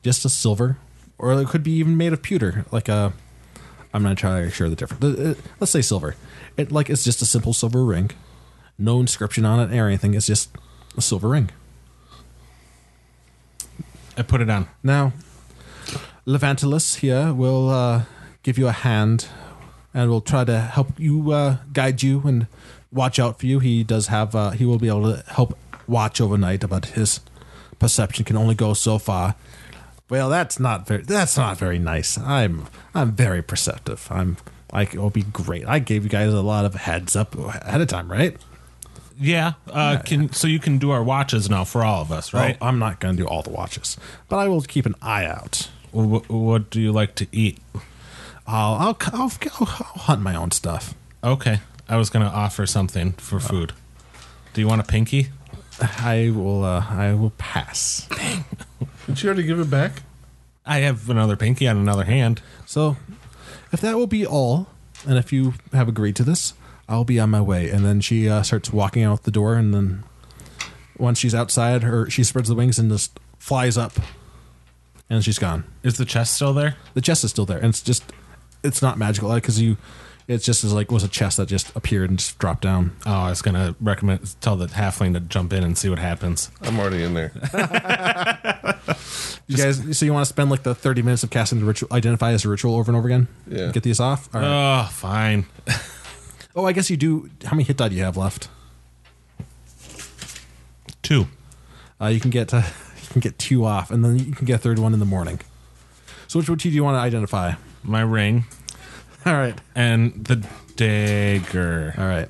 S1: just a silver, or it could be even made of pewter, like a. I'm not entirely sure the difference. Uh, uh, Let's say silver. It like it's just a simple silver ring, no inscription on it or anything. It's just a silver ring.
S4: I put it on.
S1: Now, Levantilus here will uh, give you a hand and will try to help you, uh, guide you, and watch out for you. He does have, uh, he will be able to help watch overnight, but his perception can only go so far. Well, that's not very. That's not very nice. I'm. I'm very perceptive. I'm. I will be great. I gave you guys a lot of heads up ahead of time, right?
S4: Yeah. Uh, can so you can do our watches now for all of us, right?
S1: Well, I'm not going to do all the watches, but I will keep an eye out.
S4: Wh- what do you like to eat?
S1: I'll I'll, I'll, I'll hunt my own stuff.
S4: Okay. I was gonna offer something
S1: Oh.
S4: for food. Do you want a pinky?
S1: I will. Uh, I will pass.
S3: Did you already give it back?
S4: I have another pinky on another hand.
S1: So, if that will be all, and if you have agreed to this, I'll be on my way. And then she uh, starts walking out the door, and then once she's outside, her she spreads the wings and just flies up, and she's gone.
S4: Is the chest still there?
S1: The chest is still there, and it's just, it's not magical because you, it's just as like was a chest that just appeared and just dropped down.
S4: Oh, I was gonna recommend tell the halfling to jump in and see what happens.
S3: I'm already in there.
S1: You guys, so you want to spend like the thirty minutes of casting the ritual, identify as a ritual over and over again?
S3: Yeah.
S1: Get these off. All right.
S4: Oh, fine.
S1: oh, I guess you do. How many hit die do you have left?
S4: Two.
S1: Uh, you can get uh, you can get two off, and then you can get a third one in the morning. So which one do you want to identify?
S4: My ring
S1: All right,
S4: and the dagger.
S1: all right.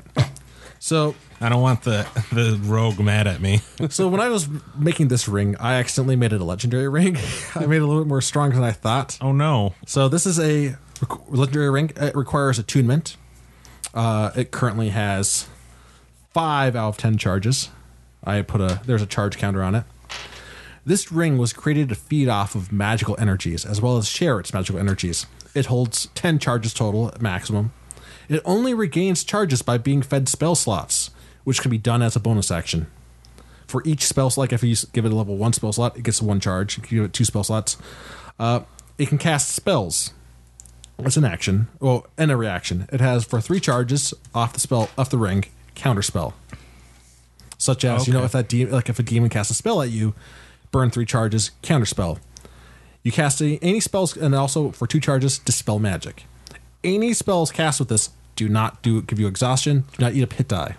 S1: So
S4: I don't want the the rogue mad at me.
S1: so when I was making this ring, I accidentally made it a legendary ring. I made it a little bit more strong than I thought.
S4: Oh no.
S1: So this is a requ- legendary ring. It requires attunement. Uh, it currently has five out of ten charges. I put a there's a charge counter on it. This ring was created to feed off of magical energies as well as share its magical energies. It holds ten charges total at maximum. It only regains charges by being fed spell slots, which can be done as a bonus action for each spell slot. Like if you s- give it a level one spell slot, it gets one charge. If you give it two spell slots, uh, it can cast spells. It's an action, well, and a reaction. It has for three charges off the spell, off the ring, counter spell. Such as you know, if that de- like if a demon casts a spell at you, burn three charges, counter spell. You cast any, any spells, and also for two charges, dispel magic. Any spells cast with this do not do give you exhaustion. Do not eat up hit die.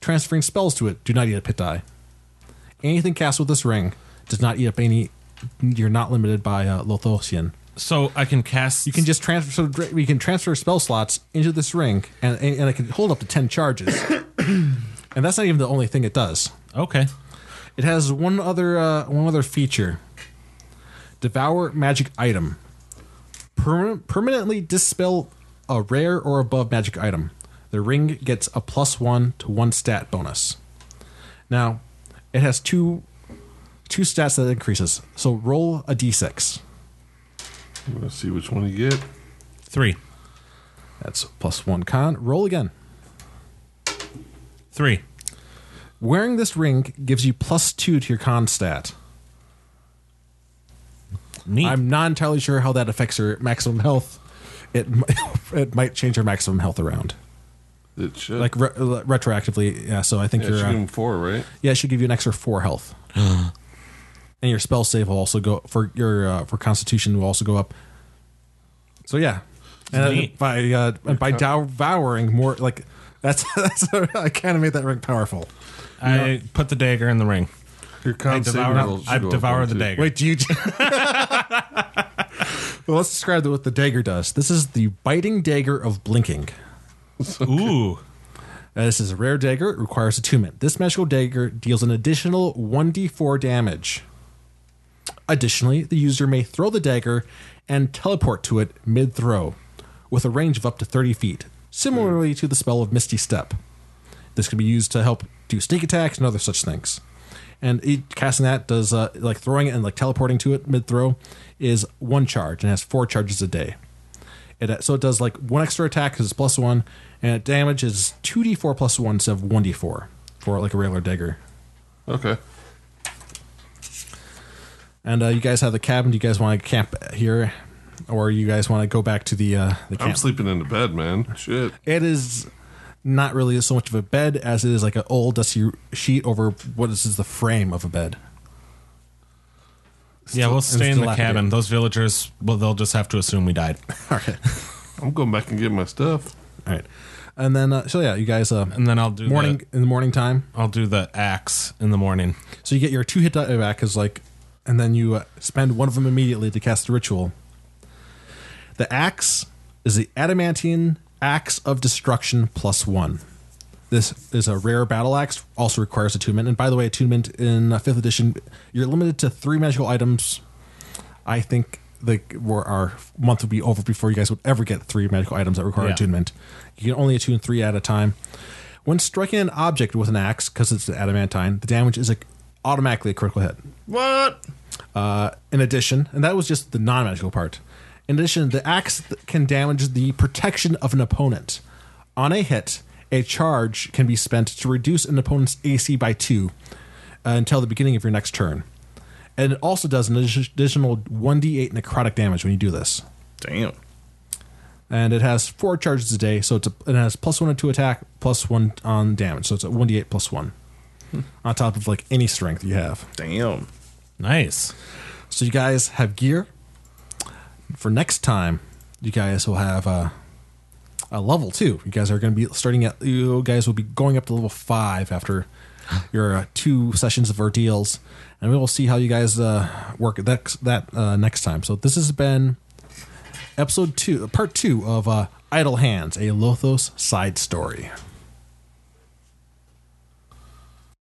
S1: Transferring spells to it do not eat up hit die anything cast with this ring does not eat up any. You're not limited by uh, Lothosian.
S4: So I can cast.
S1: You can just transfer. So dra- we can transfer spell slots into this ring, and and, and it can hold up to ten charges. and that's not even the only thing it does.
S4: Okay.
S1: It has one other uh, one other feature. Devour magic item. Per- permanently dispel a rare or above magic item. The ring gets a plus one to one stat bonus. Now, it has two two stats that increases. So roll a d6.
S3: Let's see which one you get.
S4: Three.
S1: That's plus one con. Roll again.
S4: Three.
S1: Wearing this ring gives you plus two to your con stat.
S4: Neat.
S1: I'm not entirely sure how that affects her maximum health. It m- it might change her maximum health around,
S3: It should.
S1: like re- le- retroactively. Yeah, so I think
S3: yeah, you
S1: you're.
S3: give
S1: Uh,
S3: him four, right?
S1: yeah, it should give you an extra four health, and your spell save will also go for your uh, for Constitution will also go up. So yeah, and uh,
S4: Neat.
S1: by uh, and by devouring more like that's that's I kind of made that ring powerful.
S4: I put the dagger in the ring.
S3: Your con
S4: I
S3: saving
S4: devour.
S3: roll should
S4: I
S3: go up
S4: devour
S3: one,
S4: the
S3: too.
S4: dagger.
S1: Wait, do you? Well, let's describe what the dagger does. This is the biting dagger of blinking.
S4: Ooh.
S1: Uh, this is a rare dagger. It requires attunement. This magical dagger deals an additional 1d4 damage. Additionally, the user may throw the dagger and teleport to it mid throw with a range of up to 30 feet, similarly to the spell of Misty Step. This can be used to help do sneak attacks and other such things. And each, casting that does, uh, like throwing it and like teleporting to it mid throw, is one charge and has four charges a day. It, so it does like one extra attack because it's plus one, and it damage is 2d4 plus one instead of 1d4 for like a regular dagger.
S3: Okay.
S1: And uh, you guys have the cabin. Do you guys want to camp here, or you guys want to go back to the uh, the
S3: I'm
S1: camp?
S3: sleeping in the bed, man. Shit.
S1: it is not really so much of a bed as it is like an old dusty sheet over what is is the frame of a bed.
S4: yeah, we'll
S1: it's
S4: stay in the
S1: dilapidated.
S4: cabin. Those villagers, well, they'll just have to assume we died.
S3: I'm going back and get my stuff.
S1: All right, and then uh, so yeah, you guys. Uh,
S4: And then I'll do
S1: morning
S4: The,
S1: in the morning time.
S4: I'll do the axe in the morning.
S1: So you get your two hit die back as like, and then you uh, spend one of them immediately to cast the ritual. The axe is the adamantine axe of destruction plus one. This is a rare battle axe, also requires attunement. And by the way, attunement in uh, fifth edition, you're limited to three magical items. I think the where our month would be over before you guys would ever get three magical items that require
S4: Yeah.
S1: attunement. You can only attune three at a time. When striking an object with an axe, because it's adamantine, the damage is a, automatically a critical hit.
S2: What?
S1: Uh, in addition, and that was just the non magical part. In addition, the axe th- can damage the protection of an opponent. On a hit, a charge can be spent to reduce an opponent's AC by two uh, until the beginning of your next turn. And it also does an addi- additional 1d8 necrotic damage when you do this.
S2: Damn.
S1: And it has four charges a day, so it's a, it has plus one on two attack, plus one on damage. So it's a 1d8 plus one on top of like any strength you have.
S2: Damn.
S4: Nice.
S1: So you guys have gear. For next time, you guys will have a, a level two. You guys are going to be starting at. You guys will be going up to level five after your uh, two sessions of ordeals, and we will see how you guys uh, work at that that uh, next time. So this has been episode two, part two of uh, Idle Hands, a Lothos side story.